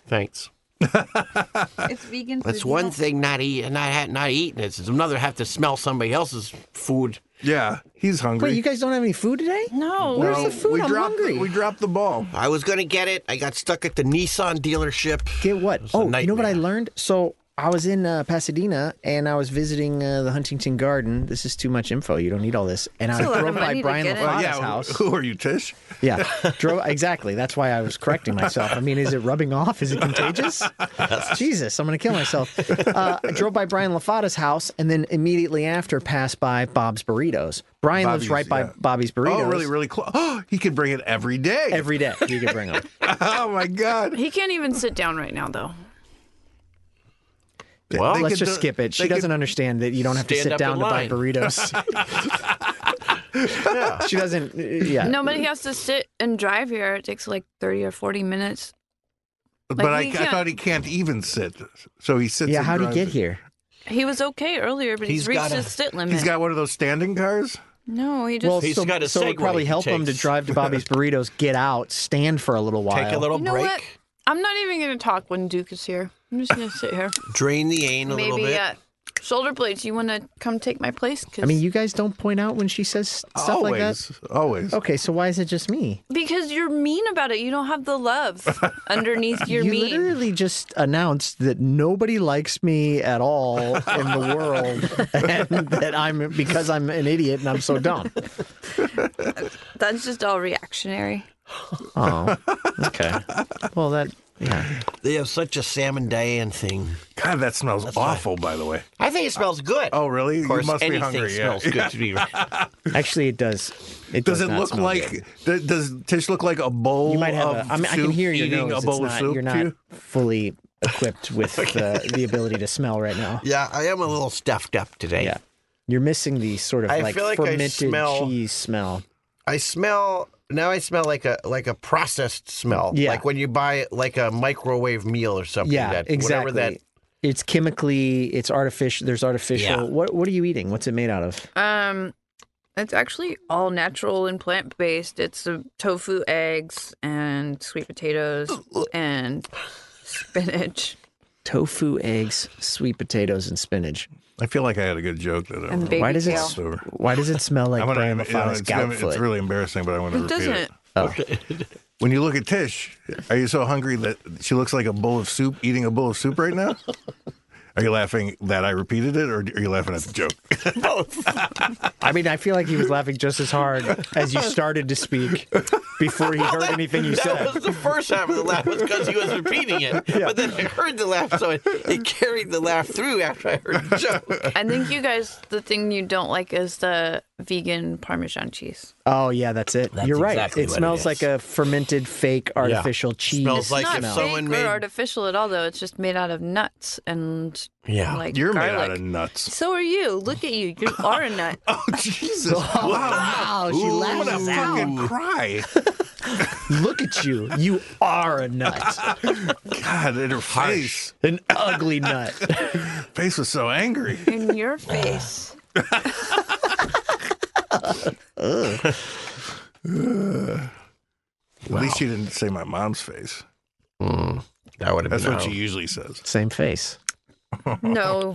Speaker 1: Thanks.
Speaker 2: It's vegan.
Speaker 1: That's
Speaker 2: food, you
Speaker 1: one
Speaker 2: don't-
Speaker 1: thing not eat not ha- not eating. It's another have to smell somebody else's food.
Speaker 3: Yeah. He's hungry.
Speaker 10: Wait, you guys don't have any food today?
Speaker 2: No.
Speaker 10: Where's the food?
Speaker 3: We
Speaker 10: I'm
Speaker 3: dropped the-
Speaker 10: hungry.
Speaker 3: we dropped the ball.
Speaker 1: I was gonna get it. I got stuck at the Nissan dealership.
Speaker 10: Get what?
Speaker 1: a
Speaker 10: Oh, you know what I
Speaker 1: nightmare.
Speaker 10: learned? So I was in uh, Pasadena and I was visiting uh, the Huntington Garden. This is too much info. You don't need all this. And I
Speaker 2: That's a lot of
Speaker 10: drove by
Speaker 2: money to
Speaker 10: Brian
Speaker 2: get in.
Speaker 10: LaFonta's
Speaker 2: Well,
Speaker 3: yeah.
Speaker 10: house.
Speaker 3: Who are you, Tish?
Speaker 10: Yeah, drove exactly. That's why I was correcting myself. I mean, is it rubbing off? Is it contagious? Jesus, I'm going to kill myself. Uh, I drove by Brian LaFada's house and then immediately after passed by Bob's Burritos. Brian lives
Speaker 3: Bobby's,
Speaker 10: right by
Speaker 3: yeah.
Speaker 10: Bobby's Burritos.
Speaker 3: Oh, really, really close. Oh, he could bring it every day.
Speaker 10: Every day you can bring them.
Speaker 3: oh my God.
Speaker 2: He can't even sit down right now, though.
Speaker 1: Well,
Speaker 3: They
Speaker 10: Let's
Speaker 3: could
Speaker 10: just
Speaker 3: do-
Speaker 10: skip it. She
Speaker 3: they could-
Speaker 10: doesn't understand that you don't have to
Speaker 1: Stand
Speaker 10: sit
Speaker 1: up
Speaker 10: down
Speaker 1: in
Speaker 10: to buy
Speaker 1: line.
Speaker 10: burritos. She doesn't. uh, Yeah.
Speaker 2: No, but he has to sit and drive here. It takes like 30 or 40 minutes.
Speaker 3: But
Speaker 2: Like,
Speaker 3: I,
Speaker 2: he
Speaker 3: I
Speaker 2: can't-
Speaker 3: thought he can't even sit, so he sits.
Speaker 10: Yeah.
Speaker 3: and
Speaker 10: How would he
Speaker 3: drives
Speaker 10: get
Speaker 3: it.
Speaker 10: here?
Speaker 2: He was okay earlier, but he's,
Speaker 1: He's
Speaker 2: reached
Speaker 1: gotta-
Speaker 2: his sit limit.
Speaker 3: He's got one of those standing cars.
Speaker 2: no, he just.
Speaker 10: Well,
Speaker 1: He's
Speaker 10: so,
Speaker 1: got a
Speaker 10: so it'd
Speaker 1: Segway
Speaker 10: probably
Speaker 1: he
Speaker 10: help him to
Speaker 1: takes.
Speaker 10: drive to Bobby's Burritos, get out, stand for a little while.
Speaker 1: Take a little
Speaker 2: you know
Speaker 1: break.
Speaker 2: what? I'm not even going to talk when Duke is here. I'm just going to sit here.
Speaker 1: Drain the ain a little
Speaker 2: Maybe
Speaker 1: bit.
Speaker 2: uh, shoulder blades. You want to come take my place? 'Cause-
Speaker 10: I mean, you guys don't point out when she says stuff like that.
Speaker 3: always, always.
Speaker 10: Okay, so why is it just me?
Speaker 2: because you're mean about it. You don't have the love underneath your
Speaker 10: you
Speaker 2: mean.
Speaker 10: literally just announced that nobody likes me at all in the world, and that I'm because I'm an idiot and I'm so dumb.
Speaker 2: That's just all reactionary.
Speaker 10: Oh, okay. Well, that yeah.
Speaker 1: They have such a salmon Diane thing.
Speaker 3: God, that smells awful. By the way.
Speaker 1: I think it smells good.
Speaker 3: Oh, really?
Speaker 1: Of course,
Speaker 3: you must be
Speaker 1: anything
Speaker 3: hungry. yeah.
Speaker 1: smells good to me.
Speaker 10: Actually, it does. It
Speaker 3: Does,
Speaker 10: does,
Speaker 3: it
Speaker 10: not
Speaker 3: look
Speaker 10: smell
Speaker 3: like?
Speaker 10: good.
Speaker 3: th- Does Tish look like a bowl
Speaker 10: You might have.
Speaker 3: of
Speaker 10: a, I mean, I can
Speaker 3: soup,
Speaker 10: hear your
Speaker 3: eating
Speaker 10: nose.
Speaker 3: a bowl
Speaker 10: it's
Speaker 3: of
Speaker 10: not,
Speaker 3: soup
Speaker 10: you're
Speaker 3: to
Speaker 10: not
Speaker 3: you?
Speaker 10: fully equipped with uh, the ability to smell right now.
Speaker 1: yeah, I am a little stuffed up today.
Speaker 10: Yeah, you're missing the sort of
Speaker 5: I
Speaker 10: like
Speaker 5: feel like I
Speaker 10: fermented
Speaker 5: smell-
Speaker 10: cheese smell.
Speaker 5: I smell now. I smell like a like a processed smell.
Speaker 10: Yeah.
Speaker 5: Like when you buy like a microwave meal or something.
Speaker 10: Yeah,
Speaker 5: that,
Speaker 10: exactly.
Speaker 5: Whatever that.
Speaker 10: It's chemically. It's artificial. There's
Speaker 1: Yeah.
Speaker 10: artificial. What What are you eating? What's it made out of?
Speaker 2: Um, it's actually all natural and plant based. It's uh, tofu, eggs, and sweet potatoes and spinach
Speaker 10: Tofu, eggs, sweet potatoes, and spinach.
Speaker 3: I feel like I had a good joke that I
Speaker 2: and
Speaker 3: was
Speaker 2: baby
Speaker 10: Why does it?
Speaker 2: kale.
Speaker 10: s- Why does it smell like
Speaker 3: I'm gonna,
Speaker 10: Brian
Speaker 3: you know,
Speaker 10: LaFonta's
Speaker 3: it's, gonna-
Speaker 10: gout
Speaker 3: it's
Speaker 10: foot?
Speaker 3: really embarrassing, but I want to
Speaker 2: It
Speaker 3: repeat it.
Speaker 2: doesn't.
Speaker 3: When you look at Tish, are you so hungry that she looks like a bowl of soup, eating a bowl of soup right now? Are you laughing that I repeated it, or are you laughing at the joke?
Speaker 10: I mean, I feel like he was laughing just as hard as you started to speak before he heard anything you said.
Speaker 1: That was the first half of the laugh was because he was repeating it. But then I heard the laugh, so it, it carried the laugh through after I heard the joke.
Speaker 2: I think you guys, the thing you don't like is the vegan Parmesan cheese.
Speaker 10: Oh yeah, that's it.
Speaker 1: That's
Speaker 10: You're right.
Speaker 1: exactly
Speaker 10: it
Speaker 1: what it
Speaker 10: smells
Speaker 1: is.
Speaker 10: like a fermented fake artificial cheese.
Speaker 1: Smells like
Speaker 2: It's not
Speaker 1: if
Speaker 10: smell.
Speaker 1: someone-
Speaker 2: fake
Speaker 1: made-
Speaker 2: or artificial at all, though. It's just made out of nuts and
Speaker 1: Yeah.
Speaker 2: like
Speaker 3: You're
Speaker 2: garlic.
Speaker 3: made out of nuts.
Speaker 2: so are you. Look at you. You are a nut.
Speaker 3: Oh Jesus! wow,
Speaker 10: Wow, she
Speaker 3: I'm
Speaker 10: laughed
Speaker 3: gonna
Speaker 10: out.
Speaker 3: fucking cry.
Speaker 10: Look at you. You are a nut.
Speaker 3: God, and her face,
Speaker 10: An ugly nut.
Speaker 3: face was so angry.
Speaker 2: in your face.
Speaker 3: At least she didn't say my mom's face.
Speaker 5: That would have been
Speaker 3: That's what
Speaker 5: out.
Speaker 3: she usually says.
Speaker 10: Same face.
Speaker 2: No,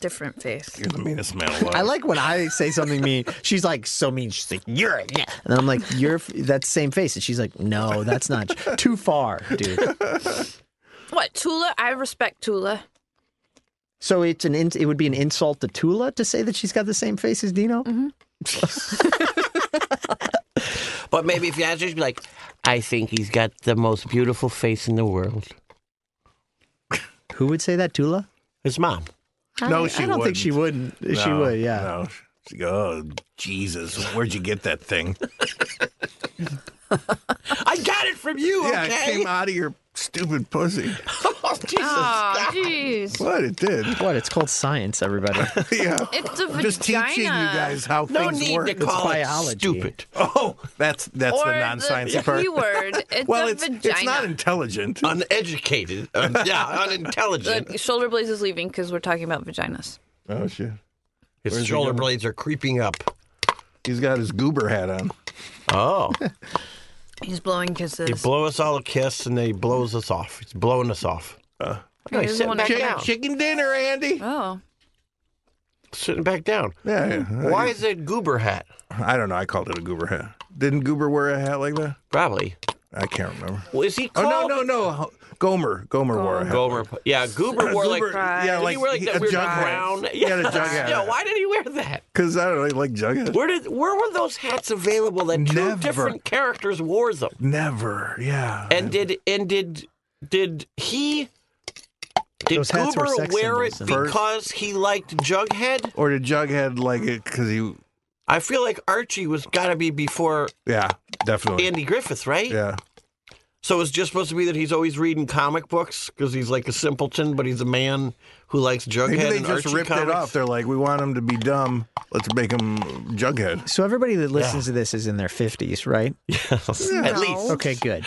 Speaker 2: different face.
Speaker 3: You're the meanest man alive.
Speaker 10: I like when I say something mean. She's like so mean. She's like, "You're a yeah," and I'm like, "You're f- that's same face." And she's like, "No, that's not too far, dude."
Speaker 2: What Tula? I respect Tula.
Speaker 10: So it's an in, it would be an insult to Tula to say that she's got the same face as Dino.
Speaker 1: But maybe if you ask her, she'd be like, I think he's got the most beautiful face in the world.
Speaker 10: Who would say that, Tula?
Speaker 1: His mom.
Speaker 3: no, she
Speaker 10: I don't think she wouldn't. she
Speaker 3: No,
Speaker 10: would, yeah.
Speaker 3: No. She go, oh, Jesus, where'd you get that thing?
Speaker 1: I got it from you,
Speaker 3: yeah, it
Speaker 1: okay?
Speaker 3: came out Ah, of your stupid pussy.
Speaker 1: Oh, Jesus.
Speaker 2: Oh, jeez.
Speaker 3: What it did.
Speaker 10: What? It's called science, everybody.
Speaker 3: yeah.
Speaker 2: It's a vagina.
Speaker 3: I'm just teaching you guys how
Speaker 1: No
Speaker 3: things
Speaker 1: need
Speaker 3: work.
Speaker 1: to call it
Speaker 10: biology.
Speaker 1: stupid.
Speaker 3: oh, that's that's
Speaker 2: or
Speaker 3: the non sciencey part.
Speaker 2: P word. It's
Speaker 3: well,
Speaker 2: a
Speaker 3: it's
Speaker 2: vagina.
Speaker 3: it's not intelligent.
Speaker 1: Uneducated. Un- yeah, unintelligent.
Speaker 2: the shoulder blaze is leaving because we're talking about vaginas.
Speaker 3: oh shit.
Speaker 1: His shoulder blades are creeping up.
Speaker 3: He's got his goober hat on.
Speaker 1: Oh.
Speaker 2: He's blowing kisses.
Speaker 1: They blow us all a kiss and they blows us off. He's blowing us off.
Speaker 2: He doesn't
Speaker 1: sit
Speaker 2: wanna
Speaker 1: back
Speaker 2: get
Speaker 1: down.
Speaker 2: out.
Speaker 3: Chicken dinner, Andy.
Speaker 2: Oh,
Speaker 1: Sitting back down.
Speaker 3: Yeah, yeah.
Speaker 1: Why is it goober hat?
Speaker 3: I don't know. I called it a goober hat. Didn't goober wear a hat like that?
Speaker 1: Probably.
Speaker 3: I can't remember.
Speaker 1: Well, is he
Speaker 3: Oh
Speaker 1: called?
Speaker 3: no, no, no. Gomer, Gomer wore a hat.
Speaker 1: Gomer. Yeah, goober wore like.
Speaker 3: Goober- yeah,
Speaker 1: did
Speaker 3: like
Speaker 1: he wear like
Speaker 3: he-
Speaker 1: that
Speaker 3: a
Speaker 1: weird
Speaker 3: jug hat.
Speaker 1: brown?
Speaker 3: He had a jug hat.
Speaker 1: Yeah, why did he wear that?
Speaker 3: Because I don't know, he liked Jughead.
Speaker 1: Where did where were those hats available that two
Speaker 3: Never.
Speaker 1: different characters wore them?
Speaker 3: Never, yeah.
Speaker 1: And did and did did he did
Speaker 10: Those hats were
Speaker 1: Goober
Speaker 10: sex
Speaker 1: wear it
Speaker 10: symbols, and-
Speaker 1: because he liked Jughead?
Speaker 3: or did Jughead like it because he?
Speaker 1: I feel like Archie was gotta be before
Speaker 3: Yeah, definitely.
Speaker 1: Andy Griffith, right?
Speaker 3: yeah,
Speaker 1: So it's just supposed to be that he's always reading comic books because he's like a simpleton, but he's a man who likes Jughead
Speaker 3: maybe they
Speaker 1: and
Speaker 3: just
Speaker 1: Archie
Speaker 3: ripped
Speaker 1: comics.
Speaker 3: it off. They're like, we want him to be dumb. Let's make him Jughead.
Speaker 10: So everybody that listens to this is in their 50s, right?
Speaker 1: At least
Speaker 10: Okay, good.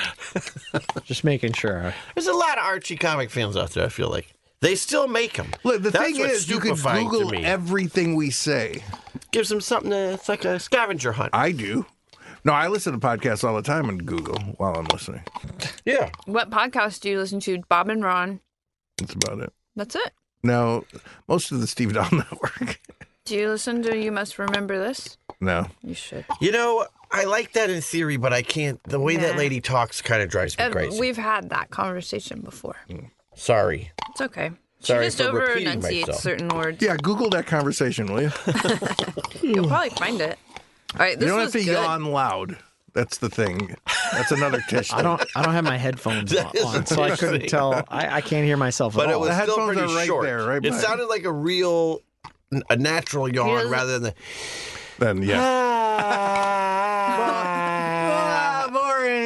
Speaker 10: Just making sure.
Speaker 1: there's a lot of Archie comic fans out there. I feel like they still make them.
Speaker 3: Look, the
Speaker 1: That's
Speaker 3: thing
Speaker 1: what's
Speaker 3: is, you can
Speaker 1: stupefying to
Speaker 3: Google
Speaker 1: me.
Speaker 3: everything we say.
Speaker 1: gives them something. To, it's like a scavenger hunt.
Speaker 3: I do. No, I listen to podcasts all the time and Google while I'm listening.
Speaker 1: yeah,
Speaker 2: what podcast do you listen to? Bob and Ron.
Speaker 3: That's about it.
Speaker 2: That's it.
Speaker 3: No, most of the Steve Dahl Network.
Speaker 2: Do you listen to You Must Remember This? Uh,
Speaker 3: No,
Speaker 2: You should.
Speaker 1: you know. I like that in theory, but I can't. The way that
Speaker 2: Nah.
Speaker 1: lady talks kind of drives me
Speaker 2: Uh,
Speaker 1: crazy.
Speaker 2: We've had that conversation before.
Speaker 3: Mm.
Speaker 1: Sorry.
Speaker 2: It's okay. She
Speaker 1: Sorry
Speaker 2: just
Speaker 1: for
Speaker 2: over
Speaker 1: repeating
Speaker 2: enunciates
Speaker 1: myself.
Speaker 2: certain words.
Speaker 3: yeah, Google that conversation, will you?
Speaker 2: You'll probably find it. All right, this
Speaker 3: you don't
Speaker 2: was
Speaker 3: have to
Speaker 2: good.
Speaker 3: yawn loud. That's the thing. That's another tish.
Speaker 10: I don't I don't have my headphones on,
Speaker 1: is
Speaker 10: so I couldn't
Speaker 1: interesting.
Speaker 10: tell. I, I can't hear myself
Speaker 1: But
Speaker 10: at
Speaker 1: it
Speaker 10: all.
Speaker 1: was
Speaker 3: the
Speaker 1: still
Speaker 3: headphones
Speaker 1: pretty
Speaker 3: are right
Speaker 1: short.
Speaker 3: there, right
Speaker 1: it
Speaker 3: by-
Speaker 1: sounded like a real, a natural yawn
Speaker 2: doesn't-
Speaker 1: rather than the.
Speaker 3: Then yeah.
Speaker 1: Ah, boring.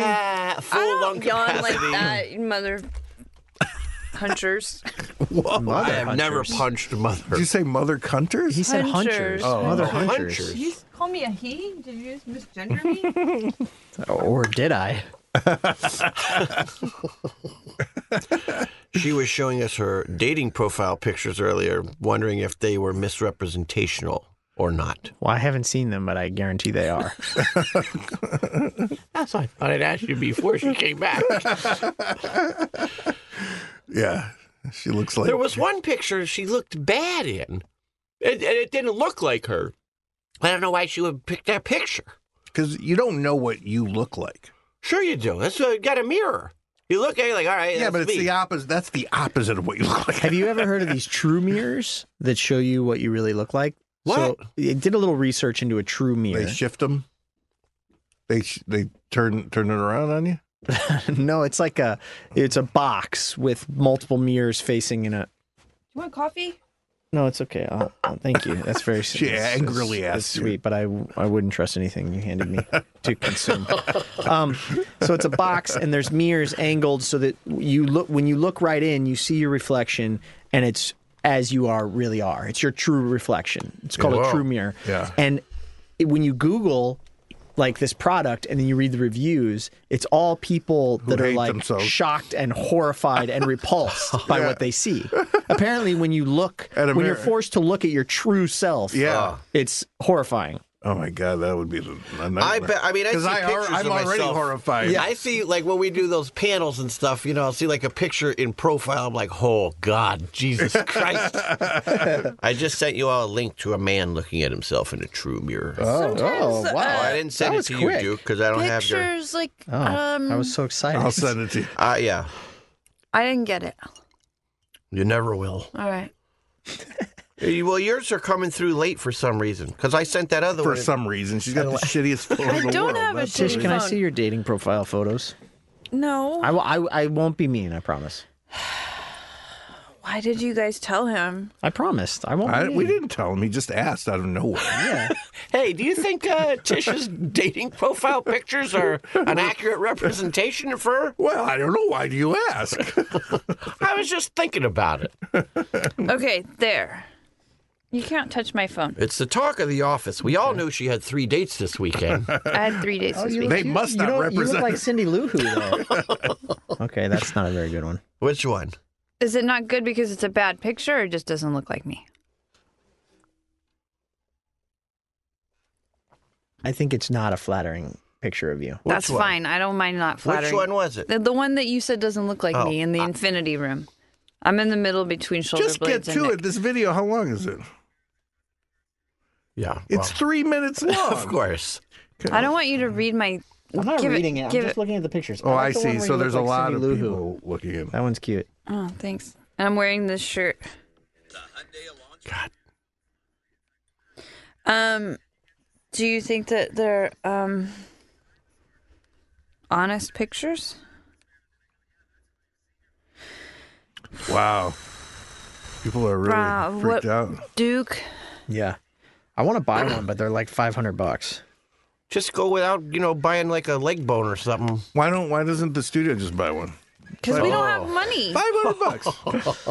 Speaker 1: full
Speaker 2: I don't
Speaker 1: lung
Speaker 2: yawn
Speaker 1: capacity.
Speaker 2: like that, you mother hunchers.
Speaker 1: I have never punched mother.
Speaker 3: Did you say mother cunters?
Speaker 10: He said
Speaker 2: Hunchers.
Speaker 10: hunchers.
Speaker 2: Oh,
Speaker 10: mother
Speaker 1: hunchers.
Speaker 10: hunchers.
Speaker 2: you call me a he? Did you just misgender me?
Speaker 10: Or did I?
Speaker 1: She was showing us her dating profile pictures earlier, wondering if they were misrepresentational or not.
Speaker 10: Well, I haven't seen them, but I guarantee they are.
Speaker 1: That's what I thought I'd asked you before she came back.
Speaker 3: Yeah. She looks like
Speaker 1: there was one picture she looked bad in, and, and it didn't look like her. I don't know why she would pick that picture.
Speaker 3: because you don't know what you look like.
Speaker 1: Sure, you do. That's why you got a mirror. You look at it like, all right,
Speaker 3: Yeah, but
Speaker 1: that's
Speaker 3: it's
Speaker 1: me.
Speaker 3: the opposite. That's the opposite of what you look like.
Speaker 10: Have you ever heard of these true mirrors that show you what you really look like? So
Speaker 1: What?
Speaker 10: it did a little research into a true
Speaker 3: They
Speaker 10: mirror.
Speaker 3: shift them. They sh- they turn turn it around on you.
Speaker 10: no, it's like a it's a box with multiple mirrors facing in a
Speaker 2: You want coffee?
Speaker 10: No, it's okay. Uh, uh, thank you. That's very
Speaker 3: She
Speaker 10: it's-
Speaker 3: angrily
Speaker 10: it's- it's
Speaker 3: asked you.
Speaker 10: sweet, but I I wouldn't trust anything you handed me to consume. Um, so it's a box, and there's mirrors angled so that you look when you look right in, you see your reflection, and it's as you are really are. It's your true reflection. It's called a true mirror.
Speaker 3: Yeah.
Speaker 10: And it- when you Google like this product and then you read the reviews, it's all people that are
Speaker 3: hate
Speaker 10: like
Speaker 3: themselves.
Speaker 10: shocked and horrified and repulsed by what they see. Apparently, when you look,
Speaker 3: At a
Speaker 10: when you're
Speaker 3: mirror.
Speaker 10: forced to look at your true self,
Speaker 3: Yeah.
Speaker 10: it's horrifying.
Speaker 3: Oh my god, that would be the.
Speaker 1: I bet. I mean, I see
Speaker 3: because I
Speaker 1: pictures
Speaker 3: am
Speaker 1: of
Speaker 3: already
Speaker 1: myself.
Speaker 3: horrified.
Speaker 1: I
Speaker 12: I
Speaker 1: see, like when we do those panels and stuff, you know, I'll see like a picture in profile. I'm like, oh God, Jesus Christ! I just sent you all a link to a man looking at himself in a true mirror.
Speaker 6: Sometimes,
Speaker 10: oh, wow.
Speaker 6: uh,
Speaker 1: Oh, I didn't
Speaker 10: that
Speaker 1: send it
Speaker 10: was
Speaker 1: to
Speaker 10: quick.
Speaker 1: you, Duke, because I don't have your.
Speaker 6: pictures like
Speaker 10: Oh,
Speaker 6: um
Speaker 10: I was so excited.
Speaker 3: I'll send it to you.
Speaker 12: Ah,
Speaker 1: Uh, yeah,
Speaker 6: I didn't get it.
Speaker 1: you never will.
Speaker 6: All right.
Speaker 1: Eh, Well, yours are coming through late for some reason because I sent that other
Speaker 3: For
Speaker 1: one.
Speaker 3: some reason, she's got the shittiest phone
Speaker 6: I
Speaker 3: in the
Speaker 6: don't
Speaker 3: world.
Speaker 6: have a
Speaker 3: That's
Speaker 6: shitty
Speaker 3: the
Speaker 10: Tish, can I
Speaker 6: phone.
Speaker 10: see your dating profile photos?
Speaker 6: No.
Speaker 10: I, will- I, I won't be mean, I promise.
Speaker 6: Why did you guys tell him?
Speaker 10: I promised. I won't.
Speaker 3: I,
Speaker 10: be
Speaker 3: we
Speaker 10: mean.
Speaker 3: didn't tell him. He just asked out of nowhere.
Speaker 12: Hey, do you think uh, Tish's dating profile pictures are an accurate representation of her?
Speaker 3: Well, I don't know. Why do you ask?
Speaker 12: I was just thinking about it.
Speaker 6: Okay, there. You can't touch my phone.
Speaker 12: It's the talk of the office. We all knew she had three dates this weekend.
Speaker 6: I had three dates this week.
Speaker 3: they must
Speaker 10: Oh, you,
Speaker 3: not
Speaker 10: don't- you
Speaker 3: represent.
Speaker 10: look like Cindy Lou Who, though. okay, that's not a very good one.
Speaker 1: Which one?
Speaker 6: Is it not good because it's a bad picture or it just doesn't look like me?
Speaker 10: I think it's not a flattering picture of you.
Speaker 6: That's
Speaker 1: one?
Speaker 6: fine. I don't mind not flattering.
Speaker 1: Which one was it?
Speaker 6: The, the one that you said doesn't look like
Speaker 1: Oh,
Speaker 6: me in the infinity room. I'm in the middle between shoulder
Speaker 3: just get
Speaker 6: blades and
Speaker 3: to
Speaker 6: neck.
Speaker 3: it. This video. How long is it?
Speaker 12: Yeah.
Speaker 3: It's three minutes long.
Speaker 12: Of course.
Speaker 6: I don't want you to read my.
Speaker 10: I'm not
Speaker 6: give
Speaker 10: reading it. I'm
Speaker 6: give
Speaker 10: just looking at the pictures.
Speaker 3: Oh,
Speaker 10: like
Speaker 3: I
Speaker 10: the one
Speaker 3: see.
Speaker 10: where
Speaker 3: So
Speaker 10: you
Speaker 3: there's a
Speaker 10: look like
Speaker 3: lot
Speaker 10: Cindy
Speaker 3: of
Speaker 10: Lou Who.
Speaker 3: people looking in.
Speaker 10: That one's cute.
Speaker 6: Oh, thanks. And I'm wearing this shirt. God. Um, do you think that they're um honest pictures?
Speaker 3: Wow. People are really
Speaker 6: Wow,
Speaker 3: freaked
Speaker 6: what-
Speaker 3: out.
Speaker 6: Duke.
Speaker 10: Yeah, I want to buy one, but they're like 500 bucks.
Speaker 1: Just go without, you know, buying like a leg bone or something.
Speaker 3: Why don't? Why doesn't the studio just buy one?
Speaker 6: Because we don't have money.
Speaker 3: Five hundred bucks.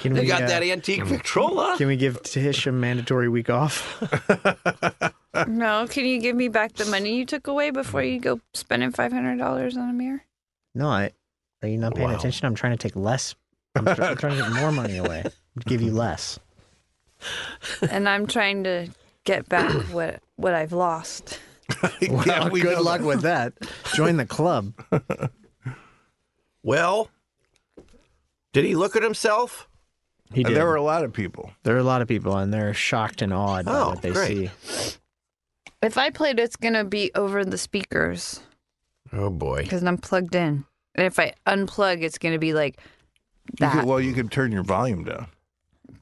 Speaker 10: Can
Speaker 12: You
Speaker 10: we?
Speaker 12: got
Speaker 10: uh,
Speaker 12: that antique Victrola?
Speaker 10: Can we give Tish a mandatory week off?
Speaker 6: No, can you give me back the money you took away before you go spending five hundred dollars on a mirror?
Speaker 10: No, I. Are you not paying attention? I'm trying to take less. I'm, tr- I'm trying to get more money away. Give you less.
Speaker 6: And I'm trying to get back what what I've lost.
Speaker 10: Well,
Speaker 3: Yeah, we
Speaker 10: good
Speaker 3: know
Speaker 10: luck
Speaker 3: that.
Speaker 10: with that. Join the club.
Speaker 1: Well, did he look at himself?
Speaker 10: He did.
Speaker 3: There were a lot of people.
Speaker 10: There are a lot of people, and they're shocked and awed by
Speaker 1: Oh,
Speaker 10: what they
Speaker 1: great.
Speaker 10: see.
Speaker 6: If I played, it's gonna be over the speakers
Speaker 1: Oh boy.
Speaker 6: because I'm plugged in. And if I unplug, it's gonna be like
Speaker 3: You
Speaker 6: that.
Speaker 3: could, well, you could turn your volume down.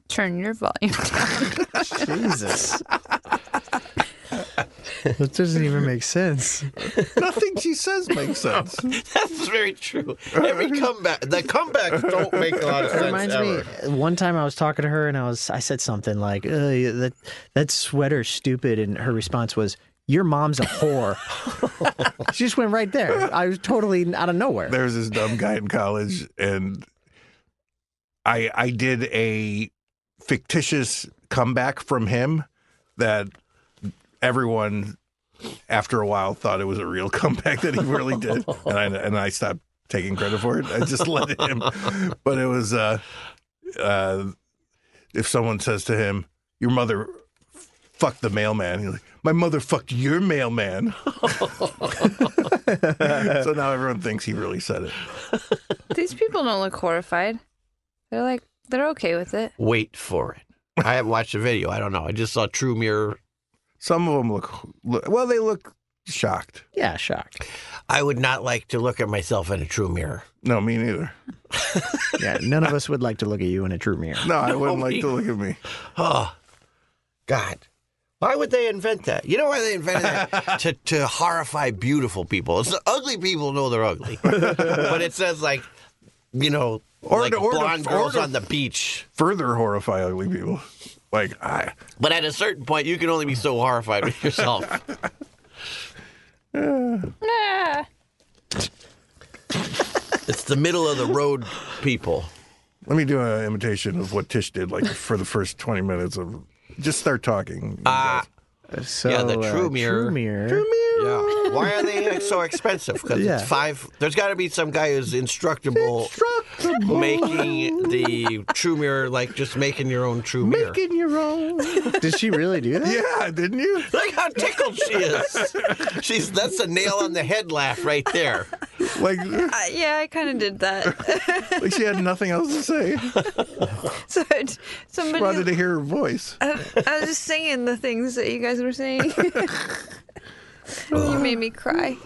Speaker 6: Turn your volume down.
Speaker 10: Jesus. that doesn't even make sense.
Speaker 3: Nothing she says makes sense.
Speaker 12: That's very true.
Speaker 1: Every comeback, the comebacks don't make a lot of sense.
Speaker 10: It reminds
Speaker 1: ever.
Speaker 10: me one time I was talking to her and I was I said something like "Ugh, that that sweater's stupid and her response was your mom's a whore. she just went right there. I was totally out of nowhere.
Speaker 3: there was this dumb guy in college and i i did a fictitious comeback from him that everyone after a while thought it was a real comeback that he really did and i and i stopped taking credit for it i just let him but it was uh uh if someone says to him your mother fucked the mailman he's like my mother fucked your mailman so now everyone thinks he really said it
Speaker 6: These people don't look horrified. They're like they're okay with it.
Speaker 12: Wait for it.
Speaker 1: I haven't watched the video. I don't know. I just saw True Mirror.
Speaker 3: Some of them look, look well. They look shocked.
Speaker 10: Yeah, shocked.
Speaker 1: I would not like to look at myself in a true mirror.
Speaker 3: No, me neither.
Speaker 10: Yeah, none of us would like to look at you in a true mirror.
Speaker 3: No, I wouldn't like to look at me.
Speaker 1: Oh, God. Why would they invent that? You know why they invented that? to, to horrify beautiful people. It's ugly people know they're ugly. but it says, like, you know,
Speaker 3: Or
Speaker 1: like
Speaker 3: to- or to-
Speaker 1: blonde
Speaker 3: or
Speaker 1: girls
Speaker 3: to-
Speaker 1: on the beach.
Speaker 3: Further horrify ugly people. Like I,
Speaker 12: But at a certain point, you can only be so horrified with yourself.
Speaker 6: Nah.
Speaker 1: It's the middle of the road people.
Speaker 3: let me do an imitation of what Tish did. Like for the first twenty minutes of, just start talking.
Speaker 1: Uh,
Speaker 10: So,
Speaker 5: Yeah, the
Speaker 10: uh,
Speaker 5: True Mirror.
Speaker 10: True mirror.
Speaker 5: Yeah. Why are they so expensive? Because
Speaker 10: Yeah.
Speaker 5: it's five. There's got to be some guy who's instructable,
Speaker 10: Instructable.
Speaker 5: making the true mirror like just making your own true mirror.
Speaker 10: Making your own. Did she really do that?
Speaker 3: Yeah, didn't you?
Speaker 5: Look how tickled she is. She's that's a nail on the head laugh right there.
Speaker 3: Like,
Speaker 2: Uh, yeah, I kind of did that.
Speaker 3: like she had nothing else to say.
Speaker 2: so it- somebody,
Speaker 3: Wanted to hear her voice.
Speaker 2: I, I was just saying the things that you guys were saying. you made me cry.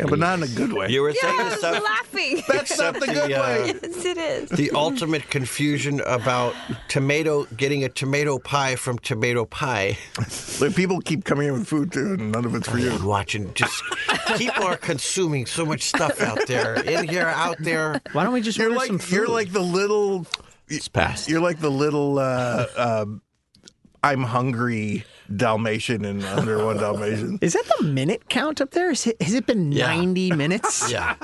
Speaker 3: Yeah, but not in a good way.
Speaker 5: You were
Speaker 2: Yeah, I
Speaker 5: saying
Speaker 2: was
Speaker 5: stuff.
Speaker 2: laughing.
Speaker 5: That's not the good way.
Speaker 6: uh,
Speaker 2: yes, it is.
Speaker 5: the ultimate confusion about tomato getting a tomato pie from tomato pie
Speaker 3: Like people keep coming in with food too, and none of it's for you.
Speaker 5: and watching just people are consuming so much stuff out there in here out there
Speaker 10: Why don't we just
Speaker 3: You're
Speaker 10: order some
Speaker 3: like
Speaker 10: food?
Speaker 3: you're like the little
Speaker 1: It's past.
Speaker 3: you're like the little uh, um I'm hungry Dalmatian and under one Dalmatian.
Speaker 10: Is that the minute count up there? Is it, has it been
Speaker 5: Yeah.
Speaker 10: 90 minutes?
Speaker 5: yeah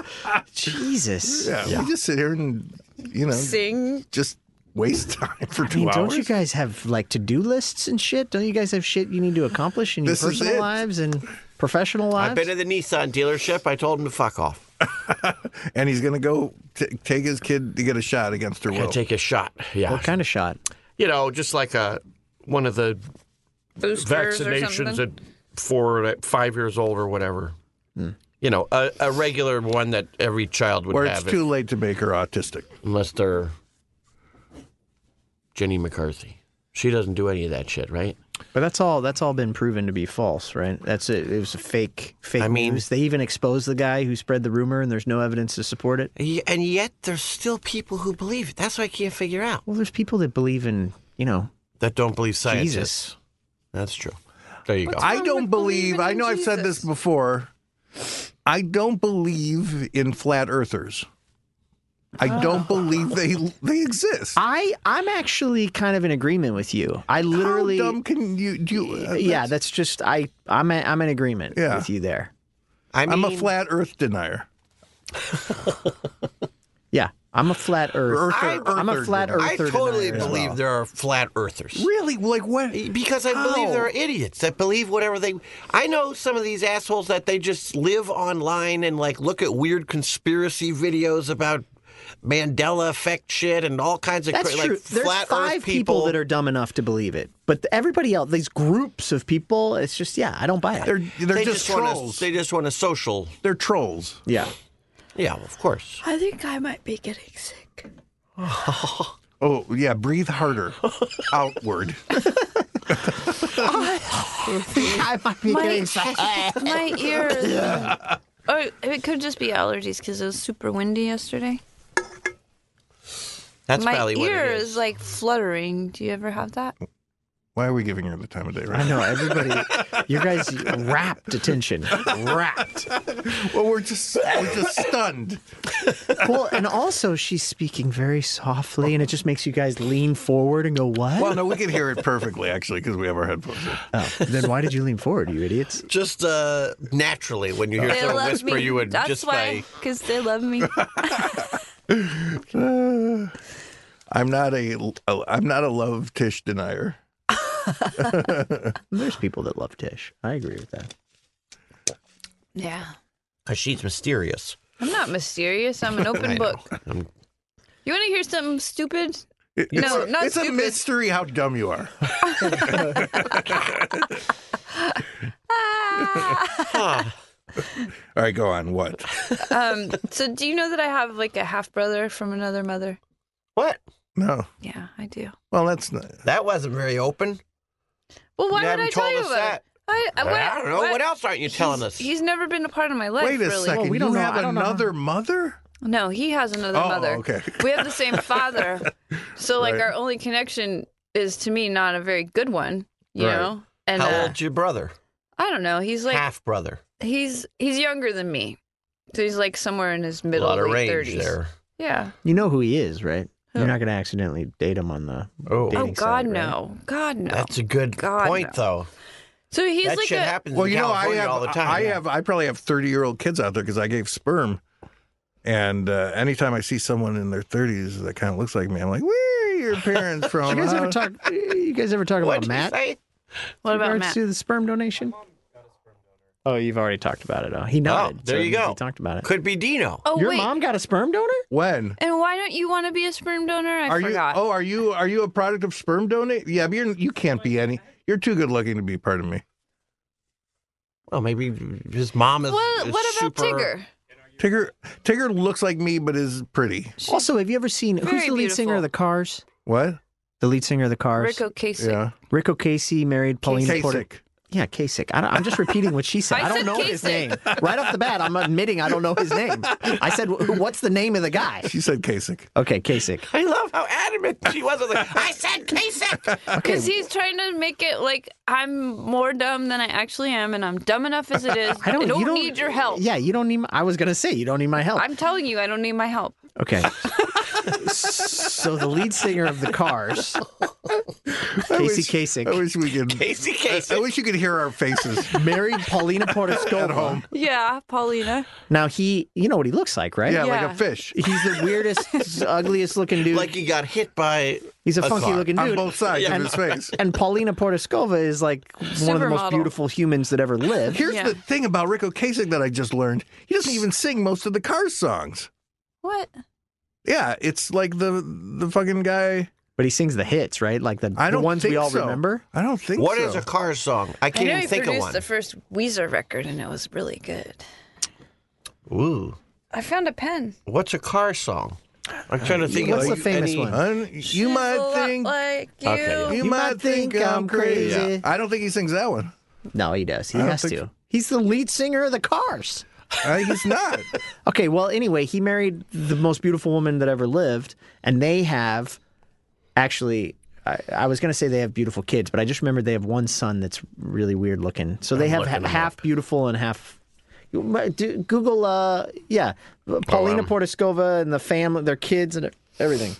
Speaker 10: Jesus.
Speaker 3: Yeah, we just sit here and you know
Speaker 2: Sing.
Speaker 3: just waste time for
Speaker 10: I
Speaker 3: two
Speaker 10: mean, don't
Speaker 3: hours.
Speaker 10: you guys have like to do lists and shit? Don't you guys have shit you need to accomplish in your
Speaker 3: This is
Speaker 10: personal
Speaker 3: it.
Speaker 10: lives and professional lives?
Speaker 1: I've been to the Nissan dealership. I told him to fuck off.
Speaker 3: and he's gonna go t- take his kid to get a shot against her
Speaker 1: I
Speaker 3: will.
Speaker 1: take a shot. Yeah.
Speaker 10: what kind of shot?
Speaker 1: You know, just like a one of the
Speaker 2: Boosters or
Speaker 1: vaccinations
Speaker 2: something.
Speaker 1: at four, at five years old or whatever. You know, a, a regular one that every child would
Speaker 3: Or it's
Speaker 1: have,
Speaker 3: too late to make her autistic.
Speaker 1: unless they're Jenny McCarthy. She doesn't do any of that shit, right?
Speaker 10: But that's all. That's all been proven to be false, right? That's it. It was a fake, fake
Speaker 1: I mean-
Speaker 10: news. They even exposed the guy who spread the rumor, and there's no evidence to support it.
Speaker 1: Y- And yet, there's still people who believe it. That's what I can't figure out.
Speaker 10: Well, there's people that believe in, you know,
Speaker 1: That don't believe scientists.
Speaker 10: Jesus.
Speaker 1: That's true. There you go.
Speaker 3: I
Speaker 2: wrong
Speaker 3: don't
Speaker 2: with
Speaker 3: believe.
Speaker 2: believing
Speaker 3: I
Speaker 2: in
Speaker 3: know I've said this
Speaker 2: Jesus?
Speaker 3: before. I don't believe in flat earthers. I
Speaker 2: Oh.
Speaker 3: don't believe they they exist.
Speaker 10: I I'm actually kind of in agreement with you. I literally,
Speaker 3: How dumb can you do? uh,
Speaker 10: yeah. That's just I I'm a, I'm in agreement
Speaker 3: Yeah.
Speaker 10: with you there.
Speaker 1: I mean,
Speaker 3: I'm a flat Earth denier.
Speaker 10: Yeah, I'm a flat Earth.
Speaker 3: Earther,
Speaker 10: I'm a
Speaker 3: earther
Speaker 10: flat
Speaker 3: denier.
Speaker 5: i
Speaker 10: Earther
Speaker 5: totally
Speaker 10: denier as
Speaker 5: believe
Speaker 10: well.
Speaker 5: there are flat earthers
Speaker 3: Really? Like what?
Speaker 1: Because I believe
Speaker 3: How?
Speaker 1: there are idiots that believe whatever they. I know some of these assholes that they just live online and like look at weird conspiracy videos about Mandela effect shit and all kinds of
Speaker 10: That's
Speaker 1: cra-
Speaker 10: true.
Speaker 1: like
Speaker 10: There's
Speaker 1: flat
Speaker 10: five
Speaker 1: earth people.
Speaker 10: that are dumb enough to believe it, but everybody else, these groups of people, it's just yeah, I don't buy it.
Speaker 3: They're they're
Speaker 1: they
Speaker 3: just,
Speaker 1: just, want
Speaker 3: trolls.
Speaker 1: to. They just want a social.
Speaker 3: They're trolls.
Speaker 10: yeah,
Speaker 1: Yeah, of course.
Speaker 2: I think I might be getting sick.
Speaker 3: Oh yeah, breathe harder, outward.
Speaker 10: I might be
Speaker 2: My, my ears. Or it could just be allergies because it was super windy yesterday.
Speaker 1: That's
Speaker 2: my
Speaker 1: probably what
Speaker 2: ear
Speaker 1: it
Speaker 2: is like fluttering. Do you ever have that?
Speaker 3: Why are we giving her the time of day right
Speaker 10: I
Speaker 3: now?
Speaker 10: know everybody. you guys rapt attention, rapt.
Speaker 3: Well, we're just we're just stunned.
Speaker 10: Well, and also she's speaking very softly, and it just makes you guys lean forward and go, "What?"
Speaker 3: Well, no, we can hear it perfectly actually because we have our headphones. in.
Speaker 10: Oh, then why did you lean forward, you idiots?
Speaker 5: just uh, naturally when you hear
Speaker 2: They
Speaker 5: someone
Speaker 2: love
Speaker 5: whisper
Speaker 2: me.
Speaker 5: you would
Speaker 2: That's
Speaker 5: just
Speaker 2: why,
Speaker 5: by
Speaker 2: because they love me.
Speaker 3: I'm not a I'm not a love tish denier.
Speaker 10: There's people that love Tish. I agree with that.
Speaker 2: yeah,
Speaker 1: because she's mysterious.
Speaker 2: I'm not mysterious. I'm an open book. You want to hear something stupid?
Speaker 3: It-
Speaker 2: No,
Speaker 3: it's a,
Speaker 2: not
Speaker 3: it's a
Speaker 2: stupid.
Speaker 3: mystery how dumb you are. All right, go on. What?
Speaker 2: Um, so do you know that I have like a half brother from another mother?
Speaker 5: what
Speaker 3: No.
Speaker 2: Yeah, I do.
Speaker 3: Well, that's not.
Speaker 5: that wasn't very open
Speaker 2: Well, why
Speaker 5: You
Speaker 2: would
Speaker 5: haven't
Speaker 2: I tell
Speaker 5: told
Speaker 2: you
Speaker 5: us
Speaker 2: about
Speaker 5: that.
Speaker 2: it? I, I, what,
Speaker 1: I don't know. What, else aren't you telling us?
Speaker 2: He's never been a part of my life.
Speaker 3: Wait a
Speaker 2: really.
Speaker 3: second.
Speaker 10: Well, we
Speaker 3: you
Speaker 10: don't know.
Speaker 3: have
Speaker 10: I don't know
Speaker 3: another mother?
Speaker 2: No, he has another
Speaker 3: Oh,
Speaker 2: mother.
Speaker 3: okay.
Speaker 2: We have the same father. So like
Speaker 3: Right.
Speaker 2: our only connection is to me not a very good one, you
Speaker 3: Right.
Speaker 2: know. And
Speaker 5: how
Speaker 2: uh,
Speaker 5: old's your brother
Speaker 2: I don't know. He's like
Speaker 5: half brother
Speaker 2: he's he's younger than me. So he's like somewhere in his
Speaker 5: a
Speaker 2: middle
Speaker 5: lot of
Speaker 2: late
Speaker 5: range
Speaker 2: 30s.
Speaker 5: there
Speaker 2: Yeah.
Speaker 10: You know who he is, right? You're
Speaker 2: Who?
Speaker 10: not going to accidentally date him on the.
Speaker 5: oh
Speaker 2: Oh
Speaker 10: Dating
Speaker 2: god
Speaker 10: site, right?
Speaker 2: no. God no.
Speaker 5: that's a good
Speaker 2: God,
Speaker 5: point
Speaker 2: no.
Speaker 5: though
Speaker 2: so he's
Speaker 5: that
Speaker 2: like
Speaker 5: shit
Speaker 2: a
Speaker 5: happens
Speaker 3: Well,
Speaker 5: in
Speaker 3: you know, I
Speaker 5: California
Speaker 3: have.
Speaker 5: all the time
Speaker 3: I have. I probably have thirty-year-old kids out there because I gave sperm. And uh, anytime I see someone in their thirties that kind of looks like me, I'm like, "Where are your parents from?" uh,
Speaker 10: You guys
Speaker 3: huh?"
Speaker 10: ever talk? You guys ever talk about Matt?
Speaker 5: Say?
Speaker 6: What about
Speaker 10: regards
Speaker 6: Matt?
Speaker 10: to the sperm donation? Oh, you've already talked about it. Oh, he
Speaker 5: Oh,
Speaker 10: nodded.
Speaker 5: there
Speaker 10: so
Speaker 5: you go.
Speaker 10: He talked about it.
Speaker 5: Could be Dino.
Speaker 6: Oh
Speaker 10: Your
Speaker 6: wait,
Speaker 10: mom got a sperm donor?
Speaker 3: When?
Speaker 6: and why don't you want to be a sperm donor? I
Speaker 3: are
Speaker 6: forgot.
Speaker 3: you? Oh, are you? Are you a product of sperm donate? Yeah, but you're, you can't be any. You're too good looking to be part of me.
Speaker 5: Well, maybe his mom is.
Speaker 6: what
Speaker 5: is
Speaker 6: what about
Speaker 5: super-
Speaker 6: Tigger?
Speaker 3: Tigger Tigger looks like me, but is pretty.
Speaker 10: Also, have you ever seen who's
Speaker 6: very
Speaker 10: the lead singer
Speaker 6: beautiful.
Speaker 10: of the Cars?
Speaker 3: What?
Speaker 10: The lead singer of the Cars.
Speaker 6: Rick Ocasek.
Speaker 3: Yeah.
Speaker 10: Rick O'Casey married Paulina
Speaker 3: Kasich.
Speaker 10: Porter. Yeah, Kasich. I don't, I'm just repeating what she said.
Speaker 6: I
Speaker 10: I, don't
Speaker 6: said
Speaker 10: know his
Speaker 6: Kasich.
Speaker 10: name. Right off the bat, I'm admitting I don't know his name. I said, "Wh- what's the name of the guy?
Speaker 3: She said Kasich.
Speaker 10: Okay, Kasich.
Speaker 5: I love how adamant she was. I was like, I said Kasich.
Speaker 6: Because he's trying to make it like I'm more dumb than I actually am, and I'm dumb enough as it is.
Speaker 10: I don't,
Speaker 6: I don't
Speaker 10: you don't
Speaker 6: need your help.
Speaker 10: Yeah, you don't need. My, I was gonna say you don't need my help.
Speaker 6: I'm telling you, I don't need my help.
Speaker 10: Okay. so the lead singer of the Cars, Casey Kasich,
Speaker 3: I wish we could.
Speaker 5: Casey
Speaker 3: I
Speaker 5: Kasich.
Speaker 3: wish you could hear our faces.
Speaker 10: married Paulina Portiscova.
Speaker 6: Yeah, Paulina.
Speaker 10: Now he, you know what he looks like, right?
Speaker 3: Yeah, like
Speaker 6: Yeah.
Speaker 3: a fish
Speaker 10: He's the weirdest, ugliest looking dude.
Speaker 5: Like he got hit by.
Speaker 10: He's a
Speaker 5: a
Speaker 10: funky
Speaker 5: car.
Speaker 10: looking
Speaker 3: on
Speaker 10: dude.
Speaker 3: both sides
Speaker 10: Yeah.
Speaker 3: of his face.
Speaker 10: and Paulina Portiscova is like one of the most
Speaker 6: Supermodel.
Speaker 10: beautiful humans that ever lived.
Speaker 3: Here's
Speaker 6: Yeah.
Speaker 3: the thing about Rick Ocasek that I just learned. He doesn't even sing most of the Cars songs.
Speaker 6: What?
Speaker 3: Yeah, it's like the the fucking guy.
Speaker 10: But he sings the hits, right? Like the,
Speaker 3: I
Speaker 10: the
Speaker 3: don't
Speaker 10: ones
Speaker 3: think
Speaker 10: we all
Speaker 3: so.
Speaker 10: remember.
Speaker 3: I don't think
Speaker 5: What
Speaker 3: so.
Speaker 5: is a car song? I
Speaker 6: I
Speaker 5: can't
Speaker 6: know
Speaker 5: even
Speaker 6: he
Speaker 5: think of
Speaker 6: produced
Speaker 5: one.
Speaker 6: the first Weezer record, and it was really good.
Speaker 5: Ooh,
Speaker 6: I found a pen.
Speaker 5: what's a car song? I'm trying to
Speaker 1: Uh,
Speaker 5: think.
Speaker 10: What's
Speaker 5: of
Speaker 10: the famous
Speaker 5: any-
Speaker 10: one?
Speaker 3: Un- you might think
Speaker 6: like you.
Speaker 5: Okay,
Speaker 3: you,
Speaker 10: You
Speaker 3: might,
Speaker 10: might
Speaker 3: think,
Speaker 10: think
Speaker 3: I'm
Speaker 10: I'm
Speaker 3: crazy.
Speaker 10: crazy.
Speaker 3: I don't think he sings that one.
Speaker 10: No, he does. He
Speaker 3: I don't
Speaker 10: has
Speaker 3: think
Speaker 10: to.
Speaker 3: so.
Speaker 10: He's the lead singer of the Cars.
Speaker 3: I think Uh, he's not.
Speaker 10: Okay, well, anyway, he married the most beautiful woman that ever lived, and they have actually. I, I was going to say they have beautiful kids, but I just remembered they have one son that's really weird looking. So they have ha- half beautiful and half. You might do- Google, uh, yeah, Paulina Portiscova and the family, their kids and e, everything.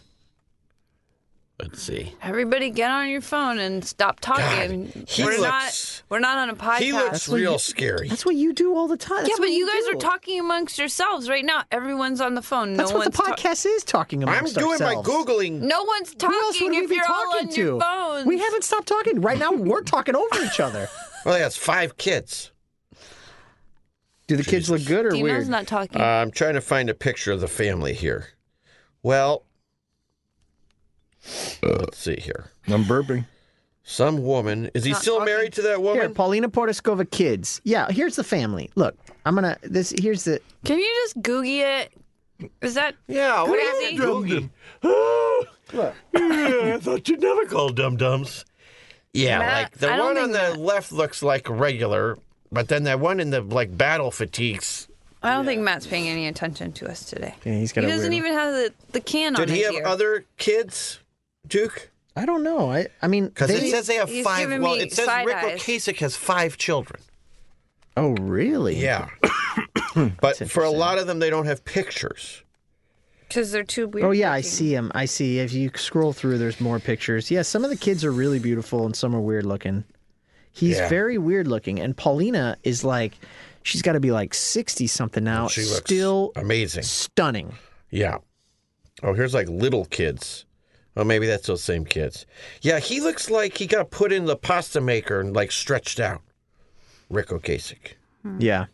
Speaker 5: Let's see.
Speaker 6: Everybody, get on your phone and stop talking.
Speaker 1: he
Speaker 6: we're
Speaker 1: looks-
Speaker 6: not. We're not on a podcast.
Speaker 1: He looks
Speaker 10: what
Speaker 1: real
Speaker 10: you-
Speaker 1: scary.
Speaker 10: That's what you do all the time.
Speaker 6: yeah,
Speaker 10: That's
Speaker 6: but
Speaker 10: what
Speaker 6: you guys
Speaker 10: do.
Speaker 6: are talking amongst yourselves right now. Everyone's on the phone.
Speaker 10: That's
Speaker 6: no
Speaker 10: what
Speaker 6: one's
Speaker 10: the podcast is talking about.
Speaker 1: I'm doing my googling.
Speaker 6: No one's talking
Speaker 10: Who else would we
Speaker 6: if
Speaker 10: be
Speaker 6: you're all
Speaker 10: talking
Speaker 6: on
Speaker 10: to?
Speaker 6: your phones.
Speaker 10: We haven't stopped talking. Right now, we're talking over each other.
Speaker 1: Well, he has five kids.
Speaker 10: Do the kids look good or
Speaker 6: Dino's
Speaker 10: weird?
Speaker 6: not talking.
Speaker 1: Uh, I'm trying to find a picture of the family here. Well, let's see here.
Speaker 3: I'm burping.
Speaker 1: Some woman. Is he still married to that
Speaker 10: Here,
Speaker 1: woman?
Speaker 10: Paulina Portiscova kids. Yeah, here's the family. Look, I'm gonna this here's the
Speaker 6: Can you just Googie it? Is that
Speaker 5: Yeah, what
Speaker 6: Crazy.
Speaker 5: happened, Googie? Oh, yeah, I thought you'd never call dum dums.
Speaker 1: Yeah,
Speaker 6: Matt,
Speaker 1: like the
Speaker 6: I don't
Speaker 1: one on the
Speaker 6: think that-
Speaker 1: left looks like regular, but then that one in the like battle fatigues.
Speaker 6: I don't think Matt's paying any attention to us today.
Speaker 10: Yeah, he's got
Speaker 6: He
Speaker 10: a
Speaker 6: doesn't
Speaker 10: weird-
Speaker 6: even have the, the can on
Speaker 1: Did he
Speaker 6: his
Speaker 1: have
Speaker 6: ear.
Speaker 1: other kids, Duke?
Speaker 10: I don't know. I I mean
Speaker 1: Because
Speaker 10: they-
Speaker 1: it says they have
Speaker 6: he's
Speaker 1: five.
Speaker 6: giving
Speaker 1: Well,
Speaker 6: me
Speaker 1: it says
Speaker 6: side
Speaker 1: Rick
Speaker 6: eyes.
Speaker 5: Kasich has five children.
Speaker 10: Oh really?
Speaker 1: Yeah, but for a lot of them, they don't have pictures.
Speaker 6: Because they're too weird.
Speaker 10: Oh yeah, I
Speaker 6: looking.
Speaker 10: see him. I see. If you scroll through, there's more pictures. Yeah, some of the kids are really beautiful and some are weird looking. He's
Speaker 1: Yeah.
Speaker 10: very weird looking, and Paulina is like, she's got to be like sixty something now.
Speaker 1: She looks
Speaker 10: still
Speaker 1: amazing.
Speaker 10: stunning.
Speaker 1: Yeah. Oh, here's like little kids. Oh, maybe that's those same kids. Yeah, he looks like he got put in the pasta maker and like stretched out. Rick Ocasek.
Speaker 10: Yeah.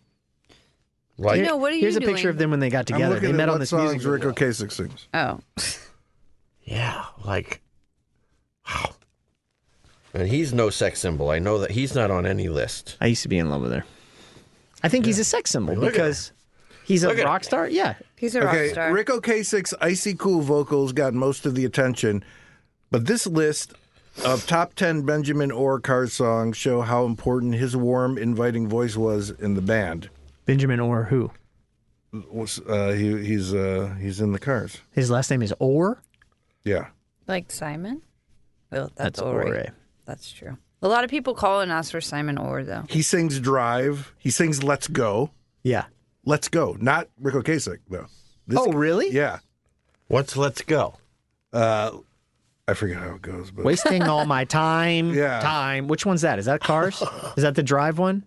Speaker 1: Like,
Speaker 6: Hmm. No, what are you
Speaker 10: Here's a
Speaker 6: doing?
Speaker 10: picture of them when they got
Speaker 3: I'm
Speaker 10: together.
Speaker 3: looking
Speaker 10: They
Speaker 3: at
Speaker 10: met
Speaker 3: what
Speaker 10: on this
Speaker 3: songs
Speaker 10: music.
Speaker 3: Rick
Speaker 10: video.
Speaker 3: Ocasek sings.
Speaker 6: Oh.
Speaker 5: Yeah, like
Speaker 1: and he's no sex symbol. I know that he's not on any list.
Speaker 10: I used to be in love with her. I think he's a sex symbol
Speaker 1: look at
Speaker 10: because he's a
Speaker 1: Look at
Speaker 10: rock star. Yeah.
Speaker 6: He's a rock
Speaker 3: Okay,
Speaker 6: star.
Speaker 3: Rick Ocasek's icy cool vocals got most of the attention, but this list of top ten Benjamin Orr Cars songs show how important his warm, inviting voice was in the band.
Speaker 10: Benjamin Orr, who?
Speaker 3: Was, Uh, he, he's uh, he's in the Cars.
Speaker 10: His last name is Orr.
Speaker 3: Yeah,
Speaker 6: Like Simon? Well,
Speaker 10: That's
Speaker 6: that's, all
Speaker 10: Orr.
Speaker 6: right. That's true. A lot of people call and ask for Simon Orr, though.
Speaker 3: he sings "Drive." He sings "Let's Go."
Speaker 10: Yeah.
Speaker 3: Let's go. Not Rick Ocasek though. This,
Speaker 10: oh, really?
Speaker 3: yeah.
Speaker 5: what's Let's Go?
Speaker 3: Uh, I forget how it goes, but
Speaker 10: Wasting all my time.
Speaker 3: Yeah.
Speaker 10: Time. Which one's that? Is that Cars? Is that the drive one?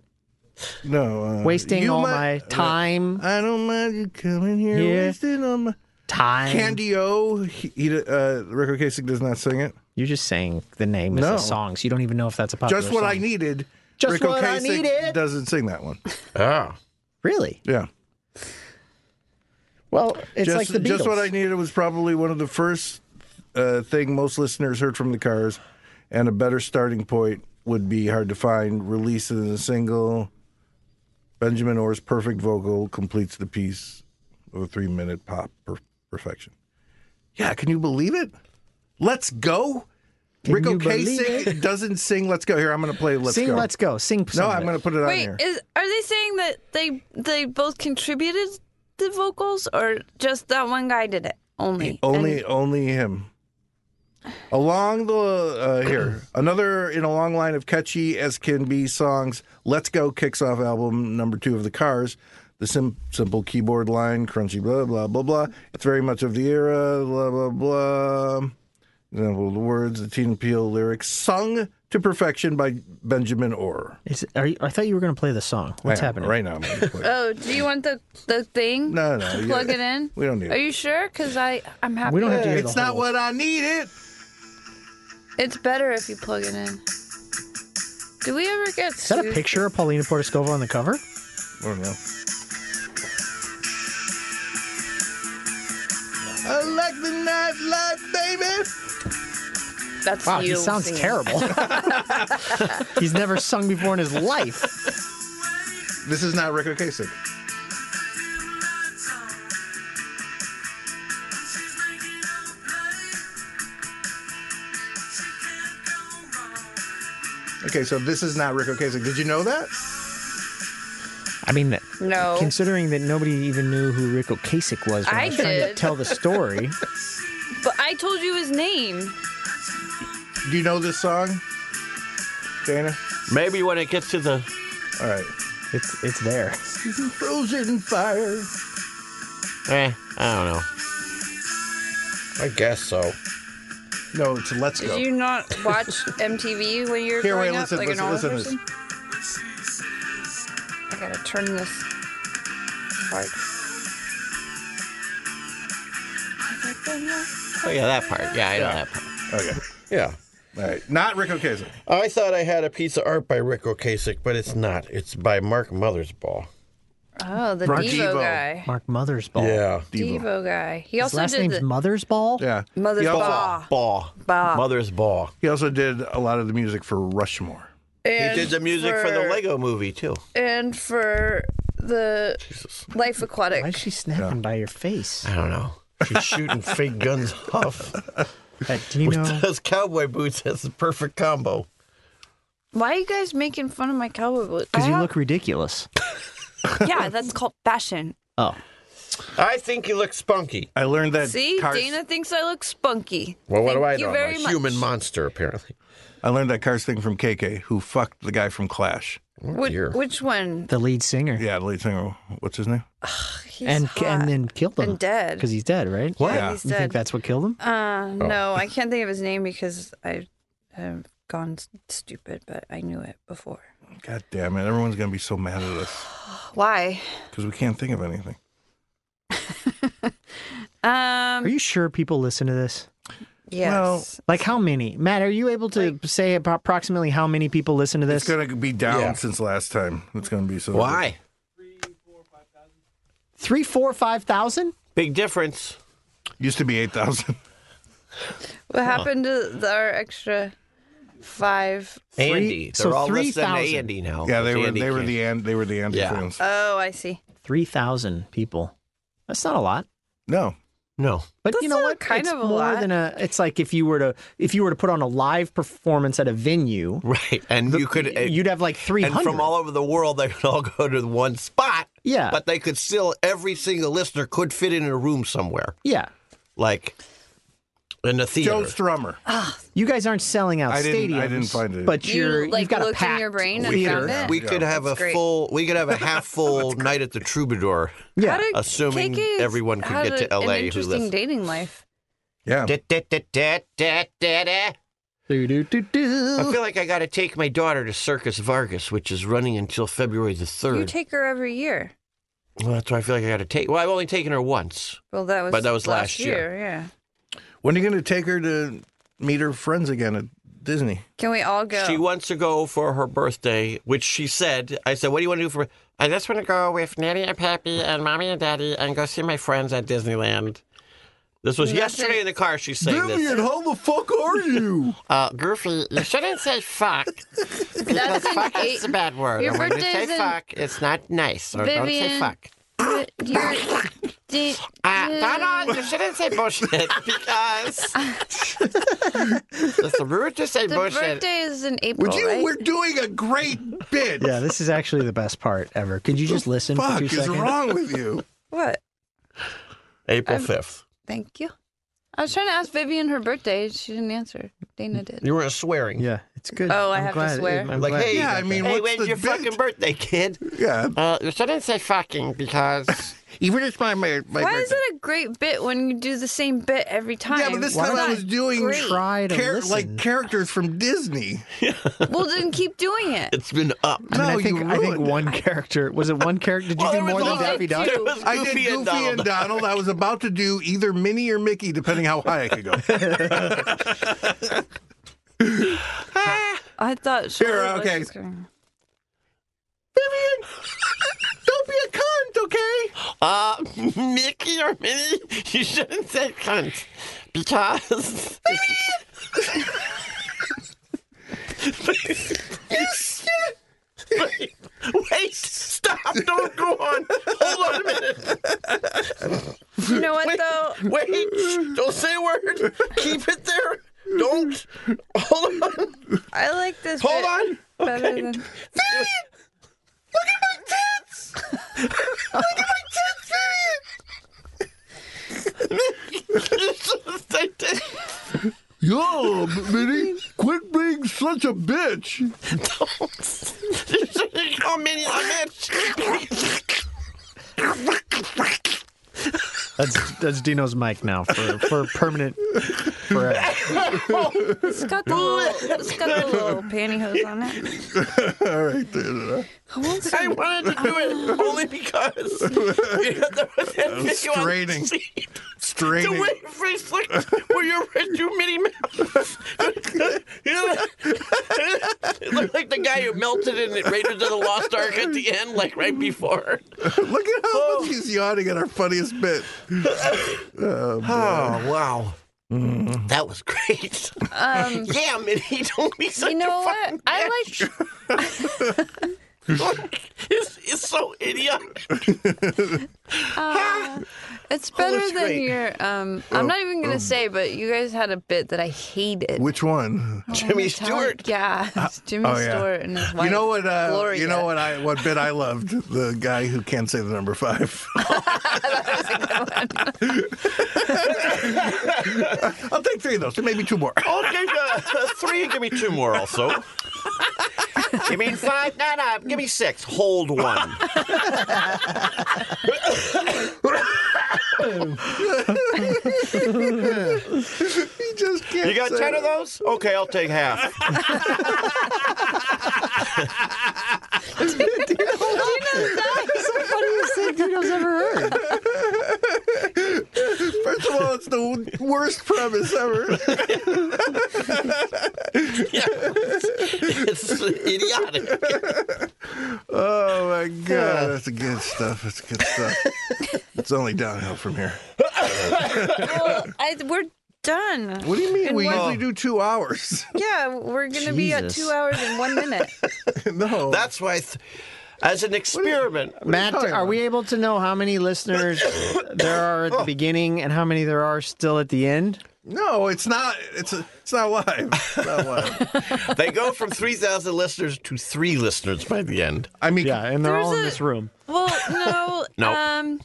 Speaker 3: no. Uh,
Speaker 10: Wasting
Speaker 3: you
Speaker 10: all
Speaker 3: might-
Speaker 10: my time.
Speaker 3: I don't mind you coming here.
Speaker 10: Yeah.
Speaker 3: Wasting all my.
Speaker 10: time.
Speaker 3: Candy O, he, he, uh, Rick Ocasek does not sing it.
Speaker 10: You're just saying the name is
Speaker 3: No.
Speaker 10: the song, so you don't even know if that's a popular
Speaker 3: Just what I
Speaker 10: song.
Speaker 3: needed.
Speaker 10: Just
Speaker 3: Rico
Speaker 10: what I
Speaker 3: Kasich
Speaker 10: needed.
Speaker 3: doesn't sing that one.
Speaker 1: Ah.
Speaker 5: Oh.
Speaker 10: Really?
Speaker 3: Yeah.
Speaker 10: Well, it's
Speaker 3: just,
Speaker 10: like the Beatles.
Speaker 3: just what I needed was probably one of the first uh, thing most listeners heard from the Cars, and a better starting point would be hard to find. Released as a single, Benjamin Orr's perfect vocal completes the piece with a three-minute pop per- perfection. Yeah, can you believe it? Let's go. Rico
Speaker 10: you believe
Speaker 3: Kasich doesn't sing "Let's Go." Here, I'm going to play "Let's
Speaker 10: Sing
Speaker 3: Go."
Speaker 10: Let's Go. Sing some
Speaker 3: no,
Speaker 10: of
Speaker 3: I'm
Speaker 10: it.
Speaker 3: going to put it on
Speaker 6: Wait,
Speaker 3: here.
Speaker 6: is are they saying that they they both contributed the vocals, or just that one guy did it only?
Speaker 3: Only,
Speaker 6: And-
Speaker 3: only him. Along the uh, here, another in a long line of catchy as can be songs. Let's go kicks off album number two of the Cars. The sim- simple keyboard line, crunchy blah blah blah blah. It's very much of the era. Blah blah blah. Example: the words, the Teen Peel lyrics, sung to perfection by Benjamin Orr.
Speaker 10: Is, are you, I thought you were going to play the song. What's
Speaker 3: Hang on,
Speaker 10: happening?
Speaker 3: right now? I'm gonna play.
Speaker 6: oh, do you want the the thing?
Speaker 3: no, no, yeah.
Speaker 6: Plug it in.
Speaker 3: We don't need
Speaker 6: Are
Speaker 3: it.
Speaker 6: you sure? Because I I'm happy.
Speaker 10: We don't have to
Speaker 6: with
Speaker 10: hear
Speaker 6: it.
Speaker 10: the
Speaker 3: It's not
Speaker 10: whole-
Speaker 3: what I needed.
Speaker 6: It's better if you plug it in. Do we ever get
Speaker 10: Is that a picture of Paulina Portiscova on the cover?
Speaker 3: I don't know. I like the nightlife, baby.
Speaker 6: That's
Speaker 10: Wow,
Speaker 6: you.
Speaker 10: he sounds
Speaker 6: singing.
Speaker 10: terrible. He's never sung before in his life.
Speaker 3: This is not Rico Kasich. Okay, so this is not Rico Kasich. Did you know that?
Speaker 10: I mean,
Speaker 6: No.
Speaker 10: considering that nobody even knew who Rico Kasich was when I,
Speaker 6: I
Speaker 10: was trying to
Speaker 6: did.
Speaker 10: tell the story.
Speaker 6: But I told you his name.
Speaker 3: Do you know this song, Dana?
Speaker 5: Maybe when it gets to the
Speaker 3: All right.
Speaker 10: It's it's there.
Speaker 3: Frozen fire.
Speaker 5: eh, I don't know.
Speaker 1: I guess so.
Speaker 3: No, it's Let's Go.
Speaker 6: Did you not watch MTV when you were
Speaker 3: Here, wait,
Speaker 6: growing up,
Speaker 3: listen,
Speaker 6: like
Speaker 3: listen,
Speaker 6: an older
Speaker 3: listen to
Speaker 6: person? I gotta turn this hard.
Speaker 5: Oh yeah, that part. Yeah, I know that part.
Speaker 3: Okay.
Speaker 1: Yeah.
Speaker 3: All right. Not Rico Kasich.
Speaker 1: I thought I had a piece of art by Rick Ocasek, but it's not. It's by Mark Mothersbaugh.
Speaker 6: Oh, the
Speaker 3: Brunch Devo.
Speaker 6: Devo, guy.
Speaker 10: Mark Mothersball.
Speaker 1: Yeah.
Speaker 6: Devo guy. He
Speaker 10: His
Speaker 6: also
Speaker 10: last
Speaker 6: did
Speaker 10: name's
Speaker 6: the
Speaker 10: Mothersball.
Speaker 3: Yeah.
Speaker 6: Mother's
Speaker 3: He also-
Speaker 6: Baugh.
Speaker 1: Baugh.
Speaker 6: Baugh.
Speaker 1: Mother's Baugh.
Speaker 3: He also did a lot of the music for Rushmore.
Speaker 1: He
Speaker 6: And
Speaker 1: did the music for, the Lego movie, too.
Speaker 6: and for the Life Aquatic.
Speaker 10: Why is she snapping by your face?
Speaker 1: I don't know. She's shooting fake guns off
Speaker 10: Uh, do you
Speaker 1: with
Speaker 10: know?
Speaker 1: those cowboy boots. That's the perfect combo.
Speaker 6: Why are you guys making fun of my cowboy boots?
Speaker 10: Because
Speaker 6: I
Speaker 10: you
Speaker 6: have-
Speaker 10: look ridiculous.
Speaker 6: Yeah, that's called fashion.
Speaker 10: Oh,
Speaker 1: I think you look spunky.
Speaker 3: I learned that.
Speaker 6: See,
Speaker 3: Cars,
Speaker 6: Dana thinks I look spunky.
Speaker 1: Well, what
Speaker 6: Thank
Speaker 1: do I
Speaker 6: you
Speaker 1: know? I'm
Speaker 6: Very
Speaker 1: a
Speaker 6: much.
Speaker 1: human monster, apparently.
Speaker 3: I learned that Cars thing from KK, who fucked the guy from Clash.
Speaker 6: Which,
Speaker 1: dear.
Speaker 6: which one?
Speaker 10: the lead singer.
Speaker 3: Yeah, the lead singer. What's his name?
Speaker 6: He's
Speaker 10: and
Speaker 6: hot.
Speaker 10: and then killed him.
Speaker 6: And dead.
Speaker 10: Because he's dead, right?
Speaker 6: yeah,
Speaker 3: Yeah.
Speaker 6: he's
Speaker 10: You
Speaker 6: dead.
Speaker 10: think that's Oh. what killed him?
Speaker 6: Uh, no, I can't think of his name because I have gone s- stupid, but I knew it before.
Speaker 3: God damn it! Everyone's gonna be so mad at us
Speaker 6: Why?
Speaker 3: because we can't think of anything.
Speaker 6: Um,
Speaker 10: Are you sure people listen to this?
Speaker 6: yes.
Speaker 3: well,
Speaker 10: Like how many? Matt, are you able to say appro- approximately how many people listen to this?
Speaker 3: It's gonna be down
Speaker 1: Yeah.
Speaker 3: since last time. It's gonna be so.
Speaker 5: Why?
Speaker 10: Three, four, five thousand?
Speaker 5: Big difference.
Speaker 3: Used to be eight thousand.
Speaker 6: what happened to th- our extra five?
Speaker 5: Andy. They're
Speaker 10: so
Speaker 5: all listening
Speaker 10: 3,000.
Speaker 5: to Andy now.
Speaker 3: yeah, they
Speaker 5: It's
Speaker 3: were.
Speaker 5: Oh, Andy
Speaker 3: they were
Speaker 5: King.
Speaker 3: the and. They were the anti
Speaker 5: Yeah.
Speaker 3: fans.
Speaker 6: Oh, I see.
Speaker 10: Three thousand people. That's not a lot.
Speaker 5: Uh,
Speaker 3: no,
Speaker 5: No.
Speaker 10: But you
Speaker 6: That's
Speaker 10: know
Speaker 6: not
Speaker 10: what?
Speaker 6: kind
Speaker 10: it's
Speaker 6: of a
Speaker 10: more
Speaker 6: lot.
Speaker 10: than a. It's like if you were to if you were to put on a live performance at a venue,
Speaker 5: Right. And you could uh,
Speaker 10: you'd have like three
Speaker 5: and
Speaker 10: hundred.
Speaker 5: from all over the world they could all go to one spot.
Speaker 10: Yeah.
Speaker 5: But they could still every single listener could fit in a room somewhere.
Speaker 10: yeah,
Speaker 5: Like in the Uh, theater.
Speaker 3: Joe Strummer.
Speaker 10: you guys aren't selling out
Speaker 3: I didn't-
Speaker 10: stadiums.
Speaker 3: I didn't find it.
Speaker 10: But
Speaker 6: You,
Speaker 10: you're
Speaker 6: like,
Speaker 10: have got
Speaker 6: looked
Speaker 10: a
Speaker 6: in your
Speaker 10: packed
Speaker 6: brain and
Speaker 10: theater.
Speaker 6: found it?
Speaker 5: we could have
Speaker 6: That's
Speaker 5: a
Speaker 6: great.
Speaker 5: full we could have a half full night at the troubadour.
Speaker 10: Yeah.
Speaker 6: How did
Speaker 5: Assuming
Speaker 6: KK 's
Speaker 5: everyone could
Speaker 6: had
Speaker 5: get to
Speaker 6: a-
Speaker 5: LA
Speaker 6: An
Speaker 5: who
Speaker 6: interesting
Speaker 5: lives-
Speaker 6: dating life.
Speaker 3: Yeah,
Speaker 5: Da, da, da, da, da, da, da.
Speaker 10: Do, do, do,
Speaker 5: I
Speaker 10: do.
Speaker 5: feel like I got to take my daughter to Circus Vargas, which is running until February the
Speaker 6: You
Speaker 5: third.
Speaker 6: take her every year.
Speaker 5: well, that's why I feel like I got to take. Well, I've only taken her once.
Speaker 6: Well, that was.
Speaker 5: But that was last year.
Speaker 6: Yeah.
Speaker 3: when are you gonna take her to meet her friends again at Disney.
Speaker 6: Can we all go?
Speaker 5: She wants to go for her birthday, which she said. I said, "What do you want to do for?" I just want to go with Nanny and Pappy and Mommy and Daddy and go see my friends at Disneyland. This
Speaker 6: Mm,
Speaker 5: was yesterday in the car. She's saying this.
Speaker 3: how the fuck are you?
Speaker 5: Uh, Goofy, you shouldn't say fuck because
Speaker 6: That's an
Speaker 5: fuck
Speaker 6: eight-
Speaker 5: is a bad word.
Speaker 6: Your
Speaker 5: and when you
Speaker 6: birthday
Speaker 5: say
Speaker 6: is in-
Speaker 5: fuck, it's not nice. So don't say
Speaker 6: Vivian.
Speaker 5: fuck.
Speaker 6: You're, did,
Speaker 5: Uh, no,
Speaker 6: Mm.
Speaker 5: no, you shouldn't say bullshit because it's rude to say
Speaker 6: the
Speaker 5: bullshit.
Speaker 6: birthday is in April,
Speaker 3: Would you?
Speaker 6: right?
Speaker 3: We're doing a great bit.
Speaker 10: Yeah, this is actually the best part ever. Could you just listen for
Speaker 3: Fuck
Speaker 10: two
Speaker 3: is
Speaker 10: seconds?
Speaker 3: wrong with you?
Speaker 6: What?
Speaker 1: April 5th.
Speaker 6: Thank you. I was trying to ask Vivian her birthday. She didn't answer. Dana did.
Speaker 1: You weren't swearing.
Speaker 10: Yeah, it's good.
Speaker 6: Oh, I
Speaker 10: I'm
Speaker 6: have to
Speaker 10: glad.
Speaker 6: swear?
Speaker 10: I'm
Speaker 1: Like,
Speaker 10: glad.
Speaker 1: hey,
Speaker 3: Yeah, I mean,
Speaker 5: Hey,
Speaker 3: what's the
Speaker 5: when's your
Speaker 3: bit?
Speaker 5: fucking birthday, kid?
Speaker 3: Yeah,
Speaker 5: Uh, you shouldn't say fucking because
Speaker 3: even it's my my. my
Speaker 6: Why is
Speaker 3: birthday.
Speaker 6: it a great bit when you do the same bit every time?
Speaker 3: Yeah, but this
Speaker 10: Why
Speaker 3: time I
Speaker 10: not?
Speaker 3: was doing
Speaker 6: Great.
Speaker 10: Try to
Speaker 3: char-
Speaker 10: listen.
Speaker 3: like characters from Disney.
Speaker 6: well, then keep doing it.
Speaker 5: it's been up.
Speaker 10: I mean,
Speaker 3: no,
Speaker 10: I think
Speaker 3: you
Speaker 10: I think
Speaker 3: ruined
Speaker 10: one character was it one character? Did you
Speaker 5: Well,
Speaker 10: do
Speaker 5: there was
Speaker 10: more than
Speaker 5: only
Speaker 10: Daffy Duck?
Speaker 5: two. It was
Speaker 3: I did Goofy and Donald. I was about to do either Minnie or Mickey, depending how high I could go.
Speaker 6: I thought.
Speaker 3: Sure,
Speaker 6: Charlotte
Speaker 3: okay.
Speaker 6: was gonna-
Speaker 5: Vivian, don't be a cunt, okay? Uh, Mickey or Minnie, you shouldn't say cunt because. Wait, wait, stop, don't go on. Hold on a minute.
Speaker 6: You know what though?
Speaker 5: Wait, don't say a word. Keep it there. Don't. Hold on.
Speaker 6: I like this.
Speaker 5: Hold
Speaker 6: bit
Speaker 5: on.
Speaker 6: Better than
Speaker 3: Yo, Minnie, quit being such a bitch.
Speaker 5: oh, Minnie, I'm it.
Speaker 10: That's that's Dino's mic now for for permanent forever.
Speaker 6: it's got the little, it's got the little pantyhose on it.
Speaker 3: All right, dude.
Speaker 6: I want
Speaker 5: I
Speaker 6: some.
Speaker 5: wanted to do it only because you know, there was that
Speaker 3: was
Speaker 5: video on
Speaker 3: straining.
Speaker 5: scene. The
Speaker 3: Straining.
Speaker 5: way your face looked when you read you Minnie Mouse. you know, it looked like the guy who melted in Raiders of the Lost Ark at the end, like right before.
Speaker 3: Look at how
Speaker 10: Oh.
Speaker 3: much he's yawning at our funniest bit.
Speaker 5: Oh wow. That was great.
Speaker 6: Um,
Speaker 5: Yeah, Minnie, don't be such
Speaker 6: you
Speaker 5: a
Speaker 6: know what?
Speaker 5: fucking
Speaker 6: I like.
Speaker 5: it's, it's so idiotic.
Speaker 6: Uh, it's better
Speaker 5: Oh, it's
Speaker 6: than
Speaker 5: great. Oh.
Speaker 6: your. Um, I'm not even gonna say, but you guys had a bit that I hated.
Speaker 3: Which one?
Speaker 6: Jimmy
Speaker 5: Stewart.
Speaker 6: Yeah, it's Jimmy
Speaker 3: oh, yeah.
Speaker 6: Stewart and his wife.
Speaker 3: You know what? Uh,
Speaker 6: Gloria.
Speaker 3: You know what? I what bit I loved the guy who can't say the number five. I'll take three of those. Maybe two more.
Speaker 5: Okay, uh, uh, three. Give me two more, also. you mean five? No, no. Give me six. Hold one.
Speaker 3: He just can't.
Speaker 5: You got
Speaker 3: say
Speaker 5: ten
Speaker 3: it.
Speaker 5: of those? Okay, I'll take half.
Speaker 10: That's the funniest thing Dino's ever heard.
Speaker 3: First of all, it's the worst premise ever.
Speaker 5: It's idiotic.
Speaker 3: Oh my god, that's the good stuff. That's good stuff. it's only downhill from here.
Speaker 6: well, I, we're done.
Speaker 3: What do you mean?
Speaker 6: And
Speaker 3: we
Speaker 6: what-
Speaker 3: usually do two hours.
Speaker 6: Yeah, we're gonna be at
Speaker 10: Jesus.
Speaker 6: two hours and one minute.
Speaker 3: no,
Speaker 5: That's why, I th- as an experiment,
Speaker 10: Matt,
Speaker 3: talking
Speaker 10: are we able to know how many listeners there are at the beginning and how many there are still at the end?
Speaker 3: no, it's not. It's it's not live. It's not live.
Speaker 5: they go from three thousand listeners to three listeners by the end.
Speaker 3: I mean,
Speaker 10: Yeah, and they're all
Speaker 6: There's
Speaker 10: in
Speaker 6: a-
Speaker 10: this room.
Speaker 6: Well, no,
Speaker 5: No.
Speaker 6: Um,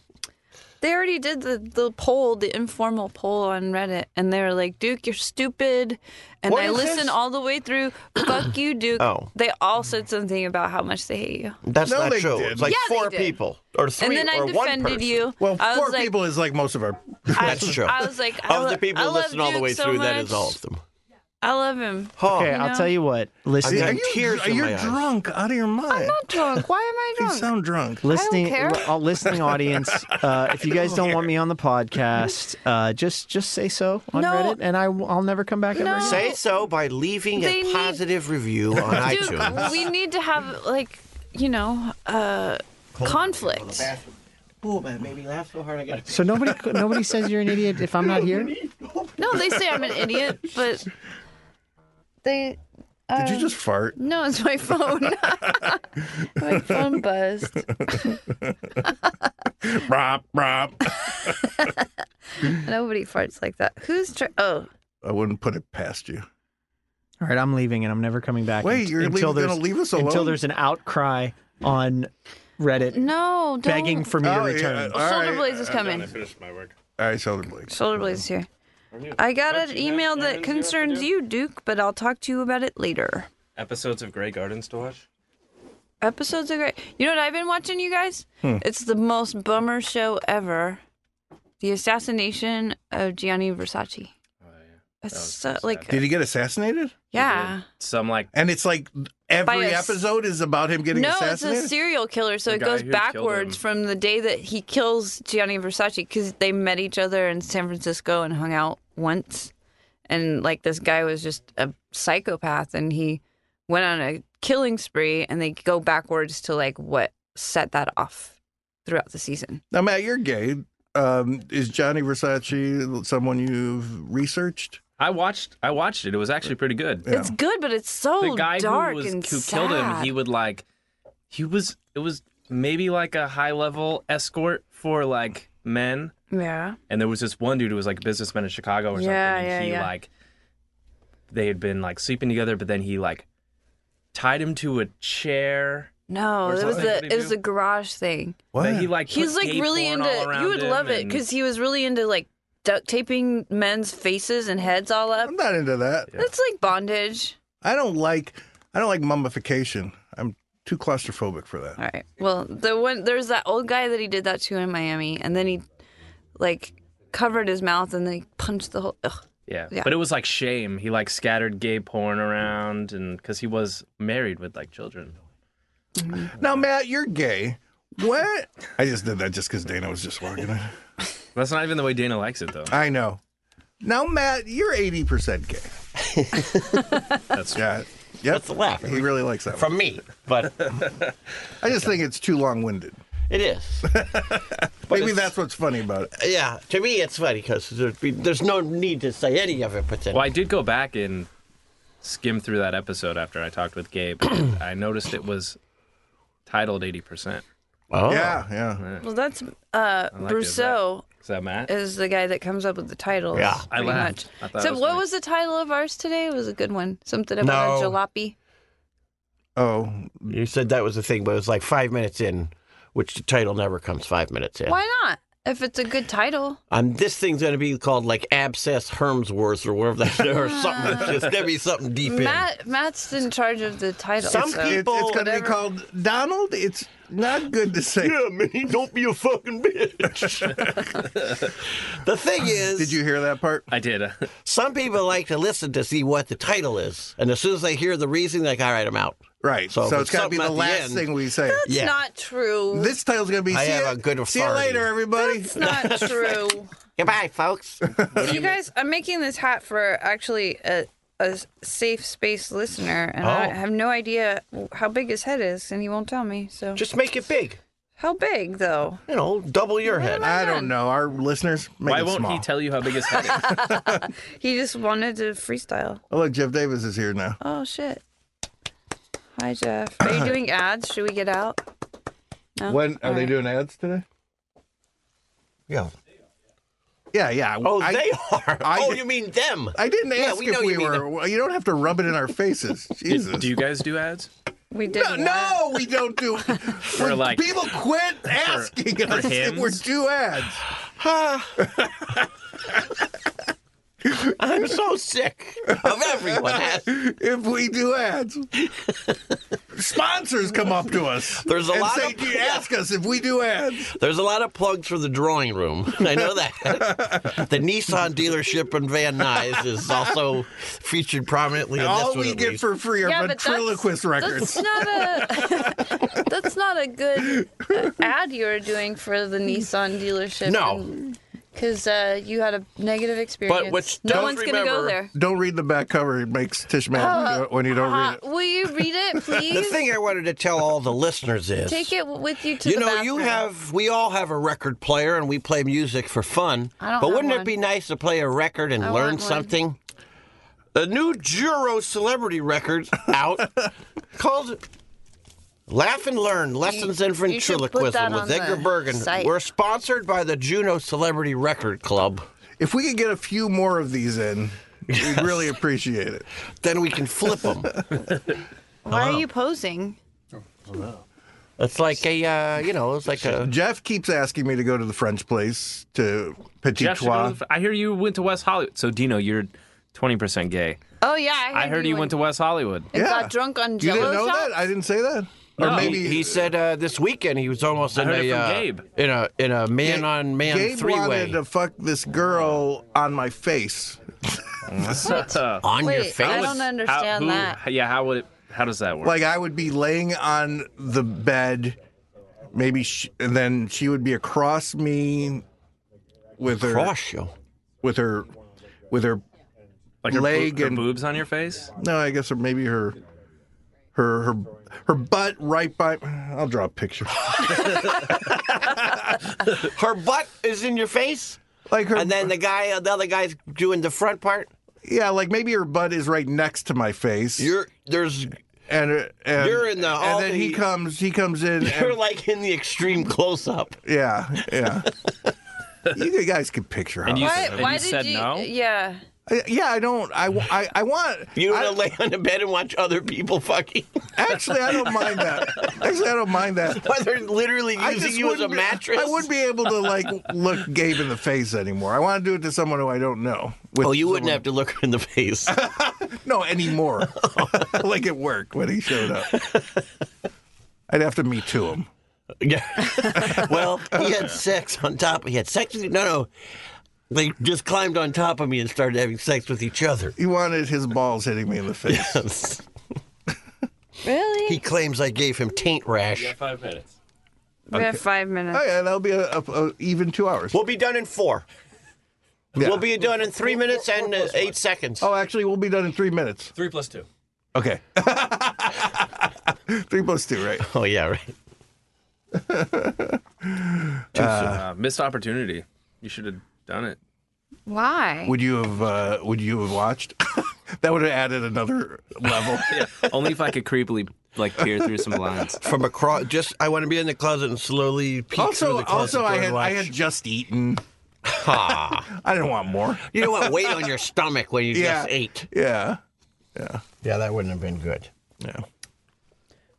Speaker 6: they already did the, the poll, the informal poll on Reddit, and they were like, "Duke, you're stupid," and
Speaker 5: What
Speaker 6: I
Speaker 5: is
Speaker 6: listened
Speaker 5: this?
Speaker 6: all the way through. Fuck you, Duke.
Speaker 5: Oh.
Speaker 6: They all said something about how much they hate you,
Speaker 5: That's
Speaker 3: No,
Speaker 5: not
Speaker 3: they
Speaker 5: true.
Speaker 3: didn't.
Speaker 5: It's like
Speaker 6: Yeah, they
Speaker 5: four
Speaker 6: did.
Speaker 5: people or three
Speaker 6: and then I
Speaker 5: or one
Speaker 6: defended
Speaker 5: person.
Speaker 6: you.
Speaker 3: well,
Speaker 6: I was
Speaker 3: four
Speaker 6: like,
Speaker 3: people is like most of our.
Speaker 5: That's true.
Speaker 6: I was like, I
Speaker 5: of
Speaker 6: lo-
Speaker 5: the people
Speaker 6: I
Speaker 5: who
Speaker 6: love
Speaker 5: listen all the
Speaker 6: Duke
Speaker 5: way
Speaker 6: so
Speaker 5: through, that is
Speaker 6: much.
Speaker 5: all of them.
Speaker 6: I love him.
Speaker 13: Huh.
Speaker 14: Okay,
Speaker 6: No.
Speaker 14: I'll tell you what.
Speaker 13: I
Speaker 14: Listening,
Speaker 13: got
Speaker 3: Are you,
Speaker 13: tears in
Speaker 3: you're
Speaker 13: my eyes.
Speaker 3: drunk out of your mind.
Speaker 6: I'm drunk. Why am I
Speaker 3: You
Speaker 6: drunk?
Speaker 3: sound drunk.
Speaker 14: listening,
Speaker 6: care.
Speaker 14: li- uh, listening audience. Uh, if you guys don't want me on the podcast, uh, just just say so on
Speaker 6: No.
Speaker 14: Reddit, and I will never come back ever.
Speaker 6: No.
Speaker 14: again.
Speaker 13: Say so by leaving
Speaker 6: Oh. They
Speaker 13: a
Speaker 6: need-
Speaker 13: positive review on
Speaker 6: Dude,
Speaker 13: iTunes.
Speaker 6: we need to have like you know uh, conflict.
Speaker 5: Oh man, made me laugh so hard I got
Speaker 14: So nobody nobody says you're an idiot if I'm not here.
Speaker 6: No, they say I'm an idiot, but they
Speaker 3: Did you just fart?
Speaker 6: no, it's my phone. my phone buzzed.
Speaker 3: Brop, brop.
Speaker 6: Nobody farts like that. Who's tr- oh
Speaker 3: I wouldn't put it past you.
Speaker 14: All right, I'm leaving, and I'm never coming back.
Speaker 3: Wait,
Speaker 14: unt-
Speaker 3: you're
Speaker 14: until
Speaker 3: leaving- gonna
Speaker 14: there's-
Speaker 3: leave us
Speaker 14: until
Speaker 3: alone?
Speaker 14: there's an outcry on Reddit
Speaker 6: no? Don't.
Speaker 14: begging for me to
Speaker 3: Oh, yeah,
Speaker 14: return.
Speaker 3: all
Speaker 6: Shoulder
Speaker 3: right. uh,
Speaker 6: blades is coming.
Speaker 10: finished my work.
Speaker 3: All right, Southern Blake.
Speaker 6: Shoulder blades is here. I got an email that concerns you, Duke, but I'll talk to you about it later.
Speaker 10: Episodes of Grey Gardens to watch?
Speaker 6: Episodes are great. You know what I've been watching, you guys?
Speaker 10: Hmm.
Speaker 6: It's the most bummer show ever. The assassination of Gianni Versace.
Speaker 10: Oh, yeah.
Speaker 6: That's
Speaker 10: was
Speaker 6: so,
Speaker 10: sad.
Speaker 6: like,
Speaker 3: Did he get assassinated?
Speaker 6: yeah.
Speaker 10: Some like
Speaker 3: And it's like
Speaker 6: By
Speaker 3: every
Speaker 6: a s-
Speaker 3: episode is about him getting
Speaker 6: No, it's
Speaker 3: assassinated.
Speaker 6: a serial killer, so
Speaker 10: The
Speaker 6: it
Speaker 10: guy
Speaker 6: goes
Speaker 10: who killed
Speaker 6: backwards
Speaker 10: him.
Speaker 6: from the day that he kills Gianni Versace because they met each other in San Francisco and hung out once. And like this guy was just a psychopath and he went on a killing spree, and they go backwards to like what set that off throughout the season.
Speaker 3: now, Matt, you're gay. Um, is Johnny Versace someone you've researched?
Speaker 10: I watched I watched it. It was actually pretty good.
Speaker 6: It's good, but it's so
Speaker 10: the guy
Speaker 6: dark
Speaker 10: who was
Speaker 6: and
Speaker 10: who
Speaker 6: sad.
Speaker 10: killed him, he would like he was it was maybe like a high level escort for like men.
Speaker 6: yeah.
Speaker 10: And there was this one dude who was like a businessman in Chicago or something.
Speaker 6: Yeah,
Speaker 10: And
Speaker 6: yeah,
Speaker 10: he
Speaker 6: yeah.
Speaker 10: like they had been like sleeping together, but then he like tied him to a chair.
Speaker 6: No,
Speaker 10: Or
Speaker 6: it
Speaker 10: something.
Speaker 6: was
Speaker 10: What
Speaker 6: the
Speaker 10: did
Speaker 6: it
Speaker 10: he
Speaker 6: was
Speaker 10: do?
Speaker 6: the garage thing.
Speaker 10: That he like
Speaker 6: He's
Speaker 10: put
Speaker 6: like
Speaker 10: gay
Speaker 6: really
Speaker 10: porn
Speaker 6: into.
Speaker 10: all
Speaker 6: You
Speaker 10: around
Speaker 6: would love
Speaker 10: him
Speaker 6: it
Speaker 10: and-
Speaker 6: because he was really into like duct taping men's faces and heads all up.
Speaker 3: I'm not into that.
Speaker 6: That's like bondage.
Speaker 3: I don't like. I don't like mummification. I'm too claustrophobic for that.
Speaker 6: All right. Well, the one there's that old guy that he did that to in Miami, and then he like covered his mouth and then he punched the whole. Ugh.
Speaker 10: Yeah.
Speaker 6: Yeah.
Speaker 10: But it was like shame. He like scattered gay porn around and because he was married with like children.
Speaker 3: Now, Matt, you're gay. What? I just did that just because Dana was just walking in.
Speaker 10: That's not even the way Dana likes it though.
Speaker 3: I know. Now, Matt, you're 80% gay.
Speaker 10: That's
Speaker 3: Yeah. Yep.
Speaker 13: That's laughing.
Speaker 3: He really likes that. One.
Speaker 5: from me, but
Speaker 3: I just think it's too long winded.
Speaker 13: It is.
Speaker 3: Maybe that's what's funny about it.
Speaker 13: yeah.
Speaker 5: to me it's funny because there's no need to say any of it. But then
Speaker 10: Well, I did go back and skim through that episode after I talked with Gabe. and I noticed it was titled 80%.
Speaker 5: oh.
Speaker 3: Yeah, yeah.
Speaker 6: Well, that's uh,
Speaker 10: Eh. like his
Speaker 6: Brousseau
Speaker 10: Is that Matt?
Speaker 6: is the guy that comes up with the titles.
Speaker 5: Yeah.
Speaker 10: I
Speaker 6: pretty
Speaker 10: laughed. I thought
Speaker 6: much.
Speaker 10: it
Speaker 6: Except
Speaker 10: was
Speaker 6: what
Speaker 10: funny.
Speaker 6: was the title of ours today? It was a good one. Something about
Speaker 5: No.
Speaker 6: a jalopy.
Speaker 3: Oh,
Speaker 5: You said that was the thing, but it was like five minutes in, which the title never comes five minutes in.
Speaker 6: Why not? If it's a good title.
Speaker 5: Um, this thing's going to be called like Abscess Hermsworth or whatever that or something. It's going to be something deep
Speaker 6: Matt Matt's in charge of the title.
Speaker 5: Some
Speaker 6: so-
Speaker 3: it, it's
Speaker 5: peop-
Speaker 3: going to be
Speaker 5: whatever.
Speaker 3: called Donald. It's not good to say.
Speaker 5: in. Yeah, man, don't be a fucking bitch. the thing is,
Speaker 3: Did you hear that part?
Speaker 10: I did.
Speaker 5: some people like to listen to see what the title is, and as soon as they hear the reason, they're like, all right, I'm out.
Speaker 3: Right.
Speaker 5: So
Speaker 3: So, it's
Speaker 5: if it's
Speaker 3: got to be
Speaker 5: something
Speaker 3: the
Speaker 5: at the
Speaker 3: last
Speaker 5: end-
Speaker 3: thing we say.
Speaker 6: That's
Speaker 5: Yeah.
Speaker 6: not true.
Speaker 3: This title's going to be.
Speaker 5: I
Speaker 3: see
Speaker 5: have
Speaker 3: ya-
Speaker 5: a good
Speaker 3: See you
Speaker 5: authority.
Speaker 3: later, everybody.
Speaker 6: That's not true.
Speaker 5: Goodbye, folks.
Speaker 6: you guys, I'm making this hat for actually a, a safe space listener, and I
Speaker 5: Oh.
Speaker 6: have no idea how big his head is, and he won't tell me. So,
Speaker 5: Just make it big.
Speaker 6: how big though?
Speaker 5: You know, double your head.
Speaker 3: I don't know. Our listeners, make
Speaker 10: Why
Speaker 3: it
Speaker 10: won't
Speaker 3: small.
Speaker 10: he tell you how big his head is?
Speaker 6: He just wanted to freestyle.
Speaker 3: oh, look, Jeff Davis is here now.
Speaker 6: Oh shit! Hi Jeff. Are you doing ads? Should we get out? No?
Speaker 3: when are
Speaker 6: Uh-huh. All
Speaker 3: they
Speaker 6: right.
Speaker 3: doing ads today?
Speaker 5: Yeah.
Speaker 3: Yeah, yeah.
Speaker 5: Oh,
Speaker 3: I,
Speaker 5: they are.
Speaker 3: I-
Speaker 5: oh, you mean them?
Speaker 3: I didn't ask
Speaker 5: Yeah, we
Speaker 3: if
Speaker 5: know
Speaker 3: we
Speaker 5: you mean
Speaker 3: were. Well, You don't have to rub it in our faces. Jesus.
Speaker 10: do you guys do ads?
Speaker 6: We did.
Speaker 3: no,
Speaker 6: one.
Speaker 3: no, we don't do.
Speaker 10: For like
Speaker 3: people quit asking us if
Speaker 10: hymns?
Speaker 3: we're do ads.
Speaker 1: I'm so sick of everyone.
Speaker 3: if we do ads, sponsors come up to us.
Speaker 1: There's a
Speaker 3: and
Speaker 1: lot
Speaker 3: say,
Speaker 1: of-
Speaker 3: "Do you ask us if we do ads.
Speaker 1: There's a lot of plugs for the drawing room. I know that. the Nissan dealership in Van Nuys is also featured prominently in
Speaker 3: All
Speaker 1: this one.
Speaker 3: we
Speaker 1: at
Speaker 3: get
Speaker 1: least.
Speaker 3: for free are
Speaker 6: Yeah, but that's-
Speaker 3: ventriloquist records.
Speaker 6: That's not a that's not a good ad you were doing for the Nissan dealership.
Speaker 1: No.
Speaker 6: because uh, you had a negative experience.
Speaker 1: which-
Speaker 6: no
Speaker 1: don't
Speaker 6: one's gonna go
Speaker 1: remember-
Speaker 6: there.
Speaker 3: Don't read the back cover. It makes Tish mad when you- when you don't read
Speaker 6: Uh,
Speaker 3: it.
Speaker 6: will you read it,
Speaker 1: the
Speaker 6: please?
Speaker 1: thing I wanted to tell all the listeners is
Speaker 6: Take it with you to
Speaker 1: You
Speaker 6: the
Speaker 1: know, you
Speaker 6: bathroom.
Speaker 1: have, we all have a record player and we play music for fun.
Speaker 6: I don't
Speaker 1: but
Speaker 6: have
Speaker 1: wouldn't
Speaker 6: one.
Speaker 1: it be nice to play a record and
Speaker 6: I
Speaker 1: learn
Speaker 6: want one.
Speaker 1: something? A new Juro celebrity record out called Laugh and Learn Lessons in
Speaker 6: you should put that
Speaker 1: Ventriloquism
Speaker 6: on
Speaker 1: with
Speaker 6: the
Speaker 1: Edgar Bergen.
Speaker 6: site.
Speaker 1: We're sponsored by the Juno Celebrity Record Club.
Speaker 6: Uh-huh.
Speaker 3: If we could get a few more of these in, we'd really appreciate it.
Speaker 1: Then we can flip them.
Speaker 6: Why are you posing?
Speaker 1: it's like a, uh, you know, it's like a.
Speaker 3: Jeff keeps asking me to go to the French place to Petit
Speaker 10: Jeff should go to
Speaker 3: Trois.
Speaker 10: the- I hear you went to West Hollywood. So Dino, you're 20% gay.
Speaker 6: Oh yeah, I heard,
Speaker 10: I heard you went to West Hollywood.
Speaker 6: and
Speaker 3: Yeah.
Speaker 6: got drunk on
Speaker 3: You
Speaker 6: Jello
Speaker 3: didn't know
Speaker 6: shots?
Speaker 3: that? I didn't say that.
Speaker 10: No.
Speaker 3: Or
Speaker 1: He-
Speaker 3: maybe
Speaker 1: he, said uh, this weekend he was almost in
Speaker 10: heard
Speaker 1: a
Speaker 10: it from
Speaker 1: uh,
Speaker 10: Gabe.
Speaker 1: in a in a man on man
Speaker 3: Gabe
Speaker 1: three way
Speaker 3: wanted to fuck this girl on my face.
Speaker 10: Uh,
Speaker 1: on your
Speaker 6: Wait,
Speaker 1: face.
Speaker 6: I don't
Speaker 10: how,
Speaker 6: understand
Speaker 10: who-
Speaker 6: that.
Speaker 10: Yeah, how would it? How does that work?
Speaker 3: Like I would be laying on the bed, maybe, sh and then she would be across me with her
Speaker 1: Cross you.
Speaker 3: with her with her
Speaker 10: like her,
Speaker 3: leg
Speaker 10: her
Speaker 3: and-
Speaker 10: boobs on your face?
Speaker 3: no, I guess or maybe her her her her butt right by. I'll draw a picture.
Speaker 1: Her butt is in your face,
Speaker 3: Like her,
Speaker 1: and then the guy, the other guy's doing the front part.
Speaker 3: yeah, like maybe her butt is right next to my face.
Speaker 1: You're there's
Speaker 3: and, uh, and
Speaker 1: You're in the- all
Speaker 3: and then he
Speaker 1: the-
Speaker 3: comes he comes in
Speaker 1: you're
Speaker 3: and,
Speaker 1: like in the extreme close up.
Speaker 3: yeah yeah you guys can picture how
Speaker 10: And you-
Speaker 6: Why,
Speaker 10: And
Speaker 6: why
Speaker 10: you
Speaker 6: did
Speaker 10: said
Speaker 6: you?
Speaker 10: no?
Speaker 6: Yeah.
Speaker 3: I- yeah I don't I, w- I- I want
Speaker 1: You
Speaker 3: I-
Speaker 1: want to lay on the bed and watch other people fucking
Speaker 3: actually I don't mind that actually I don't mind that
Speaker 1: while they're literally
Speaker 3: I
Speaker 1: using
Speaker 3: just
Speaker 1: you as a
Speaker 3: wouldn't be-
Speaker 1: mattress.
Speaker 3: I wouldn't be able to like look Gabe in the face anymore I want to do it to someone who I don't know with
Speaker 1: Oh, you wouldn't have to look her in the face.
Speaker 3: no anymore like at work when he showed up I'd have to me too him
Speaker 1: Yeah. well, he had sex on top. He had sex with no, no. They just climbed on top of me and started having sex with each other.
Speaker 3: he wanted his balls hitting me in the face
Speaker 6: Really?
Speaker 1: he claims I gave him taint rash.
Speaker 10: Five minutes.
Speaker 6: We have five minutes.
Speaker 3: oh yeah that'll be a, a- a- even two hours
Speaker 1: We'll be done in four.
Speaker 3: Yeah.
Speaker 1: We'll be done in three minutes and uh, eight seconds.
Speaker 3: Oh, actually, we'll be done in three minutes.
Speaker 10: Three plus two.
Speaker 3: Okay. three plus two, right?
Speaker 1: Oh, yeah, right.
Speaker 10: Uh, missed opportunity. You should have done it.
Speaker 6: Why?
Speaker 3: Would you have? Uh, would you have watched? that would have added another level.
Speaker 10: Only if I could creepily like peer through some blinds.
Speaker 1: From across, just I want to be in the closet and slowly peek through
Speaker 3: also,
Speaker 1: the
Speaker 3: also,
Speaker 1: closet door
Speaker 3: I
Speaker 1: and
Speaker 3: had I
Speaker 1: watch.
Speaker 3: had just eaten. I didn't want more.
Speaker 1: You know what? Weight on your stomach when you
Speaker 3: Yeah.
Speaker 1: just ate.
Speaker 3: Yeah.
Speaker 15: Yeah, that wouldn't have been good.
Speaker 3: Yeah.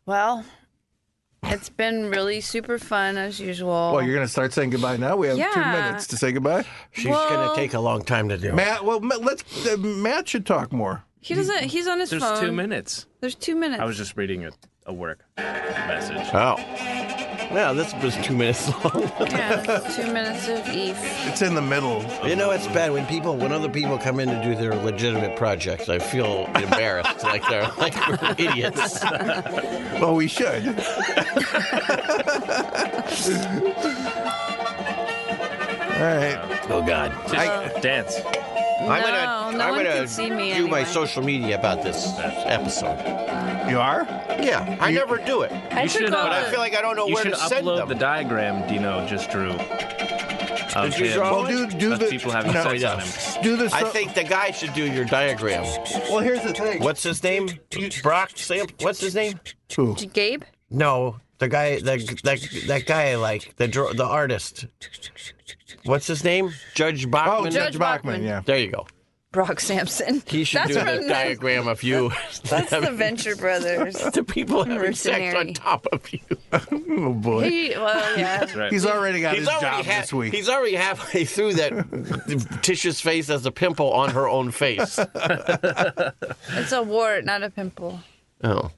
Speaker 6: Well, it's been really super fun as usual.
Speaker 3: Well, you're gonna start saying goodbye now. We have two
Speaker 6: Yeah.
Speaker 3: minutes to say goodbye.
Speaker 1: She's going
Speaker 6: Well-
Speaker 1: to take a long time to do. it.
Speaker 3: Matt, well, Ma- let's. Uh, Matt should talk more.
Speaker 6: he doesn't. He's on his
Speaker 10: There's
Speaker 6: phone.
Speaker 10: two minutes.
Speaker 6: There's two minutes.
Speaker 10: I was just reading a, a work message.
Speaker 1: Oh. Yeah, this was two minutes long.
Speaker 6: Yeah, two minutes of Eve.
Speaker 3: It's in the middle.
Speaker 1: You know it's bad when people when other people come in to do their legitimate projects. I feel embarrassed, like they're like we're idiots.
Speaker 3: Well, we should. All right.
Speaker 1: Oh God!
Speaker 10: Just dance.
Speaker 1: I'm
Speaker 6: no,
Speaker 1: gonna
Speaker 6: no
Speaker 1: I'm gonna
Speaker 6: one can see me
Speaker 1: do my
Speaker 6: anyway.
Speaker 1: social media about this episode.
Speaker 3: You are?
Speaker 1: Yeah, I never do it.
Speaker 6: I
Speaker 10: You
Speaker 6: took
Speaker 10: should,
Speaker 6: all
Speaker 10: but I
Speaker 6: the-
Speaker 1: I feel like I don't know
Speaker 10: You
Speaker 1: where
Speaker 10: should
Speaker 1: to send
Speaker 10: upload
Speaker 1: them.
Speaker 10: the diagram Dino just drew. Of
Speaker 1: you
Speaker 10: him,
Speaker 1: draw
Speaker 3: Well, do do
Speaker 10: of
Speaker 3: the
Speaker 10: people having
Speaker 3: no,
Speaker 10: sex
Speaker 1: yeah.
Speaker 10: on him.
Speaker 3: do the.
Speaker 1: I
Speaker 3: so-
Speaker 1: think the guy should do your diagram.
Speaker 3: Well, here's the thing.
Speaker 1: What's his name? Brock Sam. What's his name?
Speaker 3: Ooh.
Speaker 6: Gabe.
Speaker 1: No, the guy, the that that guy, like the dr- the artist. What's his name? Judge Bachman.
Speaker 3: Oh, Judge
Speaker 6: Judge
Speaker 3: Bachman.
Speaker 6: Bachman.
Speaker 3: Yeah.
Speaker 1: There you go.
Speaker 6: Brock Sampson.
Speaker 5: He should
Speaker 6: That's
Speaker 5: do
Speaker 6: from
Speaker 5: the diagram of you.
Speaker 6: That's the Venture Brothers.
Speaker 5: the people having sex
Speaker 6: Mercenary.
Speaker 5: on top of you.
Speaker 3: Oh boy,
Speaker 6: He, well, yeah.
Speaker 10: That's right.
Speaker 3: he's already got his job
Speaker 5: ha-
Speaker 3: this week.
Speaker 5: He's already halfway through that Tisha's face as a pimple on her own face.
Speaker 6: It's a wart, not a pimple.
Speaker 5: Oh.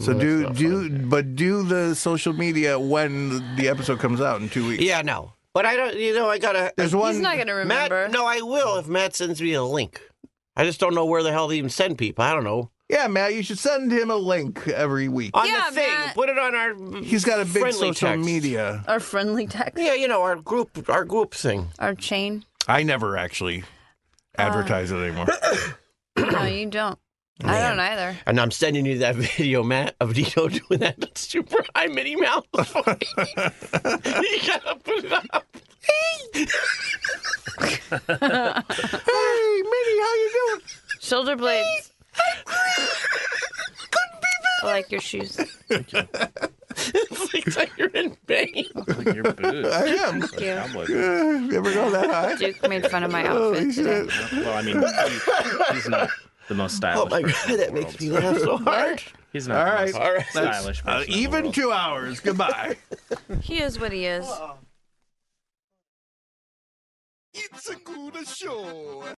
Speaker 3: So do do but do the social media when the episode comes out in two weeks.
Speaker 5: Yeah, no. But I don't, you know, I gotta.
Speaker 3: There's one.
Speaker 6: He's not going to
Speaker 5: Matt,
Speaker 6: remember.
Speaker 5: no, I will if Matt sends me a link. I just don't know where the hell to even send people. I don't know.
Speaker 3: yeah, Matt, you should send him a link every week.
Speaker 5: On
Speaker 6: Yeah,
Speaker 5: the thing,
Speaker 6: Matt.
Speaker 5: put it on our.
Speaker 3: He's got a big
Speaker 5: Uh, friendly
Speaker 3: social
Speaker 5: text.
Speaker 3: media.
Speaker 6: Our friendly text.
Speaker 5: Yeah, you know our group, our group thing.
Speaker 6: Our chain.
Speaker 3: I never actually Uh, advertise it anymore.
Speaker 6: No, you don't. I don't either.
Speaker 5: And I'm sending you that video, Matt, of Dino doing that super high Minnie Mouse. voice. you gotta put it up.
Speaker 3: hey, Minnie, how you doing?
Speaker 6: Shoulder blades. I like your shoes.
Speaker 5: It's like, you're in pain.
Speaker 10: Like your boobs.
Speaker 3: I am.
Speaker 6: Thank you.
Speaker 10: Cowboy boots.
Speaker 3: Uh, you ever go that high?
Speaker 6: Duke made fun of my
Speaker 3: Holy
Speaker 6: outfit today.
Speaker 3: shit.
Speaker 10: Well, I mean, he, he's not the most stylish.
Speaker 5: Oh my god,
Speaker 10: person in
Speaker 5: that
Speaker 10: the
Speaker 5: makes
Speaker 10: world.
Speaker 5: me laugh so hard.
Speaker 10: He's not
Speaker 3: All
Speaker 10: the
Speaker 3: right,
Speaker 10: most
Speaker 3: all
Speaker 5: right.
Speaker 10: stylish.
Speaker 3: Uh,
Speaker 10: person in the
Speaker 3: even
Speaker 10: world.
Speaker 3: two hours. Goodbye.
Speaker 6: He is what he is.
Speaker 3: it's a good show.